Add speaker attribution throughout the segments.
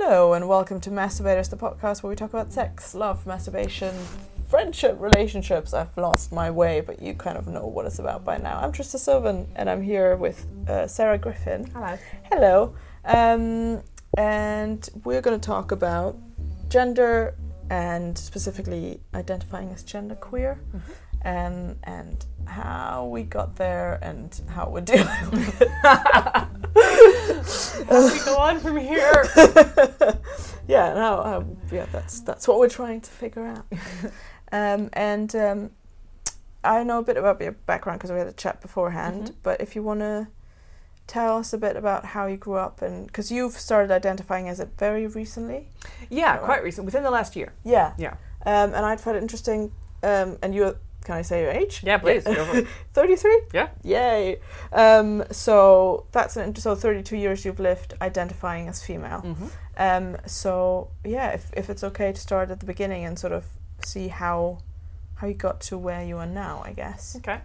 Speaker 1: welcome to Masturbators, the podcast where we talk about sex, love, masturbation, friendship, relationships. I've lost my way, but you kind of know what it's about by now. I'm Trista Sylvan, and I'm here with uh, Sarah Griffin.
Speaker 2: Hello.
Speaker 1: Hello. Um, and we're going to talk about gender and specifically identifying as genderqueer um, and how we got there and how we're dealing with it.
Speaker 2: How do we go on from here?
Speaker 1: yeah, no, um, yeah, that's that's what we're trying to figure out. um, and um, I know a bit about your background because we had a chat beforehand.
Speaker 2: Mhm.
Speaker 1: But if you want to tell us a bit about how you grew up, and because you've started identifying as it very recently,
Speaker 2: Yeah, quite recent, within the last year.
Speaker 1: yeah,
Speaker 2: Yeah.
Speaker 1: Um, and I found it interesting. Um, and you, can I say your age?
Speaker 2: Yeah, please. go for it.
Speaker 1: 33?
Speaker 2: Yeah.
Speaker 1: Yay. Um, so that's an, so 32 years you've lived identifying as female.
Speaker 2: Mhm.
Speaker 1: Um, so yeah, if, if it's okay to start at the beginning and sort of see how how you got to where you are now, I guess.
Speaker 2: Okay.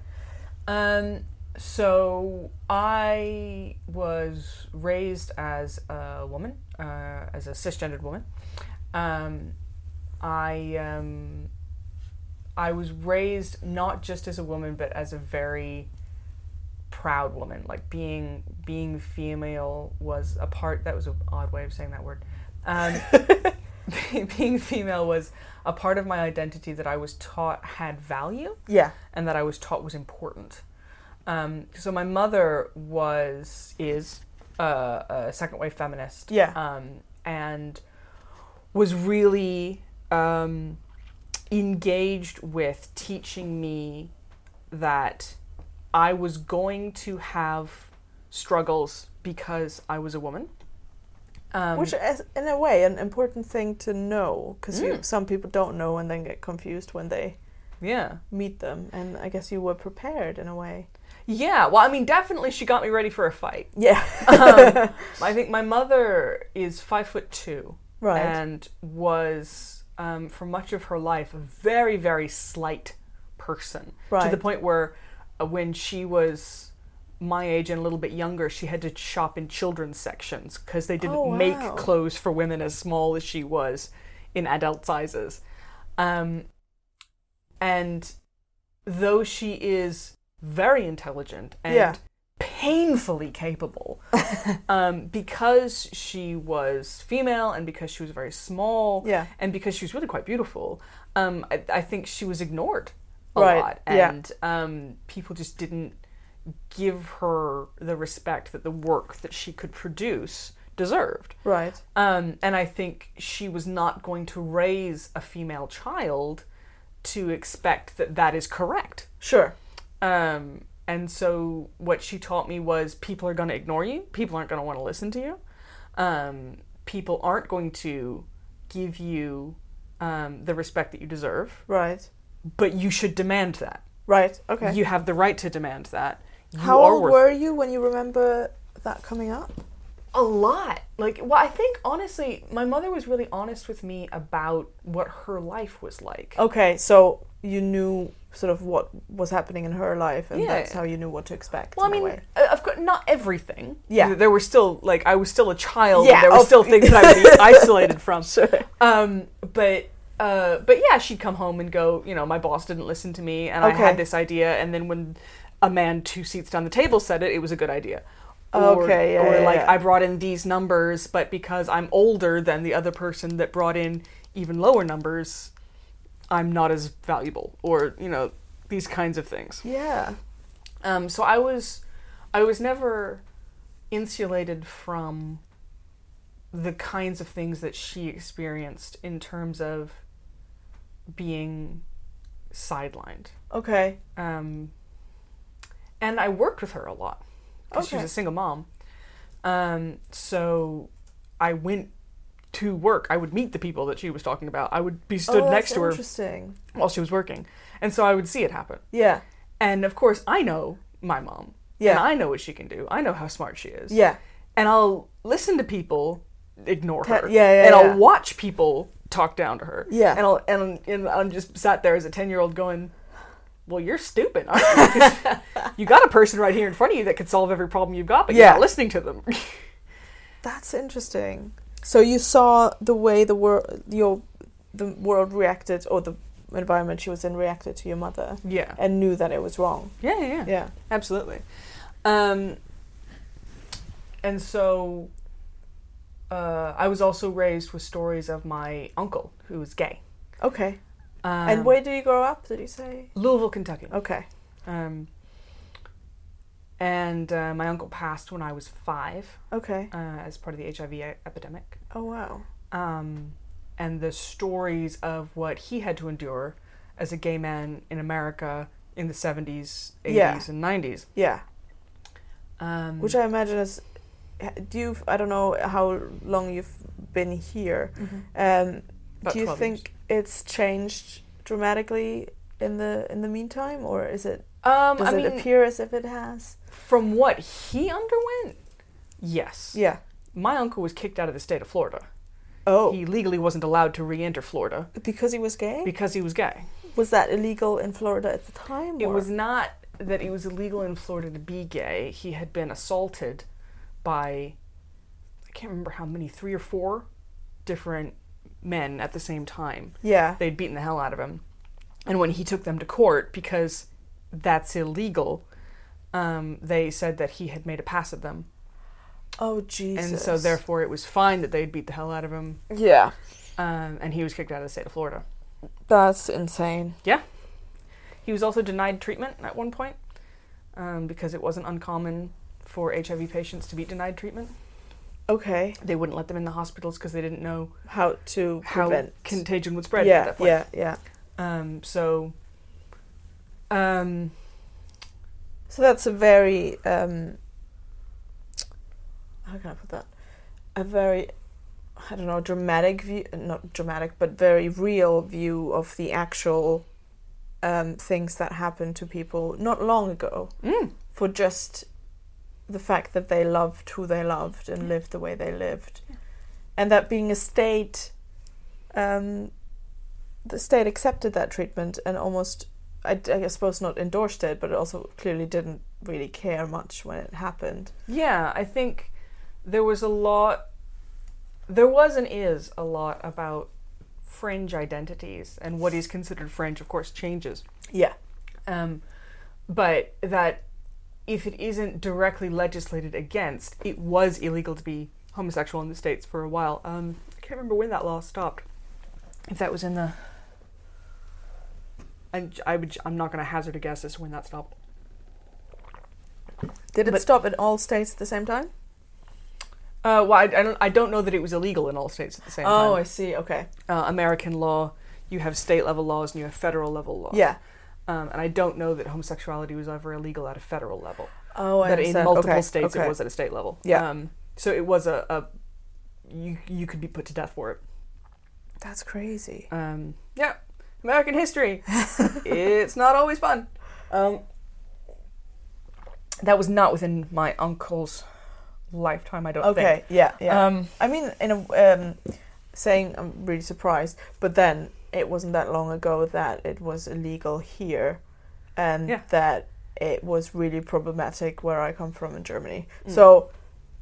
Speaker 2: Um, so I was raised as a woman, uh, as a cisgendered woman. Um, I um, I was raised not just as a woman, but as a very proud woman. Like being being female was a part. That was an odd way of saying that word. Um, being female was a part of my identity that I was taught had value
Speaker 1: Yeah.
Speaker 2: and that I was taught was important. Um, so my mother was is uh, a second wave feminist.
Speaker 1: Yeah.
Speaker 2: Um, and was really um, engaged with teaching me that I was going to have struggles because I was a woman. Um,
Speaker 1: Which is in a way an important thing to know because some people don't know and then get confused when they
Speaker 2: yeah.
Speaker 1: meet them. And I guess you were prepared in a way.
Speaker 2: Yeah, well, I mean, definitely she got me ready for a fight.
Speaker 1: Yeah.
Speaker 2: um, I think my mother is five foot two
Speaker 1: Right.
Speaker 2: and was um, for much of her life a very very slight person to the
Speaker 1: Right.
Speaker 2: point where uh, when she was my age and a little bit younger, she had to shop in children's sections because they didn't
Speaker 1: Oh,
Speaker 2: make
Speaker 1: wow.
Speaker 2: clothes for women as small as she was in adult sizes. Um, and though she is very intelligent and
Speaker 1: Yeah.
Speaker 2: painfully capable, um, because she was female and because she was very small
Speaker 1: Yeah.
Speaker 2: and because she was really quite beautiful, um, I, I think she was ignored a
Speaker 1: Right,
Speaker 2: lot,
Speaker 1: yeah.
Speaker 2: and um, people just didn't give her the respect that the work that she could produce deserved.
Speaker 1: Right.
Speaker 2: Um, and I think she was not going to raise a female child to expect that that is correct.
Speaker 1: Sure.
Speaker 2: Um, and so what she taught me was people are going to ignore you. People aren't going to want to listen to you. Um, people aren't going to give you um, the respect that you deserve.
Speaker 1: Right.
Speaker 2: But you should demand that.
Speaker 1: Right. Okay.
Speaker 2: You have the right to demand that. You
Speaker 1: How
Speaker 2: are
Speaker 1: old
Speaker 2: worth-
Speaker 1: were you when you remember that coming up?
Speaker 2: a lot. Like, well, I think honestly, my mother was really honest with me about what her life was like.
Speaker 1: Okay, so you knew sort of what was happening in her life, and
Speaker 2: Yeah.
Speaker 1: that's how you knew what to expect.
Speaker 2: Well, I
Speaker 1: in a
Speaker 2: mean,
Speaker 1: way.
Speaker 2: uh, of course, not everything.
Speaker 1: Yeah.
Speaker 2: there were still like I was still a child.
Speaker 1: Yeah,
Speaker 2: and there were
Speaker 1: of-
Speaker 2: still things that I would be isolated from. Um, but uh, but yeah, she'd come home and go. You know, my boss didn't listen to me, and I
Speaker 1: Okay.
Speaker 2: had this idea. And then when a man two seats down the table said it, it was a good idea.
Speaker 1: Okay, yeah,
Speaker 2: Or
Speaker 1: yeah,
Speaker 2: like
Speaker 1: yeah.
Speaker 2: I brought in these numbers, but because I'm older than the other person that brought in even lower numbers, I'm not as valuable. Or you know, these kinds of things.
Speaker 1: yeah,
Speaker 2: Um, so I was, I was never insulated from the kinds of things that she experienced in terms of being sidelined.
Speaker 1: okay,
Speaker 2: Um, and I worked with her a lot because she was
Speaker 1: Okay.
Speaker 2: a single mom. Um, so I went to work. I would meet the people that she was talking about. I would be stood
Speaker 1: Oh,
Speaker 2: next
Speaker 1: that's
Speaker 2: to her
Speaker 1: Interesting.
Speaker 2: while she was working, and so I would see it happen.
Speaker 1: Yeah,
Speaker 2: And of course, I know my mom.
Speaker 1: Yeah.
Speaker 2: And I know what she can do. I know how smart she is.
Speaker 1: yeah,
Speaker 2: And I'll listen to people ignore
Speaker 1: Ta-
Speaker 2: her.
Speaker 1: yeah, yeah,
Speaker 2: And
Speaker 1: yeah.
Speaker 2: I'll watch people talk down to her.
Speaker 1: Yeah.
Speaker 2: And I'll and, and I'm just sat there as a ten year old going, "Well, you're stupid, aren't you? 'Cause you got a person right here in front of you that could solve every problem you've got, but
Speaker 1: Yeah.
Speaker 2: you're not listening to them."
Speaker 1: that's interesting. So you saw the way the world your the world reacted or the environment she was in reacted to your mother
Speaker 2: Yeah.
Speaker 1: and knew that it was wrong.
Speaker 2: Yeah, yeah, yeah.
Speaker 1: Yeah.
Speaker 2: Absolutely. Um, and so uh, I was also raised with stories of my uncle who was gay.
Speaker 1: Okay.
Speaker 2: Um,
Speaker 1: and where do you grow up? Did you say?
Speaker 2: Louisville, Kentucky.
Speaker 1: Okay.
Speaker 2: Um, and uh, my uncle passed when I was five
Speaker 1: Okay.
Speaker 2: uh, as part of the HIV e- epidemic.
Speaker 1: Oh wow.
Speaker 2: Um, and the stories of what he had to endure as a gay man in America in the 70s, 80s,
Speaker 1: Yeah.
Speaker 2: and 90s.
Speaker 1: Yeah.
Speaker 2: Um,
Speaker 1: Which I imagine is. Do you? I don't know how long you've been here. Um,
Speaker 2: About
Speaker 1: do you
Speaker 2: 12
Speaker 1: think it's changed dramatically in the in the meantime, or is it
Speaker 2: Um,
Speaker 1: does
Speaker 2: I
Speaker 1: it
Speaker 2: mean,
Speaker 1: appear as if it has?
Speaker 2: from what he underwent, yes.
Speaker 1: Yeah.
Speaker 2: My uncle was kicked out of the state of Florida.
Speaker 1: Oh, Eh.
Speaker 2: He legally wasn't allowed to re enter Florida
Speaker 1: because he was gay.
Speaker 2: because he was gay.
Speaker 1: was that illegal in Florida at the time?
Speaker 2: It
Speaker 1: or-
Speaker 2: was not that it was illegal in Florida to be gay. He had been assaulted by, I can't remember how many, three or four different men at the same time.
Speaker 1: Yeah.
Speaker 2: They'd beaten the hell out of him. And when he took them to court, because that's illegal, um, they said that he had made a pass at them.
Speaker 1: Oh Jesus.
Speaker 2: And so, therefore, it was fine that they'd beat the hell out of him.
Speaker 1: Yeah,
Speaker 2: Um, and he was kicked out of the state of Florida.
Speaker 1: that's insane.
Speaker 2: He was also denied treatment at one point um, because it wasn't uncommon for HIV patients to be denied treatment.
Speaker 1: Okay.
Speaker 2: They wouldn't let them in the hospitals because they didn't know
Speaker 1: How to
Speaker 2: how
Speaker 1: prevent?
Speaker 2: contagion would spread
Speaker 1: yeah,
Speaker 2: at that point.
Speaker 1: yeah, yeah.
Speaker 2: Um, so, um,
Speaker 1: So that's a very um, how can I put that? A very I don't know dramatic view, not dramatic, but very real view of the actual um, things that happened to people not long ago
Speaker 2: mm,
Speaker 1: for just the fact that they loved who they loved and lived the way they lived, and that being a state, um, the state accepted that treatment and almost, I, d- I suppose, not endorsed it, but it also clearly didn't really care much when it happened.
Speaker 2: yeah, I think there was a lot, there was and is a lot about fringe identities and what is considered fringe, of course, changes.
Speaker 1: Yeah,
Speaker 2: um, but that if it isn't directly legislated against, it was illegal to be homosexual in the states for a while. Um, I can't remember when that law stopped. If that was in the, I'm, I would, I'm not going to hazard a guess as to when that stopped.
Speaker 1: did it
Speaker 2: But-
Speaker 1: stop in all states at the same time?
Speaker 2: Uh, well, I, I don't, I don't know that it was illegal in all states at the same
Speaker 1: Oh, I
Speaker 2: time.
Speaker 1: see. Okay.
Speaker 2: uh, American law, you have state level laws and you have federal level laws.
Speaker 1: Yeah.
Speaker 2: Um, and I don't know that homosexuality was ever illegal at a federal level.
Speaker 1: Oh, I
Speaker 2: that in
Speaker 1: understand.
Speaker 2: multiple
Speaker 1: okay.
Speaker 2: states
Speaker 1: okay.
Speaker 2: it was at a state level.
Speaker 1: Yeah.
Speaker 2: Um, so it was a, a you you could be put to death for it.
Speaker 1: That's crazy.
Speaker 2: Um, yeah. American history. it's not always fun. Um, that was not within my uncle's lifetime. I don't
Speaker 1: Okay. Yeah.
Speaker 2: think.
Speaker 1: Yeah.
Speaker 2: Um,
Speaker 1: I mean, in a um, saying, I'm really surprised, but then it wasn't that long ago that it was illegal here, and
Speaker 2: Yeah.
Speaker 1: that it was really problematic where I come from in Germany.
Speaker 2: Mm.
Speaker 1: So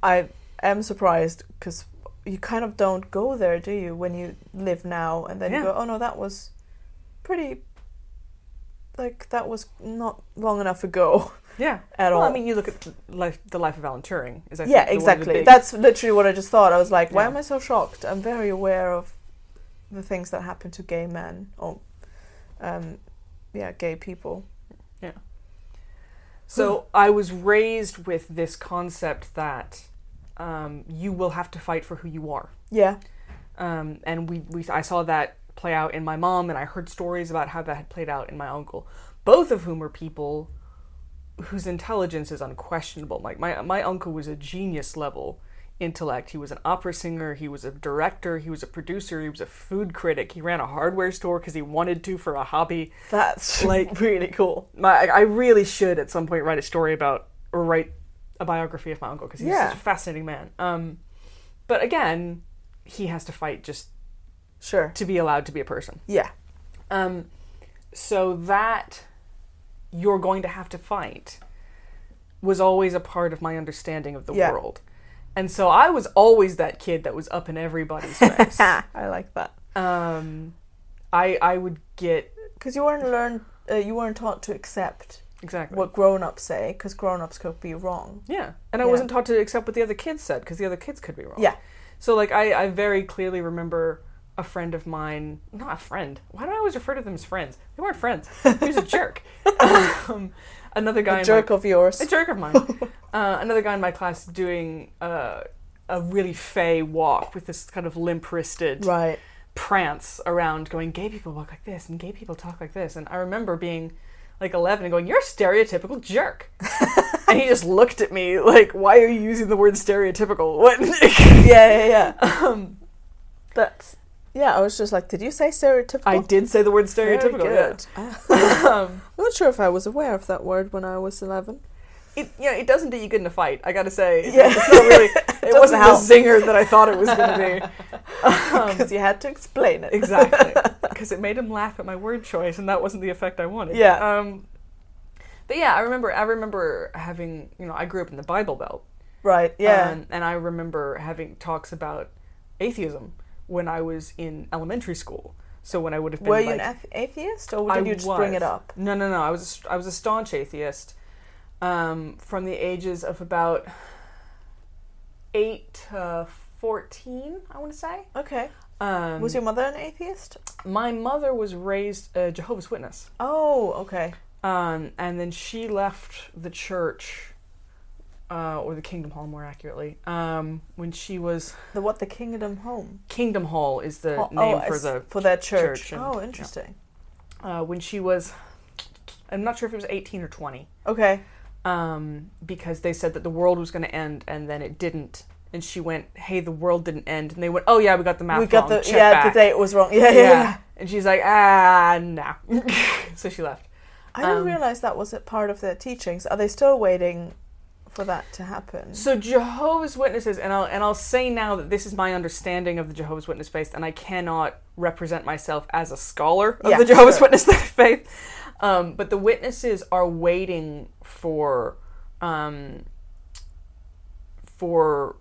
Speaker 1: I am surprised because you kind of don't go there, do you, when you live now, and then you
Speaker 2: Yeah.
Speaker 1: go, oh no, that was pretty. Like that was not long enough ago
Speaker 2: yeah.
Speaker 1: at all.
Speaker 2: well, I mean, you look at the life, the life of Alan Turing. Is I
Speaker 1: Yeah,
Speaker 2: think, the one of the
Speaker 1: exactly.
Speaker 2: big-
Speaker 1: That's literally what I just thought. I was like, why
Speaker 2: Yeah.
Speaker 1: am I so shocked? I'm very aware of the things that happen to gay men or, um, yeah, gay people.
Speaker 2: So I was raised with this concept that um, you will have to fight for who you are.
Speaker 1: Yeah,
Speaker 2: um, and we, we I saw that play out in my mom, and I heard stories about how that had played out in my uncle, both of whom are people whose intelligence is unquestionable. Like my my uncle was a genius level intellect. He was an opera singer. He was a director. He was a producer. He was a food critic. He ran a hardware store because he wanted to for a hobby.
Speaker 1: that's
Speaker 2: Like really cool. My I really should at some point write a story about or write a biography of my uncle because he's
Speaker 1: Yeah.
Speaker 2: such a fascinating man. Um, but again, he has to fight just
Speaker 1: sure.
Speaker 2: to be allowed to be a person.
Speaker 1: Yeah,
Speaker 2: Um, so that you're going to have to fight was always a part of my understanding of the
Speaker 1: Yeah.
Speaker 2: world. And so I was always that kid that was up in everybody's face.
Speaker 1: I like that
Speaker 2: um, I I would get
Speaker 1: because you weren't learned, uh, you weren't taught to accept
Speaker 2: exactly
Speaker 1: what grown-ups say because grown-ups could be wrong.
Speaker 2: yeah, and I
Speaker 1: Yeah.
Speaker 2: wasn't taught to accept what the other kids said because the other kids could be wrong.
Speaker 1: Yeah.
Speaker 2: So like I I very clearly remember a friend of mine, not a friend. Why do I always refer to them as friends? They weren't friends. He was a jerk. um, another guy. in
Speaker 1: a
Speaker 2: my-
Speaker 1: jerk of yours.
Speaker 2: a jerk of mine. uh, another guy in my class doing uh, a really fey walk with this kind of limp wristed
Speaker 1: Right.
Speaker 2: prance around going, gay people walk like this and gay people talk like this. And I remember being like 11 and going, you're a stereotypical jerk. and he just looked at me like, why are you using the word stereotypical? What?
Speaker 1: Yeah, yeah, yeah.
Speaker 2: um,
Speaker 1: That's yeah. I was just like, did you say stereotypical?
Speaker 2: I did say the word
Speaker 1: Very
Speaker 2: stereotypical.
Speaker 1: good.
Speaker 2: yeah. um,
Speaker 1: I'm not sure if I was aware of that word when I was 11.
Speaker 2: it, you know, it doesn't do you good in a fight, I gotta say.
Speaker 1: Yeah.
Speaker 2: It's not really, it
Speaker 1: Doesn't
Speaker 2: wasn't
Speaker 1: help.
Speaker 2: the zinger that I thought it was gonna be. Um,
Speaker 1: Because you had to explain it.
Speaker 2: exactly because it made him laugh at my word choice and that wasn't the effect i wanted
Speaker 1: Yeah.
Speaker 2: um but yeah i remember i remember having you know i grew up in the bible belt
Speaker 1: Right. Yeah.
Speaker 2: um, and i remember having talks about atheism when i was in elementary school so when i would have been
Speaker 1: Were you
Speaker 2: like,
Speaker 1: an ath- atheist, or did
Speaker 2: I
Speaker 1: you just bring
Speaker 2: was.
Speaker 1: it up?
Speaker 2: no no no i was a st- i was a staunch atheist um, from the ages of about 8 to 14 i want to say
Speaker 1: Okay.
Speaker 2: um,
Speaker 1: was your mother an atheist?
Speaker 2: my mother was raised a jehovah's witness
Speaker 1: Oh, okay.
Speaker 2: Um, and then she left the church, uh, or the Kingdom Hall more accurately, um, when she was.
Speaker 1: The what? The Kingdom Home.
Speaker 2: Kingdom Hall is the
Speaker 1: oh,
Speaker 2: name
Speaker 1: oh,
Speaker 2: for
Speaker 1: as-
Speaker 2: the.
Speaker 1: for their church.
Speaker 2: church and-
Speaker 1: oh,
Speaker 2: yeah.
Speaker 1: interesting.
Speaker 2: Uh, when she was. I'm not sure if it was 18 or 20,
Speaker 1: Okay.
Speaker 2: um, because they said that the world was going to end, and then it didn't. And she went, "Hey, the world didn't end." And they went, "Oh yeah, we got the math
Speaker 1: we got
Speaker 2: wrong.
Speaker 1: the
Speaker 2: Check
Speaker 1: yeah.
Speaker 2: back."
Speaker 1: The date was wrong. Yeah, yeah. yeah.
Speaker 2: And she's like, "Ah, no." so she left.
Speaker 1: I didn't
Speaker 2: Um,
Speaker 1: realize that was a part of their teachings. Are they still waiting for that to happen?
Speaker 2: So Jehovah's Witnesses, and I'll and I'll say now that this is my understanding of the Jehovah's Witness faith, and I cannot represent myself as a scholar of
Speaker 1: Yeah,
Speaker 2: the Jehovah's
Speaker 1: sure.
Speaker 2: Witness faith. Um, but the witnesses are waiting for um, for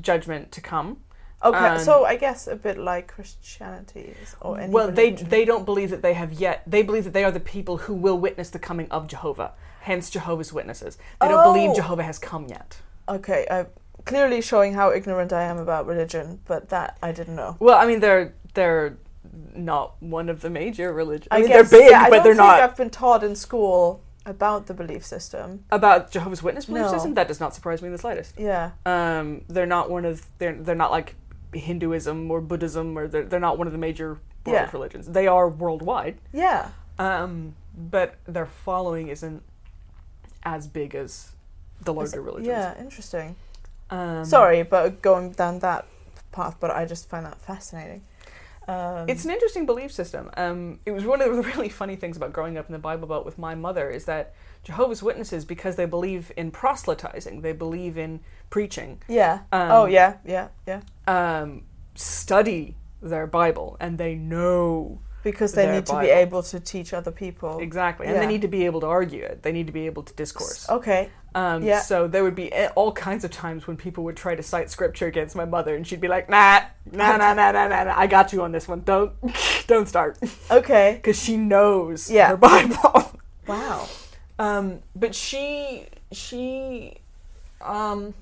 Speaker 2: judgment to come.
Speaker 1: Okay,
Speaker 2: um,
Speaker 1: so I guess a bit like Christianity is- or any
Speaker 2: well, they
Speaker 1: religion.
Speaker 2: they don't believe that they have yet. They believe that they are the people who will witness the coming of Jehovah. Hence, Jehovah's Witnesses. They don't
Speaker 1: Oh.
Speaker 2: believe Jehovah has come yet.
Speaker 1: Okay, i clearly showing how ignorant I am about religion, but that I didn't know.
Speaker 2: Well, I mean, they're they're not one of the major religions. I, mean,
Speaker 1: guess-
Speaker 2: they're big,
Speaker 1: yeah, I
Speaker 2: but
Speaker 1: don't
Speaker 2: they're
Speaker 1: think
Speaker 2: not
Speaker 1: I've been taught in school about the belief system.
Speaker 2: about Jehovah's Witness belief
Speaker 1: No.
Speaker 2: system. That does not surprise me in the slightest.
Speaker 1: Yeah,
Speaker 2: Um, they're not one of they're they're not like Hinduism or Buddhism or they're they're not one of the major world
Speaker 1: Yeah.
Speaker 2: religions. They are worldwide,
Speaker 1: yeah,
Speaker 2: um, but their following isn't as big as the
Speaker 1: Is-
Speaker 2: larger religions.
Speaker 1: yeah, interesting.
Speaker 2: Um,
Speaker 1: Sorry, but going down that path, but I just find that fascinating. Um,
Speaker 2: It's an interesting belief system. Um, it was one of the really funny things about growing up in the Bible Belt with my mother is that Jehovah's Witnesses, because they believe in proselytizing, they believe in preaching,
Speaker 1: yeah.
Speaker 2: um,
Speaker 1: oh yeah, yeah, yeah.
Speaker 2: um, study their Bible and they know
Speaker 1: Because they
Speaker 2: their
Speaker 1: need to be
Speaker 2: Bible.
Speaker 1: able to teach other people.
Speaker 2: exactly, and
Speaker 1: Oh, Yeah.
Speaker 2: they need to be able to argue it. They need to be able to discourse.
Speaker 1: Okay.
Speaker 2: Um,
Speaker 1: yeah.
Speaker 2: So there would be a- all kinds of times when people would try to cite scripture against my mother, and she'd be like, "Nah, nah, nah, nah, nah, nah, nah. I got you on this one. Don't, don't start,"
Speaker 1: Okay.
Speaker 2: because she knows
Speaker 1: Yeah.
Speaker 2: her Bible.
Speaker 1: Wow.
Speaker 2: Um, but she, she, um,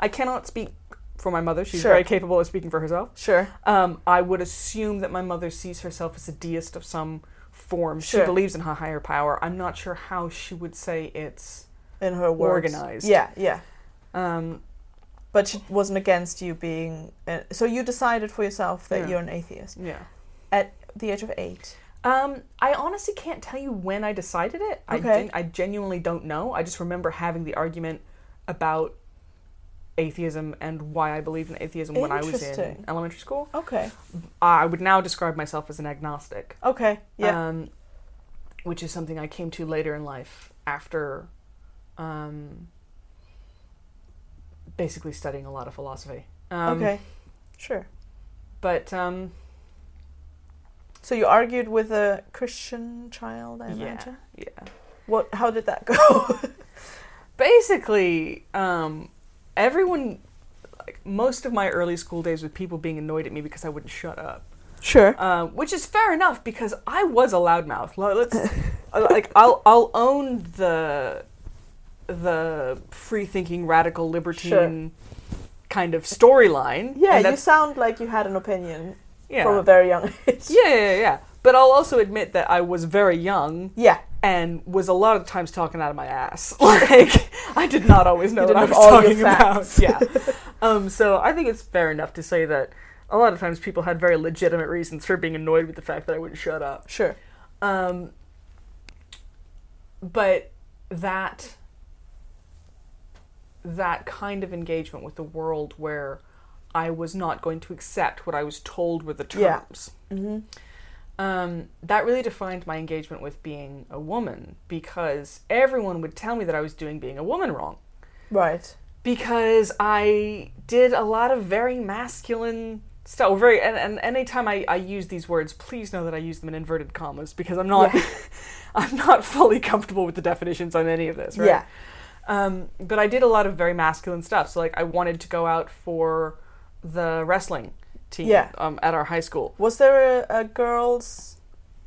Speaker 2: I cannot speak for my mother. She's
Speaker 1: Sure.
Speaker 2: very capable of speaking for herself.
Speaker 1: Sure.
Speaker 2: Um, I would assume that my mother sees herself as a deist of some form.
Speaker 1: Sure.
Speaker 2: She believes in her higher power. I'm not sure how she would say it's.
Speaker 1: In her words.
Speaker 2: Organized.
Speaker 1: Yeah, yeah.
Speaker 2: Um,
Speaker 1: But she wasn't against you being. Uh, so you decided for yourself that
Speaker 2: Yeah.
Speaker 1: you're an atheist
Speaker 2: yeah.
Speaker 1: at the age of eight.
Speaker 2: Um, I honestly can't tell you when I decided it. I,
Speaker 1: Okay.
Speaker 2: gen- I genuinely don't know. I just remember having the argument about atheism and why I believed in atheism when I was in
Speaker 1: Interesting.
Speaker 2: elementary school.
Speaker 1: Okay.
Speaker 2: I would now describe myself as an agnostic.
Speaker 1: Okay. Yeah.
Speaker 2: Um, which is something I came to later in life after um, basically studying a lot of philosophy. Um,
Speaker 1: okay. Sure.
Speaker 2: But um,
Speaker 1: So you argued with a Christian child, I
Speaker 2: Yeah.
Speaker 1: imagine.
Speaker 2: yeah.
Speaker 1: What? How did that go?
Speaker 2: Basically, um, everyone. like, most of my early school days with people being annoyed at me because I wouldn't shut up.
Speaker 1: Sure.
Speaker 2: Uh, which is fair enough because I was a loudmouth. Lo- Let's I- like I'll I'll own the the free thinking radical libertine kind of storyline.
Speaker 1: Yeah,
Speaker 2: and
Speaker 1: you
Speaker 2: that's-
Speaker 1: sound like you had an opinion
Speaker 2: yeah.
Speaker 1: from a very young age.
Speaker 2: yeah, yeah, yeah. But I'll also admit that I was very young
Speaker 1: Yeah.
Speaker 2: and was a lot of times talking out of my ass. Like I did not always know
Speaker 1: You
Speaker 2: what I was
Speaker 1: didn't have all
Speaker 2: talking
Speaker 1: your
Speaker 2: about. Yeah. um, so I think it's fair enough to say that a lot of times people had very legitimate reasons for being annoyed with the fact that I wouldn't shut up.
Speaker 1: Sure.
Speaker 2: Um, but that that kind of engagement with the world where I was not going to accept what I was told were the
Speaker 1: Yeah.
Speaker 2: terms.
Speaker 1: Mm-hmm.
Speaker 2: Um, that really defined my engagement with being a woman because everyone would tell me that I was doing being a woman wrong
Speaker 1: Right.
Speaker 2: because I did a lot of very masculine stuff. or Very and, and anytime I, I use these words, please know that I use them in inverted commas because I'm not I'm not fully comfortable with the definitions on any of this, right?
Speaker 1: Yeah.
Speaker 2: Um, but I did a lot of very masculine stuff. So like I wanted to go out for the wrestling team
Speaker 1: Yeah.
Speaker 2: um, at our high school.
Speaker 1: Was there a, a girls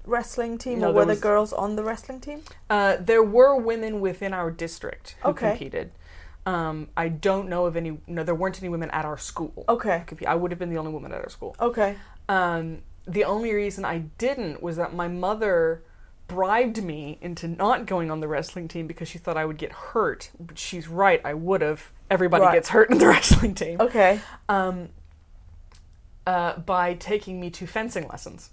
Speaker 1: wrestling team, or
Speaker 2: No, there
Speaker 1: were
Speaker 2: was-
Speaker 1: the girls on the wrestling team?
Speaker 2: Uh, there were women within our district who
Speaker 1: Okay.
Speaker 2: competed. Um, I don't know of any. No, there weren't any women at our school.
Speaker 1: Okay.
Speaker 2: I would have been the only woman at our school.
Speaker 1: Okay.
Speaker 2: Um, the only reason I didn't was that my mother bribed me into not going on the wrestling team because she thought I would get hurt. But she's right, I would have. Everybody
Speaker 1: Right.
Speaker 2: gets hurt in the wrestling team.
Speaker 1: Okay.
Speaker 2: Um, uh, by taking me to fencing lessons.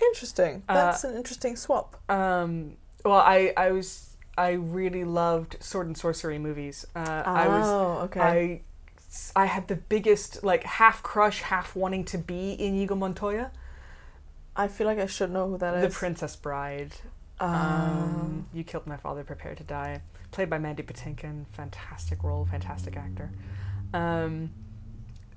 Speaker 1: Interesting.
Speaker 2: Uh,
Speaker 1: That's an interesting swap.
Speaker 2: Um, well, I, I was I really loved sword and sorcery movies. Uh, I was
Speaker 1: oh, okay.
Speaker 2: I I had the biggest like half crush, half wanting to be Inigo Montoya,
Speaker 1: I feel like I should know who that is.
Speaker 2: the Princess Bride. Um, you killed my father. Prepare to die. Played by Mandy Patinkin. Fantastic role. Fantastic actor. Um,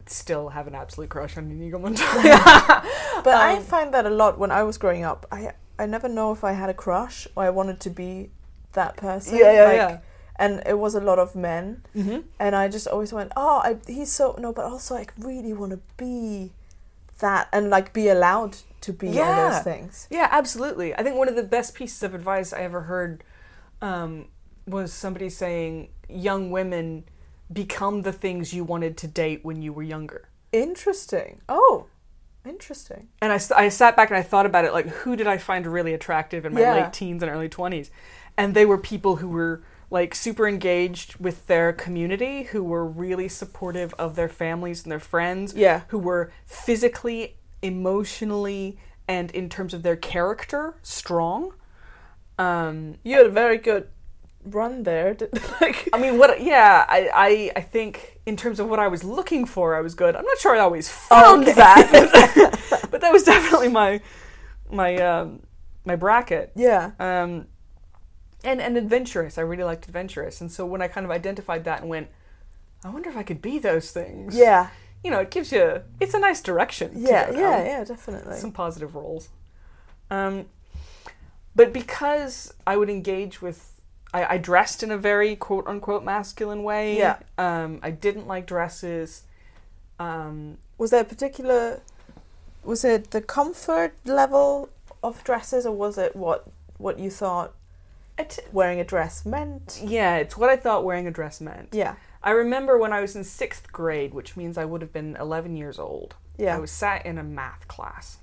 Speaker 2: still have an absolute crush on Inigo Montoya.
Speaker 1: But I
Speaker 2: Um,
Speaker 1: find that a lot when I was growing up. I I never know if I had a crush or I wanted to be that person. And it was a lot of men,
Speaker 2: yeah. hmm
Speaker 1: and I just always went, oh, I, he's so no, but also I really want to be that, and like be allowed to be all
Speaker 2: Yeah.
Speaker 1: those things.
Speaker 2: Yeah, absolutely. I think one of the best pieces of advice I ever heard um, was somebody saying, "Young women become the things you wanted to date when you were younger."
Speaker 1: Interesting. Oh, interesting.
Speaker 2: And I, s- I sat back and I thought about it, like, who did I find really attractive in my
Speaker 1: Yeah.
Speaker 2: late teens and early twenties? And they were people who were like super engaged with their community, who were really supportive of their families and their friends,
Speaker 1: Yeah.
Speaker 2: who were physically, emotionally, and in terms of their character, strong. Um,
Speaker 1: You had a very good run there. did- like,
Speaker 2: I mean, what? Yeah, I, I, I think in terms of what I was looking for, I was good. I'm not sure I always found
Speaker 1: Oh, Okay.
Speaker 2: that, but that was definitely my, my, um, my bracket.
Speaker 1: yeah.
Speaker 2: Um, and and adventurous. I really liked adventurous, and so when I kind of identified that and went, I wonder if I could be those things.
Speaker 1: Yeah.
Speaker 2: you know, it gives you. It's a nice direction. to
Speaker 1: Yeah.
Speaker 2: go down
Speaker 1: Yeah. Yeah. Definitely.
Speaker 2: some positive roles. Um, but because I would engage with, I, I dressed in a very quote unquote masculine way.
Speaker 1: Yeah.
Speaker 2: Um, I didn't like dresses. Um,
Speaker 1: Was there a particular? Was it the comfort level of dresses, or was it what what you thought
Speaker 2: it,
Speaker 1: wearing a dress meant?
Speaker 2: yeah, it's what I thought wearing a dress meant.
Speaker 1: Yeah,
Speaker 2: I remember when I was in sixth grade, which means I would have been 11 years old.
Speaker 1: yeah,
Speaker 2: I was sat in a math class.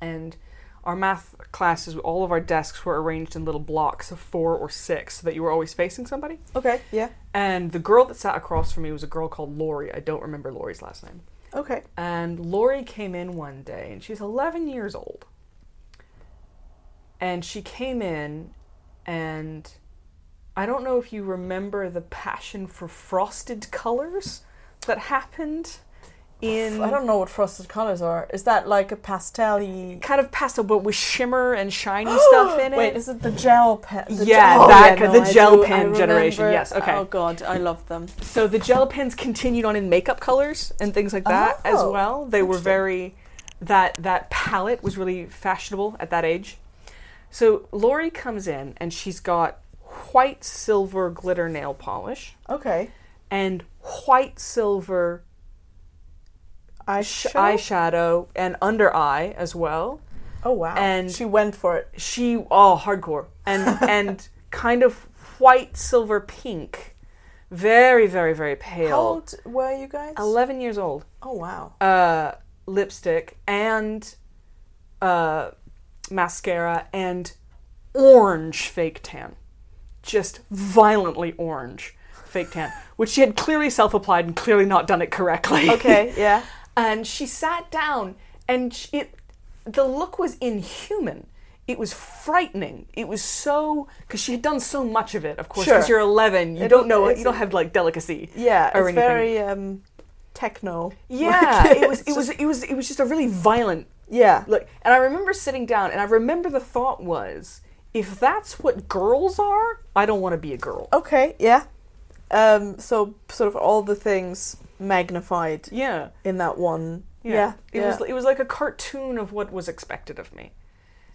Speaker 2: And our math classes, all of our desks were arranged in little blocks of four or six so that you were always facing somebody.
Speaker 1: okay, yeah,
Speaker 2: And the girl that sat across from me was a girl called Lori. I don't remember Lori's last name.
Speaker 1: okay,
Speaker 2: And Lori came in one day, and she's 11 years old. And she came in, and I don't know if you remember the passion for frosted colors that happened in
Speaker 1: I don't know what frosted colors are. Is that like a pastel-y
Speaker 2: kind of pastel, but with shimmer and shiny stuff in it.
Speaker 1: Wait, is it the gel pen?
Speaker 2: Yeah, that- the gel pen generation, yes, okay.
Speaker 1: Oh god, I love them.
Speaker 2: So the gel pens continued on in makeup colors and things like that as
Speaker 1: Oh,
Speaker 2: well. They were
Speaker 1: interesting.
Speaker 2: very that that palette was really fashionable at that age. So Lori comes in and she's got white silver glitter nail polish
Speaker 1: Okay,
Speaker 2: and quite silver sh-
Speaker 1: Eyeshadow?
Speaker 2: eyeshadow and under eye as well.
Speaker 1: oh wow!
Speaker 2: and-
Speaker 1: she went for it.
Speaker 2: She oh hardcore and and kind of white silver pink, very very very pale.
Speaker 1: How old were you guys?
Speaker 2: Eleven years old.
Speaker 1: Oh wow!
Speaker 2: Uh, lipstick and uh, mascara and orange fake tan, just violently orange fake tan, which she had clearly self applied and clearly not done it correctly.
Speaker 1: Okay, yeah.
Speaker 2: and she sat down and sh it the look was inhuman it was frightening it was so because she had done so much of it of course because
Speaker 1: Sure.
Speaker 2: you're 11 you
Speaker 1: It-
Speaker 2: don't know
Speaker 1: it's-
Speaker 2: you don't have like delicacy
Speaker 1: Yeah,
Speaker 2: Or
Speaker 1: it's
Speaker 2: anything.
Speaker 1: very um, techno.
Speaker 2: yeah
Speaker 1: Like,
Speaker 2: it was
Speaker 1: it's
Speaker 2: it was it was it was just a really violent
Speaker 1: Yeah.
Speaker 2: look and i remember sitting down and i remember the thought was if that's what girls are i don't want to be a girl
Speaker 1: Okay, yeah. Um, so sort of all the things magnified
Speaker 2: yeah
Speaker 1: in that one. Yeah,
Speaker 2: it
Speaker 1: yeah.
Speaker 2: was it was like a cartoon of what was expected of me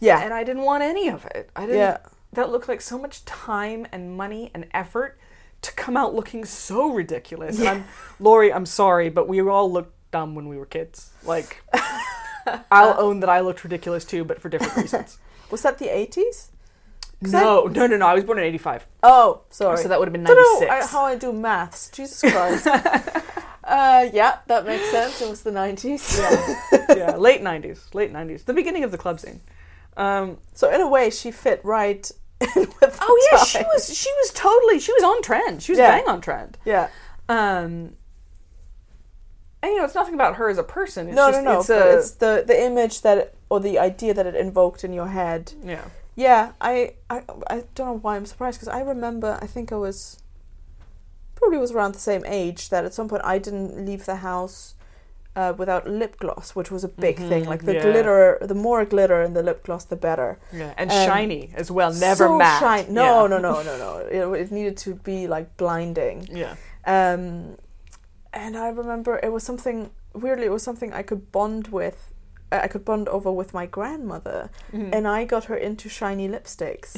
Speaker 1: yeah,
Speaker 2: and i didn't want any of it i didn't
Speaker 1: yeah.
Speaker 2: that looked like so much time and money and effort to come out looking so ridiculous. And I'm, Lori, I'm sorry, but we all looked dumb when we were kids. Like, I'll own that I looked ridiculous too, but for different reasons.
Speaker 1: Was that the eighties?
Speaker 2: no, no, no, no. I was born in '85,
Speaker 1: Oh, sorry.
Speaker 2: so that would have been
Speaker 1: Don't know
Speaker 2: '96.
Speaker 1: I- how I do maths. Jesus Christ. uh, yeah, that makes sense. It was the nineties.
Speaker 2: yeah, yeah, late '90s, late '90s, the beginning of the club scene. Um,
Speaker 1: So in a way, she fit right. in with the
Speaker 2: oh yeah, she
Speaker 1: time.
Speaker 2: was, she was totally, she was on trend. She was
Speaker 1: Yeah.
Speaker 2: bang on trend.
Speaker 1: Yeah.
Speaker 2: Um, and you know, it's nothing about her as a person. It's
Speaker 1: No,
Speaker 2: just,
Speaker 1: no, no.
Speaker 2: It's,
Speaker 1: It's,
Speaker 2: a,
Speaker 1: it's the the image that it- or the idea that it invoked in your head.
Speaker 2: yeah.
Speaker 1: Yeah, I, I, I don't know why I'm surprised because I remember I think I was probably was around the same age that at some point I didn't leave the house uh, without lip gloss, which was a big thing.
Speaker 2: Mhm,
Speaker 1: Like the
Speaker 2: yeah.
Speaker 1: glitter, the more glitter in the lip gloss, the better.
Speaker 2: Yeah, and
Speaker 1: Um,
Speaker 2: shiny as well. Never
Speaker 1: so
Speaker 2: matte.
Speaker 1: shine- No,
Speaker 2: yeah.
Speaker 1: no, no, no, no. It, it needed to be like blinding.
Speaker 2: Yeah,
Speaker 1: Um, and I remember it was something weirdly. It was something I could bond with. uh, I I could bond over with my grandmother Mm-hmm.
Speaker 2: Mm.
Speaker 1: and I got her into shiny lipsticks,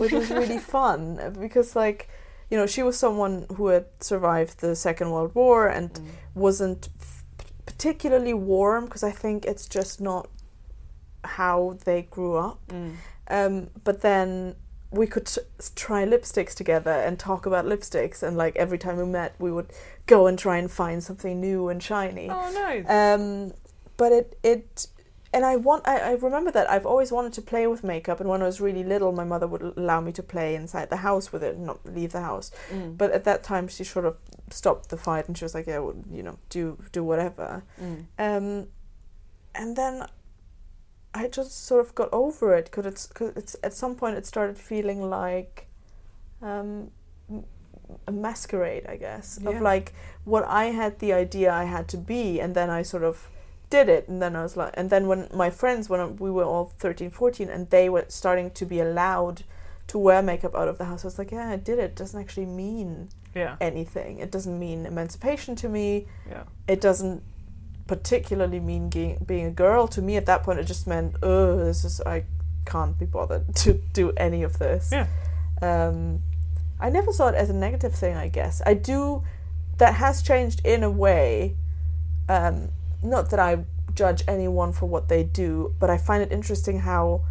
Speaker 1: which was really fun uh, because, like, you know, she was someone who had survived the Second World War and wasn't f- particularly warm because I think it's just not how they grew up.
Speaker 2: Mm.
Speaker 1: Um, but then we could s- s- try lipsticks together and talk about lipsticks, and like every time we met, we would go and try and find something new and shiny.
Speaker 2: Oh, nice.
Speaker 1: Um, but it it and I want I, I remember that I've always wanted to play with makeup and when I was really little my mother would allow me to play inside the house with it and not leave the house.
Speaker 2: Mm.
Speaker 1: But at that time she sort of stopped the fight and she was like, Yeah, well, you know, do do whatever.
Speaker 2: Mm.
Speaker 1: Um, and then I just sort of got over it because it's, 'cause it's at some point it started feeling like um, m- a masquerade, I guess,
Speaker 2: Yeah.
Speaker 1: of like what I had the idea I had to be, and then I sort of did it and then I was like and then when my friends when I- we were all 13 14 and they were starting to be allowed to wear makeup out of the house I was like yeah I did it doesn't actually mean
Speaker 2: Yeah,
Speaker 1: anything it doesn't mean emancipation to me
Speaker 2: yeah,
Speaker 1: it doesn't particularly mean ge- being a girl to me at that point it just meant oh this is i can't be bothered to do any of this
Speaker 2: Yeah.
Speaker 1: um i never saw it as a negative thing i guess i do that has changed in a way um not that i judge anyone for what they do but i find it interesting how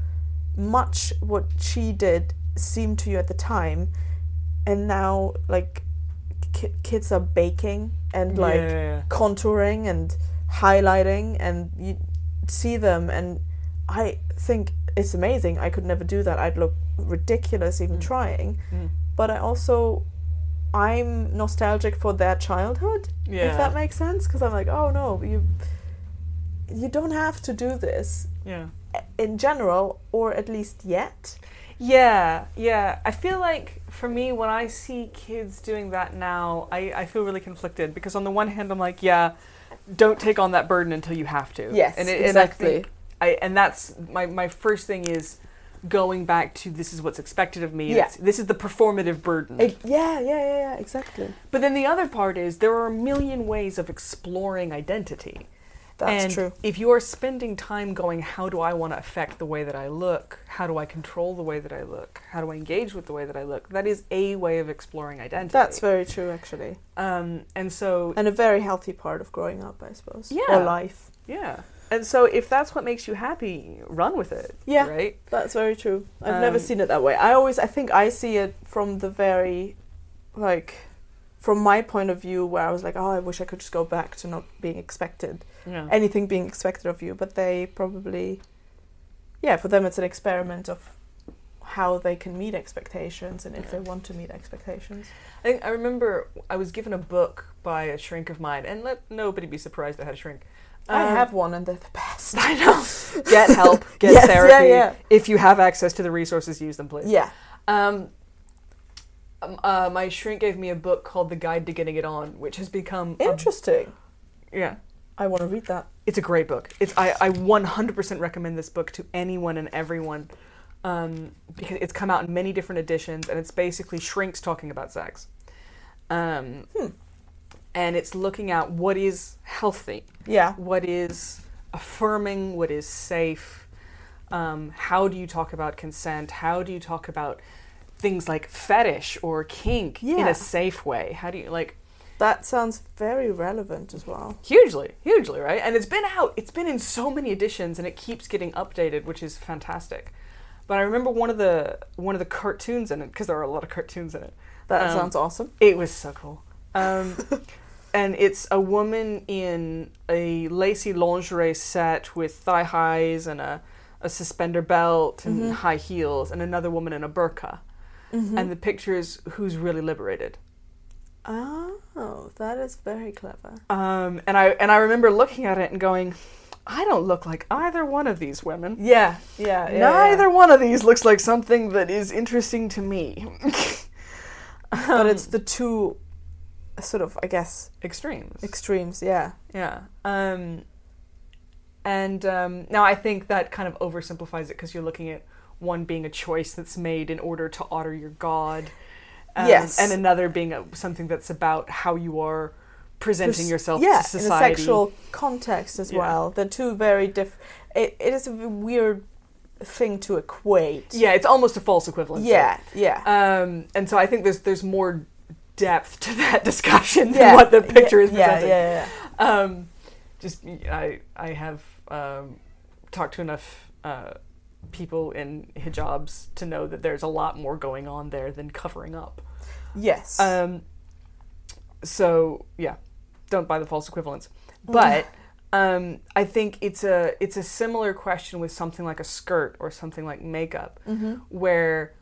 Speaker 1: much what she did seemed to you at the time and now like ki- kids are baking and like
Speaker 2: yeah,
Speaker 1: contouring and highlighting and you see them and I think it's amazing. I could never do that. I'd look ridiculous even
Speaker 2: Mm.
Speaker 1: trying.
Speaker 2: Mm.
Speaker 1: But I also I'm nostalgic for their childhood,
Speaker 2: yeah.
Speaker 1: if that makes sense, because I'm like, "Oh no, you you don't have to do this
Speaker 2: yeah,
Speaker 1: in general or at least yet."
Speaker 2: yeah, yeah. I feel like for me, when I see kids doing that now, I, I feel really conflicted because on the one hand, I'm like, yeah, don't take on that burden until you have to.
Speaker 1: Yes,
Speaker 2: and it,
Speaker 1: exactly.
Speaker 2: And I think I and that's my my first thing is going back to this is what's expected of me. and
Speaker 1: Yeah.
Speaker 2: it's- this is the performative burden.
Speaker 1: It- yeah, yeah, yeah, yeah, exactly.
Speaker 2: But then the other part is there are a million ways of exploring identity.
Speaker 1: That's
Speaker 2: and
Speaker 1: true.
Speaker 2: If you're spending time going, how do I want to affect the way that I look? How do I control the way that I look? How do I engage with the way that I look? That is a way of exploring identity.
Speaker 1: That's very true, actually,
Speaker 2: um, and so
Speaker 1: and a very healthy part of growing up, I suppose.
Speaker 2: Yeah.
Speaker 1: Or life.
Speaker 2: yeah, and so if that's what makes you happy, run with it.
Speaker 1: Yeah.
Speaker 2: right.
Speaker 1: That's very true. I've never
Speaker 2: Um,
Speaker 1: seen it that way. I always, I think, I see it from the very, like, from my point of view, where I was like, oh, I wish I could just go back to not being expected,
Speaker 2: Yeah,
Speaker 1: anything being expected of you. But they probably, yeah, for them, it's an experiment of how they can meet expectations and if
Speaker 2: Yeah.
Speaker 1: they want to meet expectations.
Speaker 2: I think I remember I was given a book by a shrink of mine, and let nobody be surprised I had a shrink.
Speaker 1: I
Speaker 2: Um,
Speaker 1: have one, and they're the best.
Speaker 2: I know. Get help. Get
Speaker 1: Yes, yeah,
Speaker 2: therapy.
Speaker 1: yeah.
Speaker 2: If you have access to the resources, use them, please.
Speaker 1: Yeah.
Speaker 2: Um, um, uh, my shrink gave me a book called The Guide to Getting It On, which has become
Speaker 1: Um,
Speaker 2: a-
Speaker 1: Interesting.
Speaker 2: yeah,
Speaker 1: I want to read that.
Speaker 2: it's a great book. It's I, I 100% recommend this book to anyone and everyone um, because it's come out in many different editions and it's basically shrinks talking about sex. Um,
Speaker 1: Hmm.
Speaker 2: And it's looking at what is healthy
Speaker 1: Yeah.
Speaker 2: what is affirming, what is safe. Um, how do you talk about consent? How do you talk about things like fetish or kink in
Speaker 1: Yeah.
Speaker 2: a safe way? How do you like
Speaker 1: That sounds very relevant as well.
Speaker 2: hugely, hugely, right? And it's been out, it's been in so many editions and it keeps getting updated, which is fantastic. But I remember one of the one of the cartoons in it because there are a lot of cartoons in it.
Speaker 1: That
Speaker 2: Um,
Speaker 1: sounds awesome.
Speaker 2: It was so cool. Um, and it's a woman in a lacy lingerie set with thigh highs and a, a suspender belt and
Speaker 1: Mhm.
Speaker 2: high heels, and another woman in a burqa. And the picture is who's really liberated.
Speaker 1: oh, that is very clever.
Speaker 2: Um, and I and I remember looking at it and going, I don't look like either one of these women.
Speaker 1: Yeah, yeah,
Speaker 2: Neither one of these looks like something that is interesting to me.
Speaker 1: But it's the two sort of, I guess,
Speaker 2: Extremes.
Speaker 1: extremes. Yeah.
Speaker 2: Yeah. Um, and um, now I think that kind of oversimplifies it because you're looking at one being a choice that's made in order to honor your god, um,
Speaker 1: Yes.
Speaker 2: and another being a, something that's about how you are presenting
Speaker 1: Pers-
Speaker 2: yourself
Speaker 1: yeah,
Speaker 2: to
Speaker 1: in a
Speaker 2: society.
Speaker 1: sexual context as
Speaker 2: Yeah.
Speaker 1: well. They're two very diff. It, it is a v- weird thing to equate.
Speaker 2: yeah, it's almost a false equivalence.
Speaker 1: Yeah, yeah.
Speaker 2: Um, and so I think there's there's more depth to that discussion than
Speaker 1: yeah.
Speaker 2: what the picture is
Speaker 1: yeah,
Speaker 2: presenting.
Speaker 1: Yeah, yeah,
Speaker 2: um, just I I have um, talked to enough uh, people in hijabs to know that there's a lot more going on there than covering up.
Speaker 1: yeah. Yes.
Speaker 2: Um, so yeah, don't buy the false equivalents. But um, I think it's a it's a similar question with something like a skirt or something like makeup,
Speaker 1: Mm-hmm.
Speaker 2: where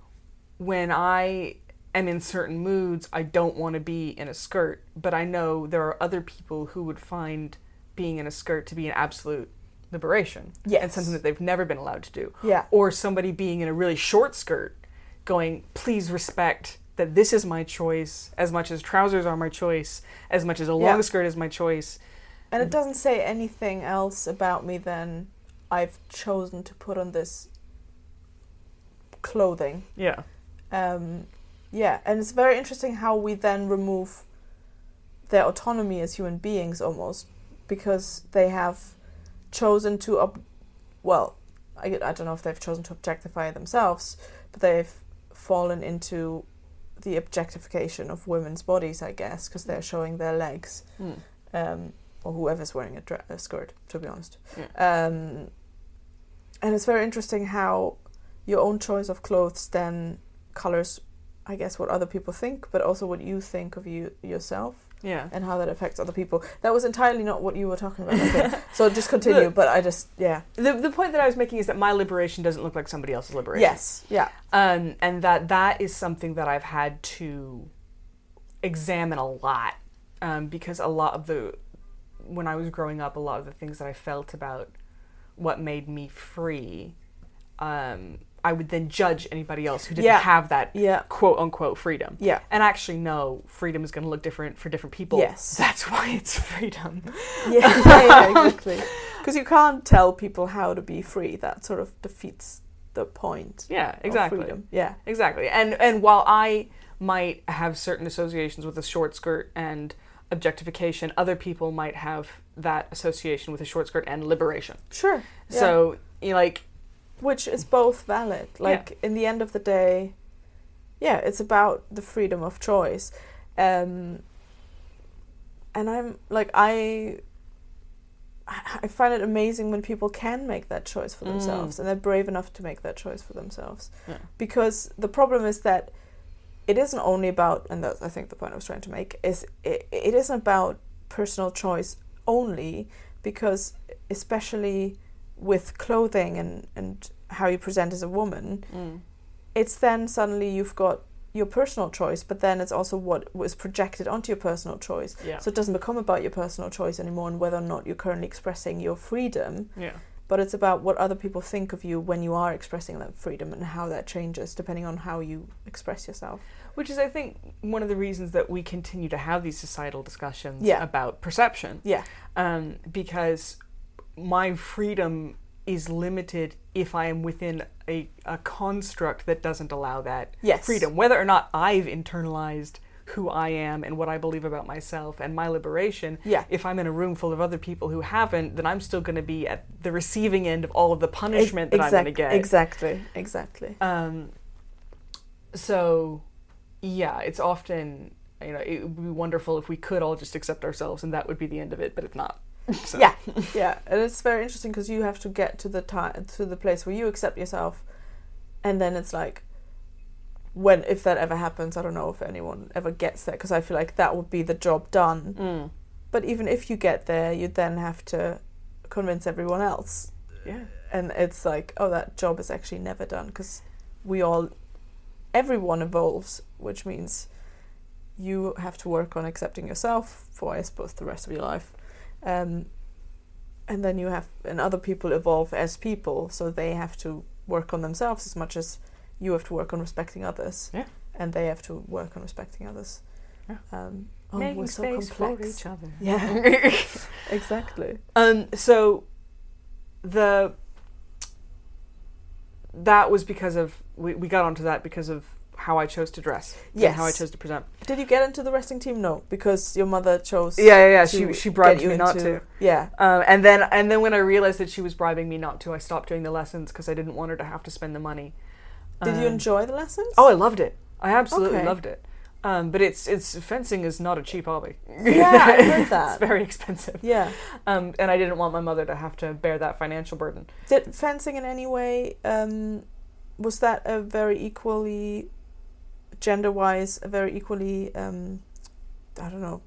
Speaker 2: when I am in certain moods, I don't want to be in a skirt, but I know there are other people who would find being in a skirt to be an absolute liberation and
Speaker 1: Yes.
Speaker 2: something that they've never been allowed to do
Speaker 1: Yeah.
Speaker 2: or somebody being in a really short skirt going please respect that this is my choice as much as trousers are my choice as much as a long
Speaker 1: Yeah.
Speaker 2: skirt is my choice
Speaker 1: And it doesn't say anything else about me than I've chosen to put on this clothing.
Speaker 2: yeah
Speaker 1: Um, yeah, and it's very interesting how we then remove their autonomy as human beings almost because they have chosen to, ob- well, I, I don't know if they've chosen to objectify themselves, but they've fallen into the objectification of women's bodies, I guess, because they're showing their legs um, or whoever's wearing a, dre- a skirt, to be honest. Um, and it's very interesting how your own choice of clothes then colors, I guess, what other people think, but also what you think of you yourself
Speaker 2: yeah
Speaker 1: and how that affects other people. That was entirely not what you were talking about. I think. so just continue, but I just yeah,
Speaker 2: the, the point that i was making is that my liberation doesn't look like somebody else's liberation
Speaker 1: yes, yeah,
Speaker 2: um, and that that is something that I've had to examine a lot um, because a lot of the when I was growing up, a lot of the things that I felt about what made me free, um, I would then judge anybody else who didn't
Speaker 1: Yeah.
Speaker 2: have that
Speaker 1: yeah,
Speaker 2: quote unquote freedom.
Speaker 1: yeah,
Speaker 2: And actually, no, freedom is going to look different for different people.
Speaker 1: Yes.
Speaker 2: that's why it's freedom.
Speaker 1: yeah, yeah, yeah exactly. Because you can't tell people how to be free. That sort of defeats the point
Speaker 2: Yeah,
Speaker 1: of
Speaker 2: exactly.
Speaker 1: Oh, freedom. Yeah.
Speaker 2: Exactly. And and while I might have certain associations with a short skirt and objectification, other people might have that association with a short skirt and liberation.
Speaker 1: Sure. Yeah.
Speaker 2: So, you know, like
Speaker 1: which is both valid. Like in the end of the day, yeah, it's about the freedom of choice. Um, and I'm like I I I find it amazing when people can make that choice for
Speaker 2: Mm.
Speaker 1: themselves and they're brave enough to make that choice for themselves.
Speaker 2: Yeah.
Speaker 1: Because the problem is that it isn't only about and that's I think the point I was trying to make is it, it isn't about personal choice only because especially with clothing and, and how you present as a woman, it's then suddenly you've got your personal choice, but then it's also what was projected onto your personal choice.
Speaker 2: yeah.
Speaker 1: So it doesn't become about your personal choice anymore and whether or not you're currently expressing your freedom,
Speaker 2: yeah.
Speaker 1: but it's about what other people think of you when you are expressing that freedom and how that changes depending on how you express yourself.
Speaker 2: Which is I think one of the reasons that we continue to have these societal discussions
Speaker 1: Yeah.
Speaker 2: about perception.
Speaker 1: Yeah.
Speaker 2: Um, because my freedom is limited if I am within a, a construct that doesn't allow that
Speaker 1: Yes.
Speaker 2: freedom, whether or not I've internalized who I am and what I believe about myself and my liberation.
Speaker 1: Yeah.
Speaker 2: If I'm in a room full of other people who haven't, then I'm still going to be at the receiving end of all of the punishment that I'm going
Speaker 1: Exac-
Speaker 2: to get.
Speaker 1: Exactly. Exactly.
Speaker 2: Um, so, yeah, it's often you know it would be wonderful if we could all just accept ourselves and that would be the end of it, but it's not. So,
Speaker 1: Yeah, yeah, and it's very interesting because you have to get to the time to the place where you accept yourself, and then it's like, when if that ever happens, I don't know if anyone ever gets there because I feel like that would be the job done.
Speaker 2: Mm.
Speaker 1: But even if you get there, you then have to convince everyone else,
Speaker 2: Yeah.
Speaker 1: and it's like, oh, that job is actually never done because we all, everyone evolves, which means you have to work on accepting yourself for, I suppose, the rest of your life. Um, and then you have, and other people evolve as people, so they have to work on themselves as much as you have to work on respecting others.
Speaker 2: Yeah.
Speaker 1: And they have to work on respecting others.
Speaker 2: Yeah.
Speaker 1: Um, oh,
Speaker 2: Making
Speaker 1: we're so
Speaker 2: space for
Speaker 1: complex.
Speaker 2: each other.
Speaker 1: Yeah. exactly.
Speaker 2: Um, so the that was because of we, we got onto that because of how I chose to dress. and how I
Speaker 1: Yes.
Speaker 2: chose to present.
Speaker 1: Did you get into the wrestling team? No, because your mother chose.
Speaker 2: Yeah, yeah, yeah. She
Speaker 1: to
Speaker 2: she
Speaker 1: get
Speaker 2: bribed
Speaker 1: you
Speaker 2: me not
Speaker 1: into-
Speaker 2: to.
Speaker 1: Yeah.
Speaker 2: Um, and then and then when I realized that she was bribing me not to, I stopped doing the lessons because I didn't want her to have to spend the money.
Speaker 1: Did you
Speaker 2: Um,
Speaker 1: enjoy the lessons?
Speaker 2: Oh, I loved it. I absolutely
Speaker 1: Okay.
Speaker 2: loved it. Um, but it's it's fencing is not a cheap hobby.
Speaker 1: Yeah, I heard
Speaker 2: it's
Speaker 1: that.
Speaker 2: very expensive.
Speaker 1: yeah.
Speaker 2: Um, and I didn't want my mother to have to bear that financial burden.
Speaker 1: Did fencing in any way um, was that a very equally gender-wise, a very equally um, I don't know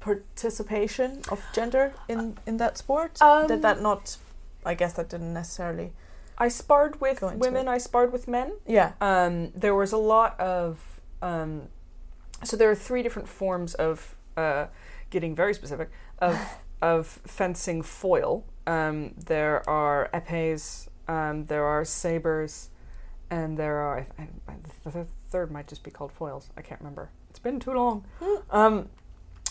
Speaker 1: participation of gender in in that sport?
Speaker 2: Um,
Speaker 1: Did that not? I guess that didn't necessarily.
Speaker 2: I sparred with
Speaker 1: Go into
Speaker 2: women. I sparred with men.
Speaker 1: Yeah.
Speaker 2: Um, there was a lot of um, so there are three different forms of uh, getting very specific of of fencing foil. Um, there are epées, um, there are sabers, and there are I, I, the th- third might just be called foils. I can't remember. It's been too long.
Speaker 1: Hmm.
Speaker 2: Um,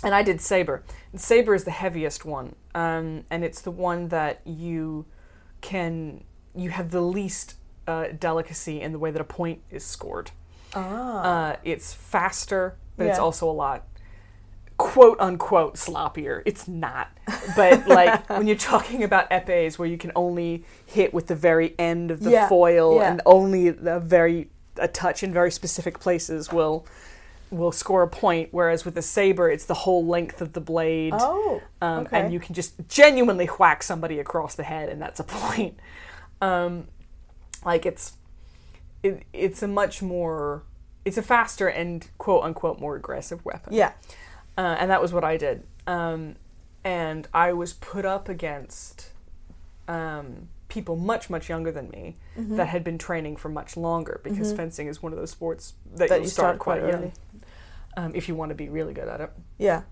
Speaker 2: and I did saber. And saber is the heaviest one, um, and it's the one that you can you have the least uh, delicacy in the way that a point is scored.
Speaker 1: Ah.
Speaker 2: Uh, it's faster, but it's
Speaker 1: Yeah.
Speaker 2: also a lot quote unquote sloppier. It's not. But like when you're talking about epes where you can only hit with the very end of the
Speaker 1: Yeah,
Speaker 2: foil
Speaker 1: yeah.
Speaker 2: and only the very a touch in very specific places will will score a point, whereas with a saber it's the whole length of the blade.
Speaker 1: oh.
Speaker 2: Um,
Speaker 1: okay.
Speaker 2: And you can just genuinely whack somebody across the head, and that's a point. Um, like it's, it, it's a much more, it's a faster and quote unquote more aggressive weapon.
Speaker 1: Yeah.
Speaker 2: Uh, and that was what I did. Um, and I was put up against um, people much much younger than me
Speaker 1: Mhm.
Speaker 2: that had been training for much longer because
Speaker 1: Mhm.
Speaker 2: fencing is one of those sports Mm-hmm. that,
Speaker 1: That
Speaker 2: you start, quite,
Speaker 1: early.
Speaker 2: young um, if you want to be really good at it.
Speaker 1: Yeah.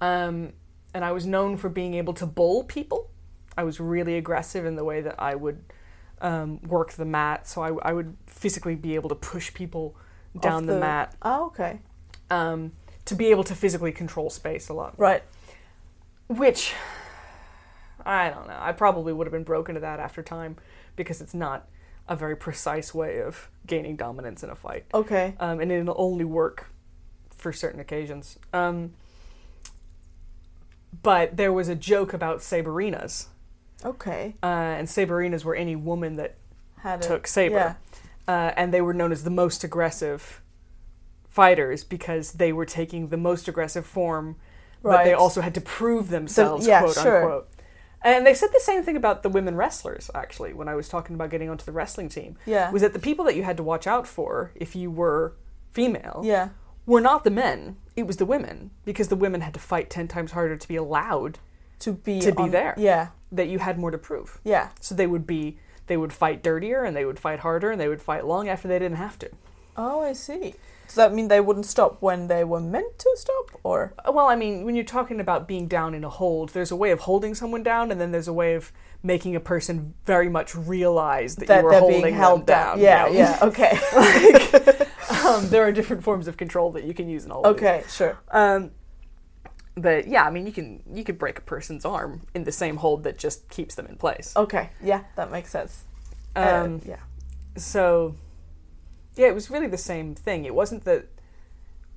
Speaker 2: Um, and I was known for being able to bowl people. I was really aggressive in the way that I would um, work the mat. So I, I would physically be able to push people
Speaker 1: Off
Speaker 2: down the,
Speaker 1: the-
Speaker 2: mat
Speaker 1: Oh, okay.
Speaker 2: um, to be able to physically control space a lot.
Speaker 1: Right.
Speaker 2: Which I don't know. I probably would have been broken to that after time because it's not a very precise way of gaining dominance in a fight.
Speaker 1: Okay.
Speaker 2: Um, and it'll only work for certain occasions. Um, but there was a joke about Saberinas,
Speaker 1: Okay.
Speaker 2: uh, and Saberinas were any woman that
Speaker 1: Had it.
Speaker 2: took Saber.
Speaker 1: Yeah.
Speaker 2: Uh, and they were known as the most aggressive fighters because they were taking the most aggressive form, but they
Speaker 1: Right.
Speaker 2: also had to prove themselves,
Speaker 1: yeah,
Speaker 2: quote
Speaker 1: sure.
Speaker 2: unquote. And they said the same thing about the women wrestlers, actually, when I was talking about getting onto the wrestling team,
Speaker 1: Yeah.
Speaker 2: was that the people that you had to watch out for if you were female
Speaker 1: yeah.
Speaker 2: were not the men, it was the women, because the women had to fight 10 times harder to be allowed
Speaker 1: To be
Speaker 2: to be
Speaker 1: on-
Speaker 2: there.
Speaker 1: Yeah.
Speaker 2: that you had more to prove.
Speaker 1: Yeah.
Speaker 2: So they would be they would fight dirtier and they would fight harder and they would fight long after they didn't have to.
Speaker 1: Oh, I see. Does that mean they wouldn't stop when they were meant to stop, or
Speaker 2: Uh, Well, I mean, when you're talking about being down in a hold, there's a way of holding someone down and then there's a way of making a person very much realize that, you were
Speaker 1: they're
Speaker 2: holding
Speaker 1: being held
Speaker 2: them down. you
Speaker 1: Yeah.
Speaker 2: know?
Speaker 1: Yeah. Okay.
Speaker 2: um, there are different forms of control that you can use in all of these.
Speaker 1: okay. Sure.
Speaker 2: Um, but yeah, I mean, you can you could break a person's arm in the same hold that just keeps them in place.
Speaker 1: Okay. Yeah. That makes sense. Uh,
Speaker 2: Um,
Speaker 1: yeah.
Speaker 2: so yeah it was really the same thing it wasn't that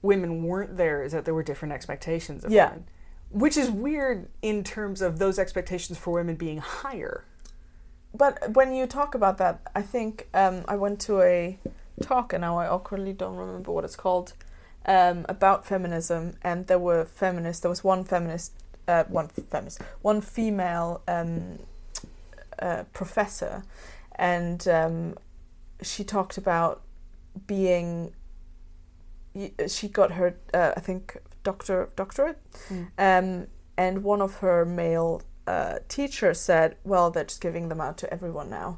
Speaker 2: women weren't there is that there were different expectations of
Speaker 1: Yeah.
Speaker 2: women which is weird in terms of those expectations for women being higher
Speaker 1: But when you talk about that, I think um, I went to a talk, and now I awkwardly don't remember what it's called, um, about feminism. And there were feminists. There was one feminist, uh, one feminist, one female um, uh, professor, and um, she talked about being. y- She got her, uh, I think, doctor doctorate um, and one of her male uh, teachers said, "Well, they're just giving them out to everyone now,"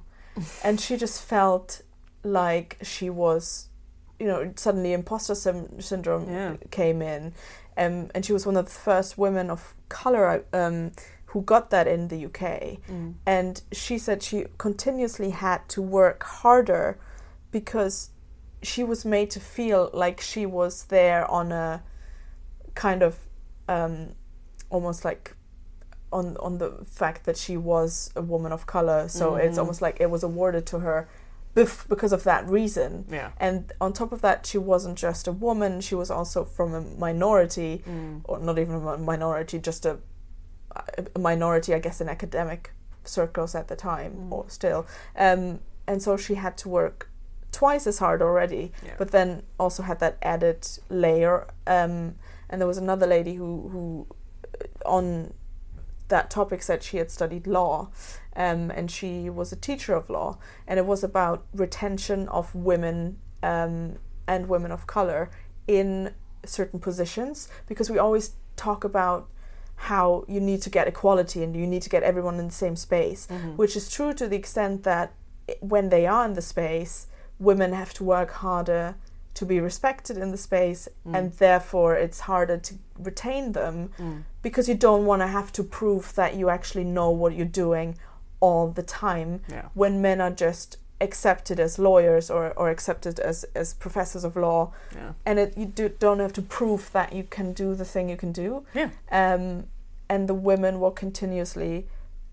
Speaker 1: and she just felt like she was, you know, suddenly imposter sym- syndrome
Speaker 2: Yeah.
Speaker 1: came in, um, and she was one of the first women of color um, who got that in the UK, and she said she continuously had to work harder because she was made to feel like she was there on a kind of um, almost like on on the fact that she was a woman of color. So it's
Speaker 2: Mhm.
Speaker 1: almost like it was awarded to her bef- because of that reason.
Speaker 2: yeah
Speaker 1: And on top of that, she wasn't just a woman; she was also from a minority, or not even a mi- minority, just a, a minority, I guess, in academic circles at the time, or still. Um, and so she had to work twice as hard already
Speaker 2: Yeah.
Speaker 1: but then also had that added layer. Um, and there was another lady who, who uh, on that topic said she had studied law, um, and she was a teacher of law, and it was about retention of women um, and women of color in certain positions because we always talk about how you need to get equality and you need to get everyone in the same space which is true to the extent that i- when they are in the space, women have to work harder to be respected in the space,
Speaker 2: Mm.
Speaker 1: and therefore it's harder to retain them because you don't want to have to prove that you actually know what you're doing all the time
Speaker 2: yeah
Speaker 1: when men are just accepted as lawyers or, or accepted as, as professors of law
Speaker 2: yeah
Speaker 1: and it, you do, don't have to prove that you can do the thing you can do
Speaker 2: yeah
Speaker 1: um, and the women were continuously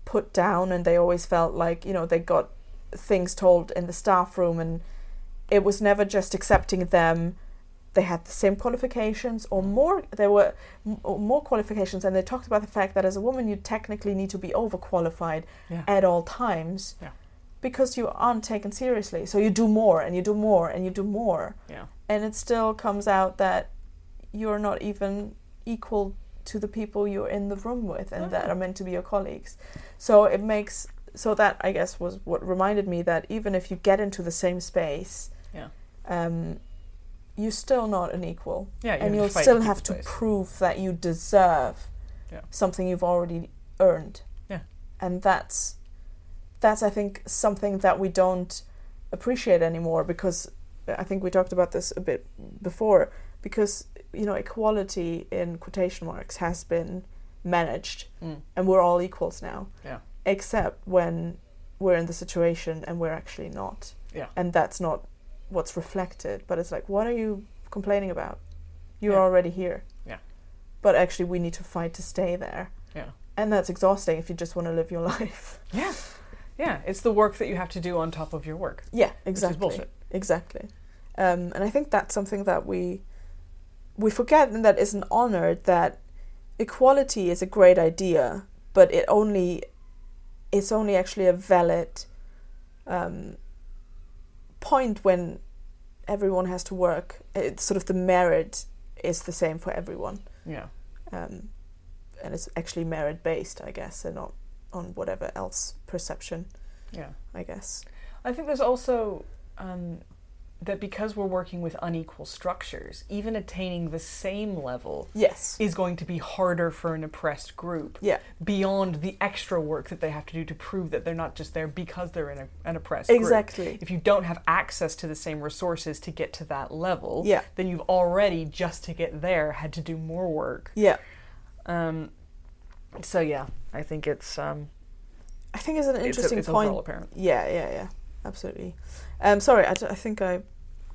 Speaker 1: put down, and they always felt like you know they got things told in the staff room, and it was never just accepting them. They had the same qualifications or more. There were m- or more qualifications, and they talked about the fact that as a woman, you technically need to be overqualified
Speaker 2: Yeah.
Speaker 1: at all times.
Speaker 2: Yeah.
Speaker 1: Because you aren't taken seriously, so you do more and you do more and you do more,
Speaker 2: yeah
Speaker 1: and it still comes out that you're not even equal to the people you're in the room with and that are meant to be your colleagues. So it makes so that I guess was what reminded me that even if you get into the same space,
Speaker 2: Yeah.
Speaker 1: um, you're still not an equal,
Speaker 2: yeah
Speaker 1: and you'll still have to prove that you deserve
Speaker 2: Yeah.
Speaker 1: something you've already earned.
Speaker 2: Yeah.
Speaker 1: and that's that's I think something that we don't appreciate anymore because uh, I think we talked about this a bit before because you know equality in quotation marks has been managed
Speaker 2: Mm.
Speaker 1: and we're all equals now
Speaker 2: Yeah.
Speaker 1: except when we're in the situation and we're actually not
Speaker 2: Yeah.
Speaker 1: and that's not what's reflected but it's like what are you complaining about you're
Speaker 2: Yeah.
Speaker 1: already here
Speaker 2: Yeah.
Speaker 1: but actually we need to fight to stay there
Speaker 2: Yeah.
Speaker 1: and that's exhausting if you just want to live your life.
Speaker 2: Yeah. Yeah. It's the work that you have to do on top of your work.
Speaker 1: Yeah, exactly.
Speaker 2: bullshit.
Speaker 1: Exactly. Um, and I think that's something that we we forget and that isn't honored that equality is a great idea, but it only it's only actually a valid um, point when everyone has to work. It's sort of the merit is the same for everyone.
Speaker 2: Yeah.
Speaker 1: Um, and it's actually merit based, I guess, and not on whatever else perception,
Speaker 2: Yeah.
Speaker 1: I guess.
Speaker 2: I think there's also um, that because we're working with unequal structures, even attaining the same level
Speaker 1: Yes.
Speaker 2: is going to be harder for an oppressed group
Speaker 1: Yeah.
Speaker 2: beyond the extra work that they have to do to prove that they're not just there because they're in a, an oppressed group.
Speaker 1: Exactly.
Speaker 2: If you don't have access to the same resources to get to that level,
Speaker 1: Yeah.
Speaker 2: then you've already just to get there had to do more work.
Speaker 1: Yeah.
Speaker 2: Um, so yeah, I think it's um,
Speaker 1: I think it's an
Speaker 2: it's,
Speaker 1: interesting
Speaker 2: it's
Speaker 1: point.
Speaker 2: overall apparent.
Speaker 1: Yeah, yeah, yeah. Absolutely. Um, sorry, I, d- I think I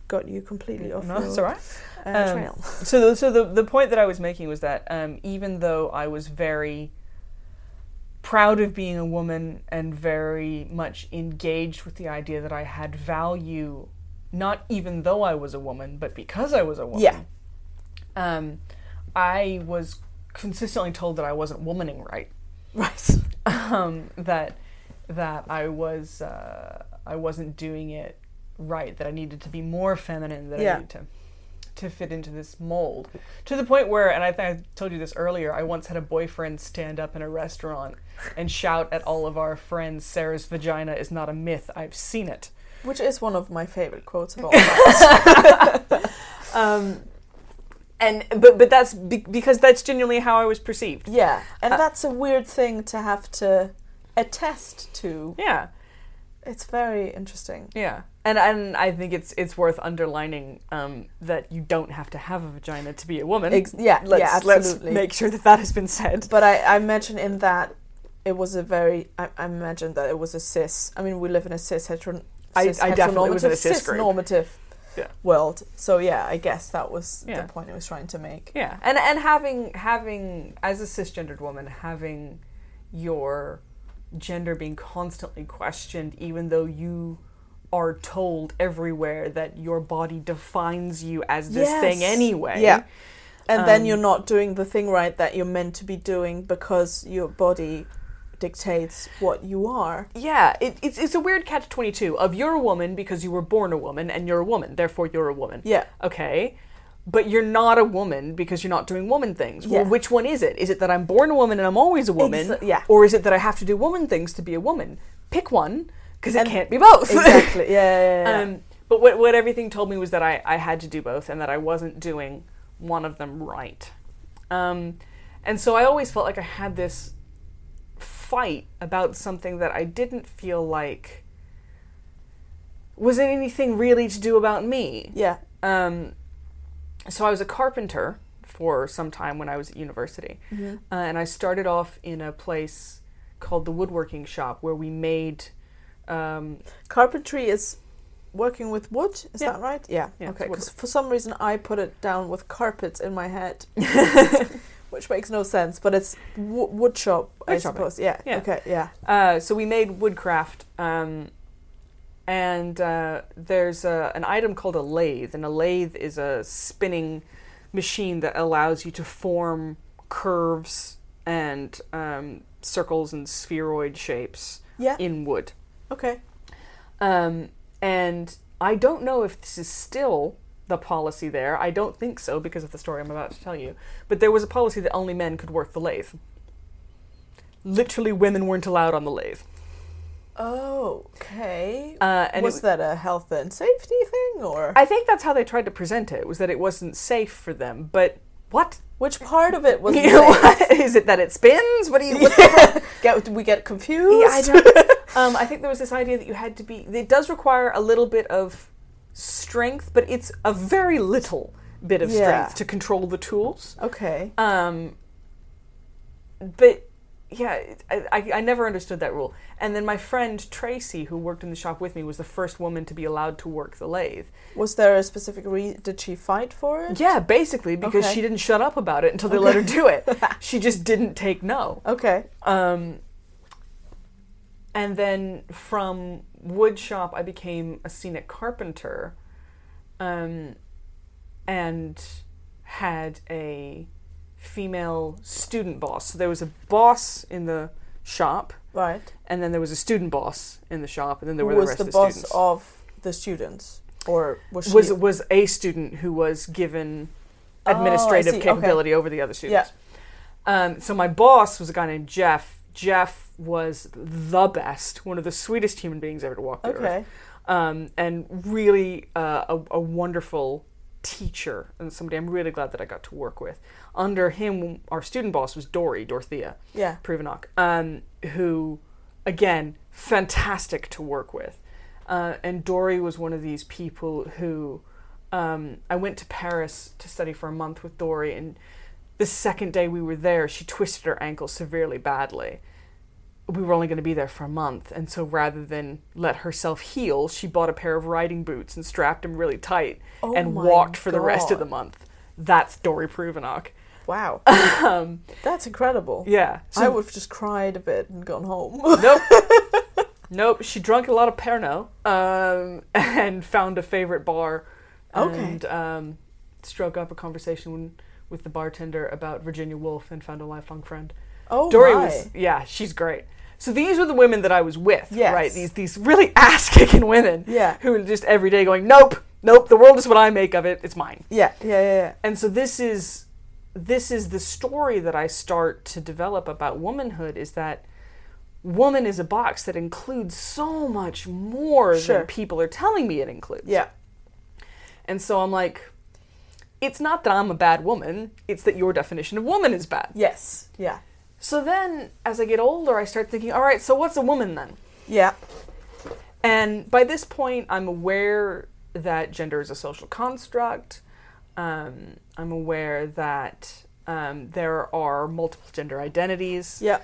Speaker 1: got you completely off
Speaker 2: No,
Speaker 1: your
Speaker 2: it's all right.
Speaker 1: uh,
Speaker 2: Um,
Speaker 1: trail.
Speaker 2: so the, so the, the point that I was making was that um, even though I was very proud of being a woman and very much engaged with the idea that I had value, not even though I was a woman, but because I was a woman.
Speaker 1: Yeah.
Speaker 2: Um, I was consistently told that I wasn't womaning right.
Speaker 1: Right.
Speaker 2: Um, that that I was uh, I wasn't doing it right. That I needed to be more feminine. That I
Speaker 1: Yeah.
Speaker 2: needed to to fit into this mold to the point where, and I think I told you this earlier. I once had a boyfriend stand up in a restaurant and shout at all of our friends, "Sarah's vagina is not a myth. I've seen it."
Speaker 1: Which is one of my favorite quotes of all time. um,
Speaker 2: And but but that's be- because that's genuinely how I was perceived.
Speaker 1: yeah, and
Speaker 2: Uh,
Speaker 1: that's a weird thing to have to attest to.
Speaker 2: Yeah.
Speaker 1: It's very interesting.
Speaker 2: Yeah, and and I think it's it's worth underlining um, that you don't have to have a vagina to be a woman.
Speaker 1: Ex- yeah,
Speaker 2: let's,
Speaker 1: yeah, absolutely.
Speaker 2: Let's make sure that that has been said.
Speaker 1: But I, I imagine in that it was a very. I, I imagine that it was a cis. I mean, we live in a cis heteron.
Speaker 2: I-
Speaker 1: cis
Speaker 2: I definitely was in a
Speaker 1: heteronormative,
Speaker 2: cis group.
Speaker 1: normative
Speaker 2: Yeah.
Speaker 1: world. So yeah, I guess that was
Speaker 2: Yeah.
Speaker 1: the point I was trying to make.
Speaker 2: Yeah, and and having having as a cisgendered woman having your gender being constantly questioned, even though you are told everywhere that your body defines you as this thing
Speaker 1: Yes.
Speaker 2: anyway.
Speaker 1: Yeah. And
Speaker 2: Um,
Speaker 1: then you're not doing the thing right that you're meant to be doing because your body dictates what you are.
Speaker 2: Yeah, it, it's, it's a weird catch 22 of you're a woman because you were born a woman and you're a woman, therefore you're a woman.
Speaker 1: Yeah.
Speaker 2: okay but you're not a woman because you're not doing woman things
Speaker 1: Yeah.
Speaker 2: well which one is it is it that i'm born a woman and i'm always a woman
Speaker 1: Exa- yeah.
Speaker 2: or is it that i have to do woman things to be a woman pick one because it
Speaker 1: And-
Speaker 2: can't be both
Speaker 1: Exactly. Yeah. yeah, yeah, yeah.
Speaker 2: um, but what, what everything told me was that I, I had to do both and that I wasn't doing one of them right. Um, and so I always felt like I had this fight about something that I didn't feel like was anything really to do about me.
Speaker 1: yeah.
Speaker 2: Um, so I was a carpenter for some time when I was at university, uh, and I started off in a place called the woodworking shop where we made. Um,
Speaker 1: Carpentry is working with wood. Is
Speaker 2: Yeah.
Speaker 1: that right? Yeah.
Speaker 2: Yeah,
Speaker 1: okay.
Speaker 2: it's wood
Speaker 1: Because for some reason I put it down with carpets in my head, which makes no sense. But it's wo wood shop, I
Speaker 2: Wood shopping.
Speaker 1: suppose. Yeah.
Speaker 2: Yeah.
Speaker 1: Okay. Yeah.
Speaker 2: Uh, so we made woodcraft, um, and uh, there's a, an item called a lathe, and a lathe is a spinning machine that allows you to form curves and um, circles and spheroid shapes
Speaker 1: Yeah.
Speaker 2: in wood.
Speaker 1: Okay.
Speaker 2: Um, and I don't know if this is still the policy there. I don't think so because of the story I'm about to tell you. But there was a policy that only men could work the lathe. Literally, women weren't allowed on the lathe.
Speaker 1: Okay.
Speaker 2: Uh, and it
Speaker 1: was that a health and safety thing, or
Speaker 2: I think that's how they tried to present it was that it wasn't safe for them. But what
Speaker 1: which part of it was?
Speaker 2: You know, what? is it that it spins? What do you? What the
Speaker 1: Get, do we get confused?
Speaker 2: Yeah, I don't. um, I think there was this idea that you had to be. It does require a little bit of strength, but it's a very little bit of
Speaker 1: Yeah.
Speaker 2: strength to control the tools.
Speaker 1: Okay.
Speaker 2: Um, but yeah, it- I, I, I never understood that rule. And then my friend Tracy, who worked in the shop with me, was the first woman to be allowed to work the lathe.
Speaker 1: Was there a specific reason? Did she fight for it?
Speaker 2: Yeah, basically, because
Speaker 1: Okay.
Speaker 2: she didn't shut up about it until they let her do it. she just didn't take no.
Speaker 1: Okay.
Speaker 2: Um, and then from wood shop, I became a scenic carpenter, um, and had a female student boss. So there was a boss in the shop,
Speaker 1: Right.
Speaker 2: and then there was a student boss in the shop, and then there
Speaker 1: Who
Speaker 2: were the
Speaker 1: was
Speaker 2: rest
Speaker 1: the,
Speaker 2: of the
Speaker 1: boss
Speaker 2: students.
Speaker 1: of the students, or was she?
Speaker 2: was was a student who was given
Speaker 1: Oh, I
Speaker 2: administrative
Speaker 1: see. Okay.
Speaker 2: capability over the other students. Um, so my boss was a guy named Jeff. Jeff was the best, one of the sweetest human beings ever to walk the earth,
Speaker 1: okay.
Speaker 2: um, and really uh, a, a wonderful teacher and somebody I'm really glad that I got to work with. Under him, our student boss was Dory Dorothea
Speaker 1: Yeah.
Speaker 2: Privanok, um, who, again, fantastic to work with. Uh, and Dory was one of these people who um, I went to Paris to study for a month with Dory, and the second day we were there, she twisted her ankle severely badly. We were only going to be there for a month, and so rather than let herself heal, she bought a pair of riding boots and strapped them really tight
Speaker 1: Oh
Speaker 2: and
Speaker 1: my
Speaker 2: walked for the rest of
Speaker 1: God.
Speaker 2: the month. That's Dory Privanok.
Speaker 1: Wow. That's incredible.
Speaker 2: Yeah. So
Speaker 1: I would have just cried a bit and gone home.
Speaker 2: Nope. nope. She drank a lot of Pernod um, and found a favorite bar.
Speaker 1: Okay.
Speaker 2: And um, struck up a conversation with the bartender about Virginia Woolf and found a lifelong friend.
Speaker 1: Oh
Speaker 2: Dory
Speaker 1: my.
Speaker 2: was, yeah, she's great. So these were the women that I was with,
Speaker 1: Yes.
Speaker 2: right? These these really ass kicking women
Speaker 1: Yeah.
Speaker 2: who are just every day going, nope, nope. The world is what I make of it. It's mine
Speaker 1: Yeah. Yeah. Yeah. yeah.
Speaker 2: and so this is this is the story that I start to develop about womanhood is that woman is a box that includes so much more
Speaker 1: Sure.
Speaker 2: than people are telling me it includes.
Speaker 1: Yeah.
Speaker 2: And so I'm like it's not that I'm a bad woman, it's that your definition of woman is bad.
Speaker 1: Yes. Yeah.
Speaker 2: So then as I get older I start thinking, all right, so what's a woman then?
Speaker 1: Yeah.
Speaker 2: And by this point, I'm aware that gender is a social construct. Um, I'm aware that um, there are multiple gender identities.
Speaker 1: Yeah.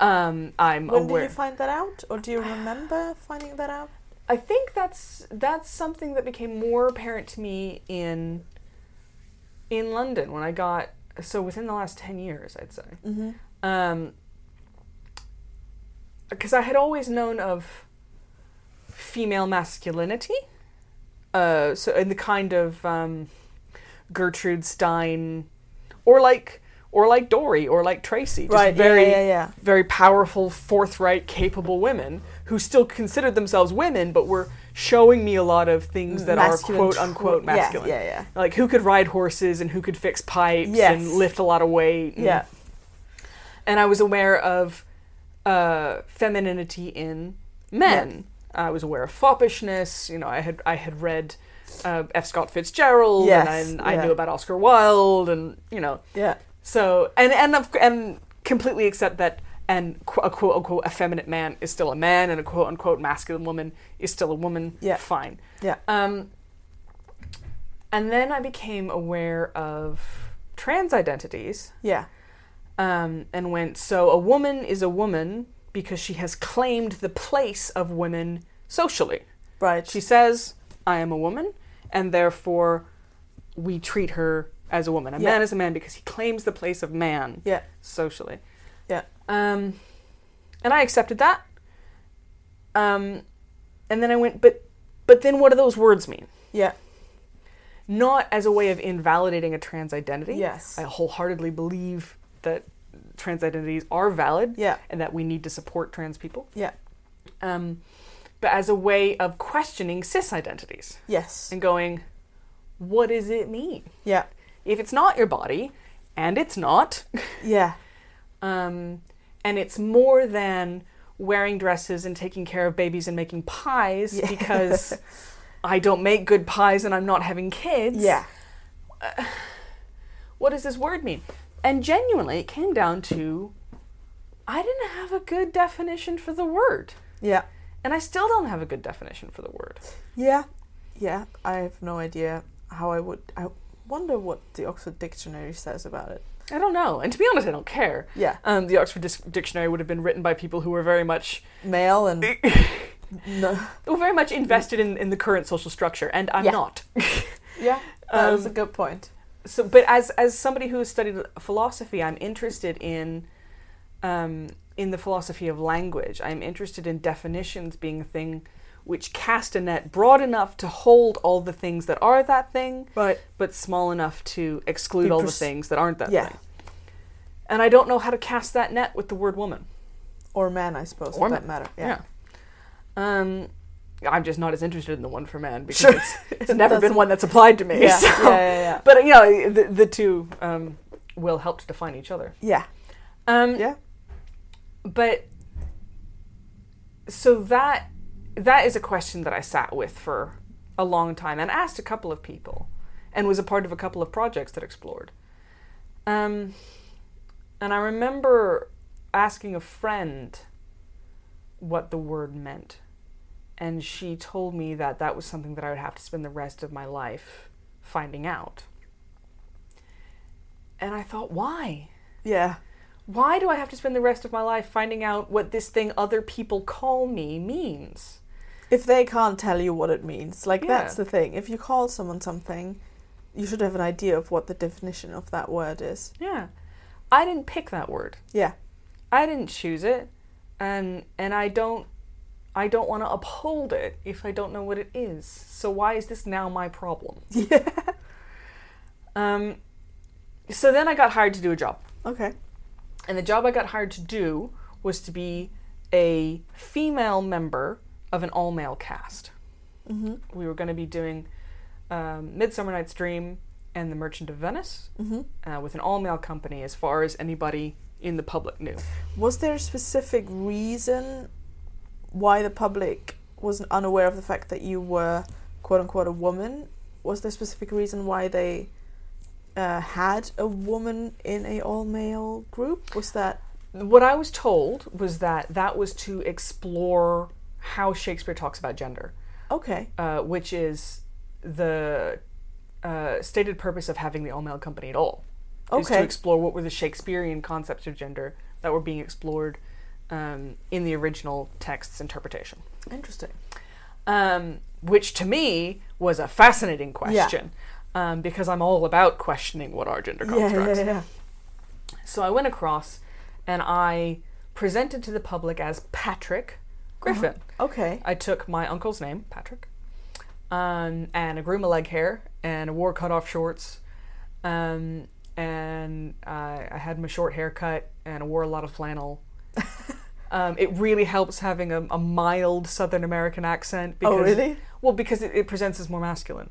Speaker 2: Um, I'm
Speaker 1: When
Speaker 2: aware.
Speaker 1: did you find that out, or do you remember finding that out?
Speaker 2: I think that's that's something that became more apparent to me in in London when I got so within the last ten years, I'd say.
Speaker 1: Mm-hmm.
Speaker 2: um because i had always known of female masculinity uh so in the kind of um gertrude stein or like or like dory or like tracy just
Speaker 1: Right.
Speaker 2: very
Speaker 1: yeah. Yeah. Yeah.
Speaker 2: very powerful forthright capable women who still considered themselves women but were showing me a lot of things that
Speaker 1: Masculine
Speaker 2: are quote
Speaker 1: tr-
Speaker 2: unquote
Speaker 1: yeah,
Speaker 2: masculine
Speaker 1: Yeah. Yeah.
Speaker 2: like who could ride horses and who could fix pipes
Speaker 1: Yes.
Speaker 2: and lift a lot of weight and-
Speaker 1: Yeah.
Speaker 2: and I was aware of uh, femininity in men. I was aware of foppishness. You know, I had I had read uh, F. Scott Fitzgerald,
Speaker 1: Yes,
Speaker 2: and I, I
Speaker 1: yeah.
Speaker 2: knew about Oscar Wilde, and you know,
Speaker 1: Yeah.
Speaker 2: so and and of- and completely accept that and qu- a quote unquote effeminate man is still a man, and a quote unquote masculine woman is still a woman.
Speaker 1: Yeah.
Speaker 2: fine.
Speaker 1: Yeah.
Speaker 2: Um, and then I became aware of trans identities
Speaker 1: Yeah.
Speaker 2: um, and went, So a woman is a woman because she has claimed the place of women socially.
Speaker 1: Right.
Speaker 2: She says, I am a woman, and therefore we treat her as a woman. A
Speaker 1: Yeah.
Speaker 2: man is a man because he claims the place of man
Speaker 1: Yeah.
Speaker 2: socially.
Speaker 1: Yeah.
Speaker 2: Um, and I accepted that. Um, and then I went, but, but then what do those words mean?
Speaker 1: Yeah.
Speaker 2: Not as a way of invalidating a trans identity.
Speaker 1: Yes.
Speaker 2: I wholeheartedly believe that trans identities are valid
Speaker 1: Yeah.
Speaker 2: and that we need to support trans people.
Speaker 1: Yeah.
Speaker 2: Um, but as a way of questioning cis identities
Speaker 1: Yes.
Speaker 2: and going, what does it mean?
Speaker 1: Yeah.
Speaker 2: If it's not your body, and it's not,
Speaker 1: Yeah.
Speaker 2: um, and it's more than wearing dresses and taking care of babies and making pies
Speaker 1: Yeah.
Speaker 2: because I don't make good pies and I'm not having kids.
Speaker 1: Yeah.
Speaker 2: what does this word mean? And genuinely, it came down to I didn't have a good definition for the word.
Speaker 1: Yeah.
Speaker 2: And I still don't have a good definition for the word.
Speaker 1: Yeah. Yeah. I have no idea how I would. I, wonder what the Oxford Dictionary says about it.
Speaker 2: I don't know. And to be honest, I don't care.
Speaker 1: Yeah,
Speaker 2: Um, the Oxford Dis- Dictionary would have been written by people who were very much
Speaker 1: male and no.
Speaker 2: who were very much invested in, in the current social structure, and I'm
Speaker 1: Yeah.
Speaker 2: not.
Speaker 1: Yeah,
Speaker 2: Um,
Speaker 1: that's a good point.
Speaker 2: so but as as somebody who studied philosophy i'm interested in um, in the philosophy of language i'm interested in definitions being a thing which cast a net broad enough to hold all the things that are that thing
Speaker 1: Right.
Speaker 2: but small enough to exclude
Speaker 1: Be
Speaker 2: all
Speaker 1: pers-
Speaker 2: the things that aren't that
Speaker 1: Yeah.
Speaker 2: thing and i don't know how to cast that net with the word woman
Speaker 1: Or man, I suppose.
Speaker 2: Or
Speaker 1: for that matter. Yeah.
Speaker 2: Yeah. um i'm just not as interested in the one for man because
Speaker 1: Sure.
Speaker 2: it's, it's never
Speaker 1: That's-
Speaker 2: been one that's applied to me
Speaker 1: Yeah.
Speaker 2: so-
Speaker 1: yeah, yeah, yeah.
Speaker 2: but you know the, the two um, will help to define each other
Speaker 1: Yeah.
Speaker 2: um,
Speaker 1: Yeah.
Speaker 2: but so that that is a question that i sat with for a long time and asked a couple of people and was a part of a couple of projects that explored um, and i remember asking a friend what the word meant and she told me that that was something that i would have to spend the rest of my life finding out and i thought why
Speaker 1: Yeah.
Speaker 2: why do I have to spend the rest of my life finding out what this thing other people call me means?
Speaker 1: If they can't tell you what it means, like
Speaker 2: Yeah.
Speaker 1: that's the thing. If you call someone something, you should have an idea of what the definition of that word is.
Speaker 2: Yeah. I didn't pick that word.
Speaker 1: Yeah.
Speaker 2: I didn't choose it. And and I don't I don't want to uphold it if I don't know what it is. So why is this now my problem?
Speaker 1: Yeah.
Speaker 2: Um so then I got hired to do a job.
Speaker 1: Okay.
Speaker 2: And the job I got hired to do was to be a female member of an all male cast.
Speaker 1: Mm-hmm.
Speaker 2: We were going to be doing um, Midsummer Night's Dream and The Merchant of Venice
Speaker 1: Mm-hmm.
Speaker 2: uh, with an all male company, as far as anybody in the public knew.
Speaker 1: Was there a specific reason why the public was unaware of the fact that you were quote unquote a woman? Was there a specific reason why they uh, had a woman in a all male group? Was that
Speaker 2: What I was told was that that was to explore how Shakespeare talks about gender,
Speaker 1: okay?
Speaker 2: uh, which is the uh, stated purpose of having the all male company at all. Is to
Speaker 1: Okay.
Speaker 2: explore what were the Shakespearean concepts of gender that were being explored um, in the original text's interpretation.
Speaker 1: Interesting.
Speaker 2: um, which to me was a fascinating question um, because I'm all about questioning what are gender
Speaker 1: Yeah, yeah,
Speaker 2: constructs.
Speaker 1: yeah.
Speaker 2: So I went across and I presented to the public as Patrick Griffin.
Speaker 1: Uh-huh. Okay.
Speaker 2: I took my uncle's name, Patrick, um, and I grew my leg hair and I wore cut off shorts. Um, and I, I had my short haircut and I wore a lot of flannel. um, it really helps having a, a mild Southern American accent. Because
Speaker 1: oh really?
Speaker 2: well, because it, it presents as more masculine.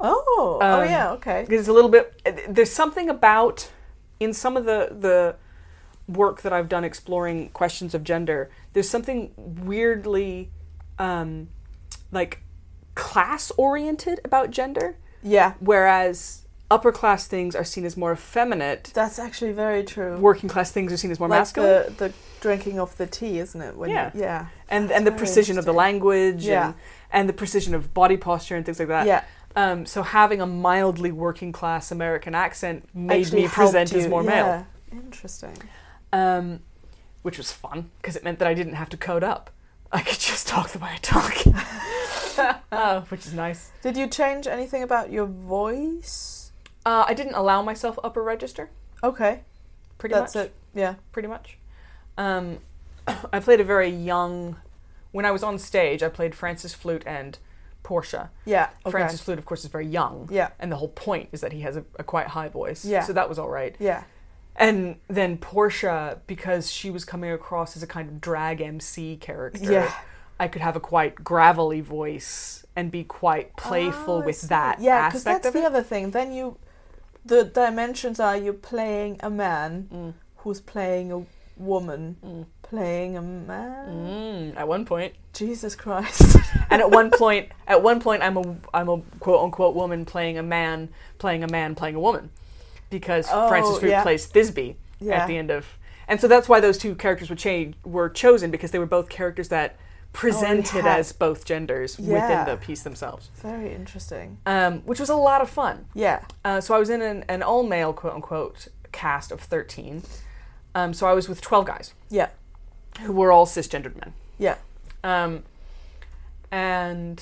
Speaker 1: Oh. oh
Speaker 2: Um,
Speaker 1: yeah. Okay.
Speaker 2: Because it's a little bit. There's something about in some of the the work that I've done exploring questions of gender. There's something weirdly, um, like class oriented about gender,
Speaker 1: Yeah.
Speaker 2: whereas upper class things are seen as more effeminate.
Speaker 1: That's actually very true.
Speaker 2: Working class things are seen as more
Speaker 1: like
Speaker 2: masculine,
Speaker 1: the the drinking of the tea, isn't it? When you-
Speaker 2: Yeah.
Speaker 1: yeah.
Speaker 2: and
Speaker 1: That's
Speaker 2: and the
Speaker 1: very
Speaker 2: precision of the
Speaker 1: interesting.
Speaker 2: language,
Speaker 1: Yeah.
Speaker 2: and, and the precision of body posture and things like that.
Speaker 1: yeah.
Speaker 2: Um, so having a mildly working class American accent made
Speaker 1: Actually
Speaker 2: me
Speaker 1: helped
Speaker 2: present
Speaker 1: you.
Speaker 2: as more male,
Speaker 1: yeah. Interesting.
Speaker 2: um, which was fun because it meant that I didn't have to code up. I could just talk the way I talk, uh, which is nice.
Speaker 1: Did you change anything about your voice?
Speaker 2: Uh, I didn't allow myself upper register.
Speaker 1: Okay,
Speaker 2: Pretty
Speaker 1: that's
Speaker 2: much.
Speaker 1: it. Yeah.
Speaker 2: Pretty much. Um, I played a very young. When I was on stage, I played Francis Flute and Portia.
Speaker 1: Yeah. Okay.
Speaker 2: Francis Flute, of course, is very young,
Speaker 1: Yeah.
Speaker 2: and the whole point is that he has a, a quite high voice.
Speaker 1: Yeah.
Speaker 2: So that was all right.
Speaker 1: Yeah.
Speaker 2: And then Portia, because she was coming across as a kind of drag MC character,
Speaker 1: Yeah.
Speaker 2: I could have a quite gravelly voice and be quite playful
Speaker 1: Ah, I
Speaker 2: with
Speaker 1: see.
Speaker 2: that
Speaker 1: Yeah, because
Speaker 2: aspect
Speaker 1: that's
Speaker 2: of
Speaker 1: the
Speaker 2: it.
Speaker 1: other thing. Then you, the dimensions are you're playing a man
Speaker 2: Mm.
Speaker 1: who's playing a woman
Speaker 2: Mm.
Speaker 1: playing a man.
Speaker 2: Mm, at one point,
Speaker 1: Jesus Christ.
Speaker 2: and at one point, at one point, I'm a I'm a quote unquote woman playing a man playing a man playing a woman, because
Speaker 1: Oh,
Speaker 2: Francis Root
Speaker 1: yeah.
Speaker 2: plays Thisbe
Speaker 1: yeah.
Speaker 2: at the end of, and so that's why those two characters were cha- were chosen because they were both characters that presented
Speaker 1: had-
Speaker 2: as both genders
Speaker 1: Yeah.
Speaker 2: within the piece themselves,
Speaker 1: Very interesting.
Speaker 2: um, which was a lot of fun.
Speaker 1: Yeah.
Speaker 2: Uh, so I was in an, an all male quote unquote cast of 13. Um, so I was with 12 guys
Speaker 1: Yeah.
Speaker 2: who were all cisgendered men.
Speaker 1: Yeah.
Speaker 2: Um, and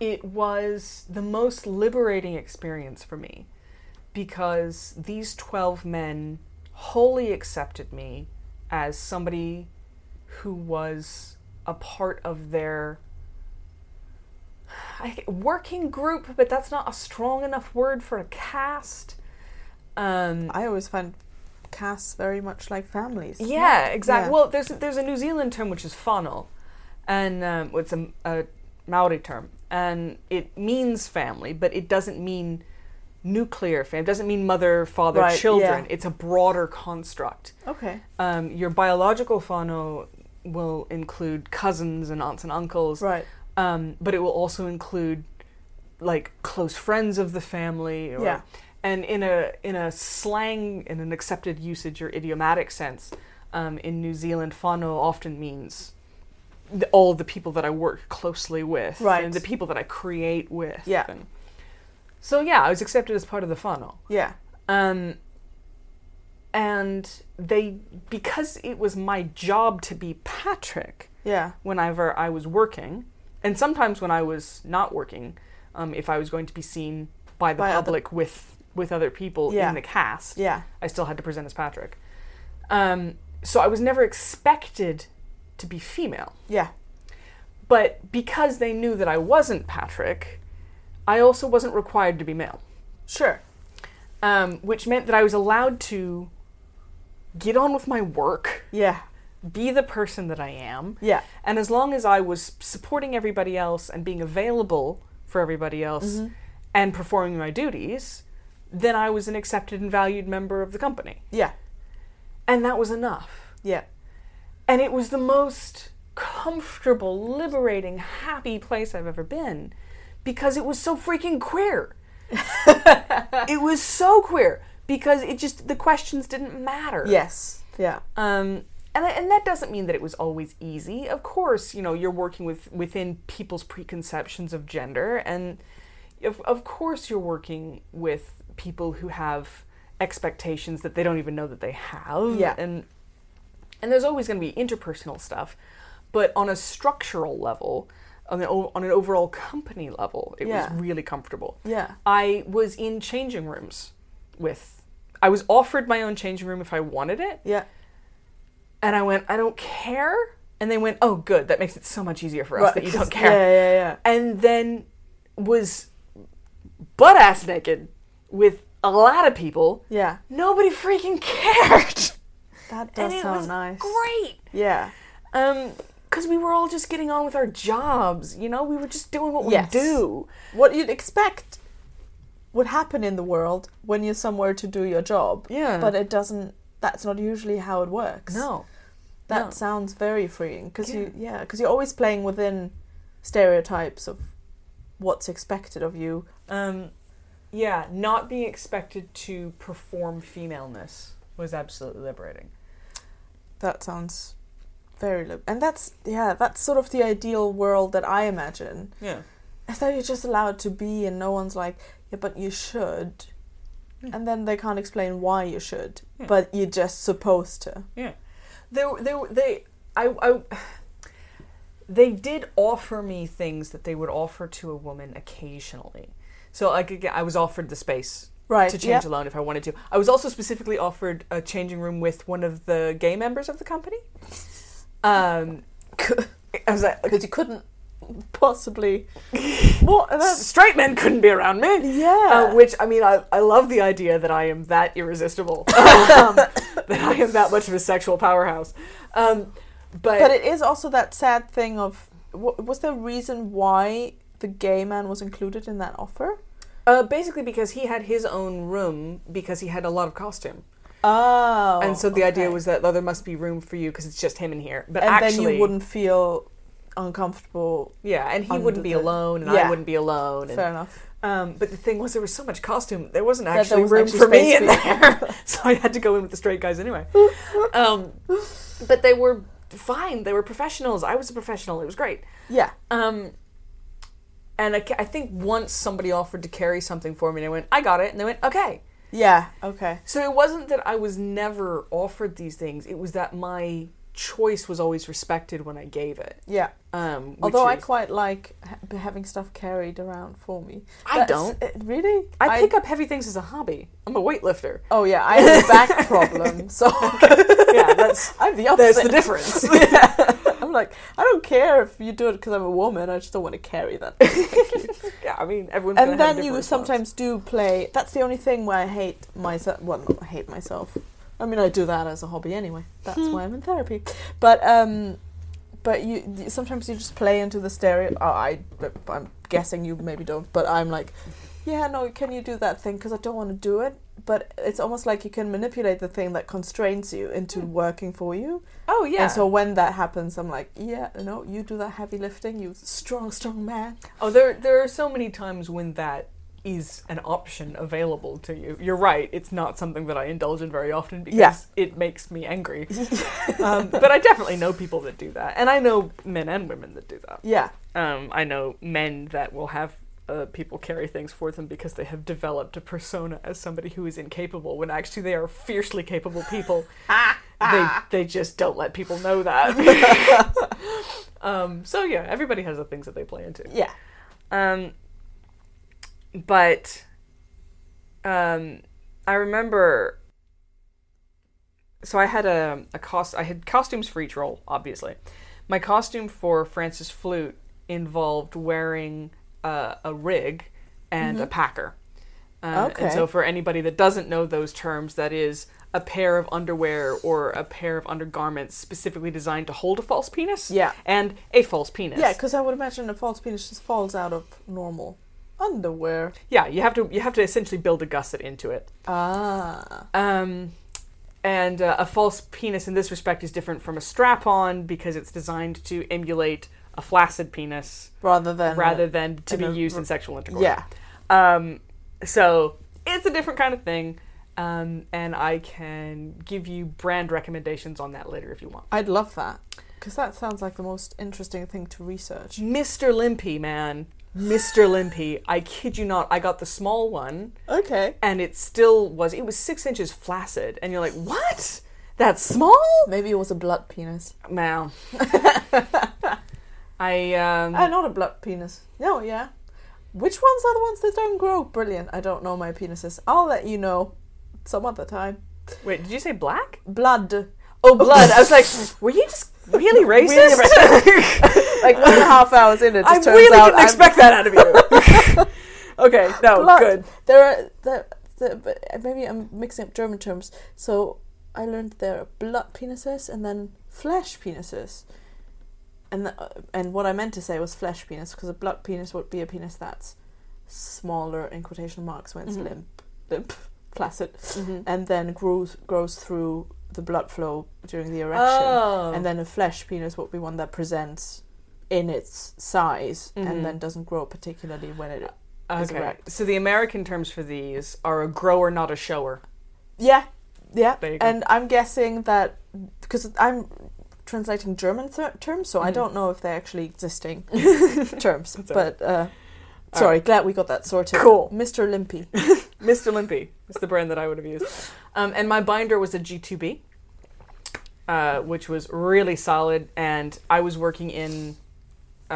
Speaker 2: it was the most liberating experience for me because these 12 men wholly accepted me as somebody who was a part of their I, th- working group, but that's not a strong enough word for a cast. Um,
Speaker 1: I always find casts very much like families.
Speaker 2: yeah, exactly.
Speaker 1: Yeah.
Speaker 2: Well, there's there's a New Zealand term which is whanau, and um, it's a, a Maori term, and it means family, but it doesn't mean nuclear family. It doesn't mean mother, father,
Speaker 1: Right,
Speaker 2: children.
Speaker 1: yeah.
Speaker 2: It's a broader construct.
Speaker 1: Okay.
Speaker 2: Um, your biological whanau will include cousins and aunts and uncles,
Speaker 1: Right.
Speaker 2: um, but it will also include like close friends of the family or,
Speaker 1: Yeah.
Speaker 2: and in a in a slang in an accepted usage or idiomatic sense um, in new zealand whānau often means the, all the people that i work closely with
Speaker 1: Right.
Speaker 2: and the people that i create with
Speaker 1: Yeah.
Speaker 2: and- so yeah i was accepted as part of the whānau
Speaker 1: Yeah.
Speaker 2: um, and they because it was my job to be patrick
Speaker 1: Yeah.
Speaker 2: whenever I was working, and sometimes when I was not working, um, if I was going to be seen by the
Speaker 1: By other-
Speaker 2: public with with other people
Speaker 1: Yeah.
Speaker 2: in the cast,
Speaker 1: Yeah.
Speaker 2: I still had to present as Patrick. Um, so I was never expected to be female,
Speaker 1: Yeah.
Speaker 2: but because they knew that I wasn't Patrick, I also wasn't required to be male,
Speaker 1: Sure.
Speaker 2: um, which meant that I was allowed to get on with my work,
Speaker 1: Yeah.
Speaker 2: be the person that I am,
Speaker 1: Yeah.
Speaker 2: And as long as I was supporting everybody else and being available for everybody else and performing my duties, then I was an accepted and valued member of the company.
Speaker 1: Yeah.
Speaker 2: And that was enough.
Speaker 1: Yeah.
Speaker 2: And it was the most comfortable, liberating, happy place I've ever been because it was so freaking queer. it was so queer because it just, the questions didn't matter.
Speaker 1: Yes. Yeah.
Speaker 2: Um, and, I- and that doesn't mean that it was always easy. Of course, you know, you're working with within people's preconceptions of gender, and of, of course, you're working with people who have expectations that they don't even know that they have.
Speaker 1: Yeah.
Speaker 2: And and there's always going to be interpersonal stuff, but on a structural level, on an, o- on an overall company level, it
Speaker 1: Yeah.
Speaker 2: was really comfortable.
Speaker 1: Yeah.
Speaker 2: I was in changing rooms with. I was offered my own changing room if I wanted it.
Speaker 1: Yeah.
Speaker 2: And I went, I don't care. And they went, Oh, good. That makes it so much easier for us
Speaker 1: Right,
Speaker 2: that you
Speaker 1: 'cause-
Speaker 2: don't care.
Speaker 1: Yeah. Yeah. Yeah.
Speaker 2: And then was butt ass naked with a lot of people.
Speaker 1: Yeah.
Speaker 2: Nobody freaking cared.
Speaker 1: That does
Speaker 2: and it
Speaker 1: sound
Speaker 2: was
Speaker 1: nice.
Speaker 2: great.
Speaker 1: Yeah.
Speaker 2: Um, because we were all just getting on with our jobs, you know? We were just doing what
Speaker 1: Yes.
Speaker 2: we do.
Speaker 1: What you'd expect would happen in the world when you're somewhere to do your job.
Speaker 2: Yeah.
Speaker 1: But it doesn't. That's not usually how it works.
Speaker 2: No.
Speaker 1: That
Speaker 2: no.
Speaker 1: sounds very freeing because you yeah because you're always playing within stereotypes of what's expected of you.
Speaker 2: Um, yeah, not being expected to perform femaleness was absolutely liberating.
Speaker 1: That sounds very li- and that's yeah that's sort of the ideal world that I imagine.
Speaker 2: Yeah.
Speaker 1: As though you're just allowed to be and no one's like yeah but you should, and then they can't explain why you should,
Speaker 2: Yeah.
Speaker 1: but you're just supposed to.
Speaker 2: Yeah, they they they I, I they did offer me things that they would offer to a woman occasionally. So like again, I was offered the space
Speaker 1: Right,
Speaker 2: to
Speaker 1: yep.
Speaker 2: change alone if I wanted to. I was also specifically offered a changing room with one of the gay members of the company. Um, I was like,
Speaker 1: Because you couldn't possibly what and that's
Speaker 2: straight men couldn't be around me.
Speaker 1: yeah
Speaker 2: Uh, which I mean, I, I love the idea that I am that irresistible, um, that I am that much of a sexual powerhouse. Um, but,
Speaker 1: But it is also that sad thing of wa- was there a reason why the gay man was included in that offer?
Speaker 2: uh, basically, because he had his own room because he had a lot of costume,
Speaker 1: Oh,
Speaker 2: and so the idea
Speaker 1: okay.
Speaker 2: was that oh, there must be room for you because it's just him in here. But
Speaker 1: and
Speaker 2: actually,
Speaker 1: then you wouldn't feel uncomfortable.
Speaker 2: yeah, and he
Speaker 1: under
Speaker 2: wouldn't be
Speaker 1: the-
Speaker 2: alone, and
Speaker 1: Yeah.
Speaker 2: I wouldn't be alone. And,
Speaker 1: Fair enough.
Speaker 2: um, but the thing was, there was so much costume, there wasn't
Speaker 1: there
Speaker 2: actually
Speaker 1: was
Speaker 2: room
Speaker 1: actually
Speaker 2: for me
Speaker 1: space
Speaker 2: in
Speaker 1: for you.
Speaker 2: there, so I had to go in with the straight guys anyway. um, but they were fine. They were professionals. I was a professional. It was great.
Speaker 1: Yeah.
Speaker 2: Um, and I, ca- I think once somebody offered to carry something for me, and I went, I got it. And they went, okay.
Speaker 1: Yeah. Okay.
Speaker 2: So it wasn't that I was never offered these things, it was that my choice was always respected when I gave it.
Speaker 1: Yeah.
Speaker 2: Um, which
Speaker 1: Although I
Speaker 2: is-
Speaker 1: quite like ha- having stuff carried around for me.
Speaker 2: I
Speaker 1: That's-
Speaker 2: don't.
Speaker 1: uh, really?
Speaker 2: I pick up heavy things as a hobby. I'm a weightlifter.
Speaker 1: Oh yeah, I have a back problem, so
Speaker 2: Yeah, that's
Speaker 1: I'm the
Speaker 2: there's the
Speaker 1: opposite.
Speaker 2: difference.
Speaker 1: I'm like, I don't care if you do it because I'm a woman. I just don't want to carry that. thing, thank you.
Speaker 2: yeah, I mean everyone's gonna
Speaker 1: and
Speaker 2: have a
Speaker 1: then you
Speaker 2: different response.
Speaker 1: sometimes do play. That's the only thing where I hate myself. Well, not I hate myself. I mean, I do that as a hobby anyway. That's why I'm in therapy. But um, but you you- sometimes you just play into the stereo. Oh, I I'm guessing you maybe don't, but I'm like, yeah, no, can you do that thing? Because I don't want to do it. But it's almost like you can manipulate the thing that constrains you into working for you.
Speaker 2: Oh yeah.
Speaker 1: And so when that happens, I'm like, yeah, no, you do that heavy lifting, you strong, strong man.
Speaker 2: Oh, there there are so many times when that is an option available to you. You're right. It's not something that I indulge in very often because
Speaker 1: Yeah.
Speaker 2: it makes me angry. um, but I definitely know people that do that, and I know men and women that do that.
Speaker 1: Yeah.
Speaker 2: Um, I know men that will have. Uh, people carry things for them because they have developed a persona as somebody who is incapable when actually they are fiercely capable people. they, they just don't let people know that. um, so, yeah, everybody has the things that they play into.
Speaker 1: Yeah.
Speaker 2: Um, but um, I remember. So I had a, a cost. I had costumes for each role, obviously. My costume for Francis Flute involved wearing uh, a rig and a packer. Um,
Speaker 1: Mm-hmm. Okay.
Speaker 2: And so, for anybody that doesn't know those terms, that is a pair of underwear or a pair of undergarments specifically designed to hold a false penis.
Speaker 1: Yeah.
Speaker 2: And a false penis.
Speaker 1: Yeah, because I would imagine a false penis just falls out of normal underwear.
Speaker 2: yeah you have to you have to essentially build a gusset into it
Speaker 1: Ah.
Speaker 2: um, and uh, a false penis in this respect is different from a strap on because it's designed to emulate a flaccid penis
Speaker 1: Rather than.
Speaker 2: rather than to
Speaker 1: and
Speaker 2: be
Speaker 1: a-
Speaker 2: used in sexual intercourse
Speaker 1: Yeah.
Speaker 2: um, so it's a different kind of thing um, and i can give you brand recommendations on that later if you want
Speaker 1: I'd love that. Because that sounds like the most interesting thing to research.
Speaker 2: mr limpy man mr limpy i kid you not i got the small one
Speaker 1: Okay.
Speaker 2: and it still was it was six inches flaccid and you're like what that's small
Speaker 1: Maybe it was a blood penis.
Speaker 2: now i um
Speaker 1: Ah, not a blood penis. No, yeah. Which ones are the ones that don't grow? Brilliant. I don't know my penises. I'll let you know some other time.
Speaker 2: wait did you say black
Speaker 1: Blood.
Speaker 2: oh blood i was like were you just really
Speaker 1: Really
Speaker 2: racist
Speaker 1: Like two and a half hours in, it just
Speaker 2: i
Speaker 1: turns
Speaker 2: really
Speaker 1: out
Speaker 2: didn't
Speaker 1: I'm
Speaker 2: expect that out of you okay no
Speaker 1: blood.
Speaker 2: Oh, good
Speaker 1: There are the, the but maybe I'm mixing up German terms. So I learned there are blood penises and then flesh penises. And the, uh, and what I meant to say was flesh penis because a blood penis would be a penis that's smaller in quotation marks when it's
Speaker 2: Mhm.
Speaker 1: limp, limp, placid,
Speaker 2: Mhm.
Speaker 1: and then grows grows through the blood flow during the erection.
Speaker 2: oh.
Speaker 1: And then a flesh penis would be one that presents in its size
Speaker 2: Mhm.
Speaker 1: and then doesn't grow particularly when it is
Speaker 2: okay
Speaker 1: erect.
Speaker 2: so the american terms for these are a grower not a shower
Speaker 1: Yeah, yeah.
Speaker 2: There you go.
Speaker 1: And I'm guessing that because I'm translating German th- terms, so I
Speaker 2: Mhm.
Speaker 1: don't know if they're actually existing terms.
Speaker 2: That's all right.
Speaker 1: but uh, sorry, glad we got that sorted.
Speaker 2: Cool.
Speaker 1: Mr. Limpy.
Speaker 2: Mr. Limpy is the brand that I would have used. Um, and my binder was a G2B, uh, which was really solid. And I was working in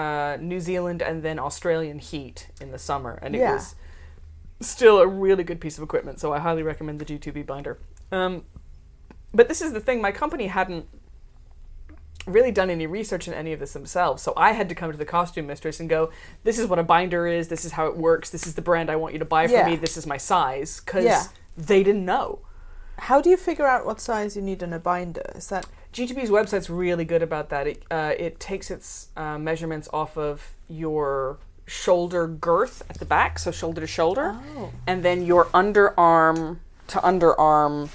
Speaker 2: uh, New Zealand and then Australian heat in the summer. And it
Speaker 1: Yeah.
Speaker 2: was still a really good piece of equipment. So I highly recommend the G2B binder. Um, but this is the thing my company hadn't really done any research in any of this themselves. So I had to come to the costume mistress and go, this is what a binder is, this is how it works, this is the brand I want you to buy for
Speaker 1: Yeah.
Speaker 2: me, this is my size. Because
Speaker 1: Yeah.
Speaker 2: they didn't know.
Speaker 1: How do you figure out what size you need in a binder? Is that
Speaker 2: GTB's website's really good about that. It, uh, it takes its uh, measurements off of your shoulder girth at the back, so shoulder to shoulder,
Speaker 1: oh
Speaker 2: and then your underarm to underarm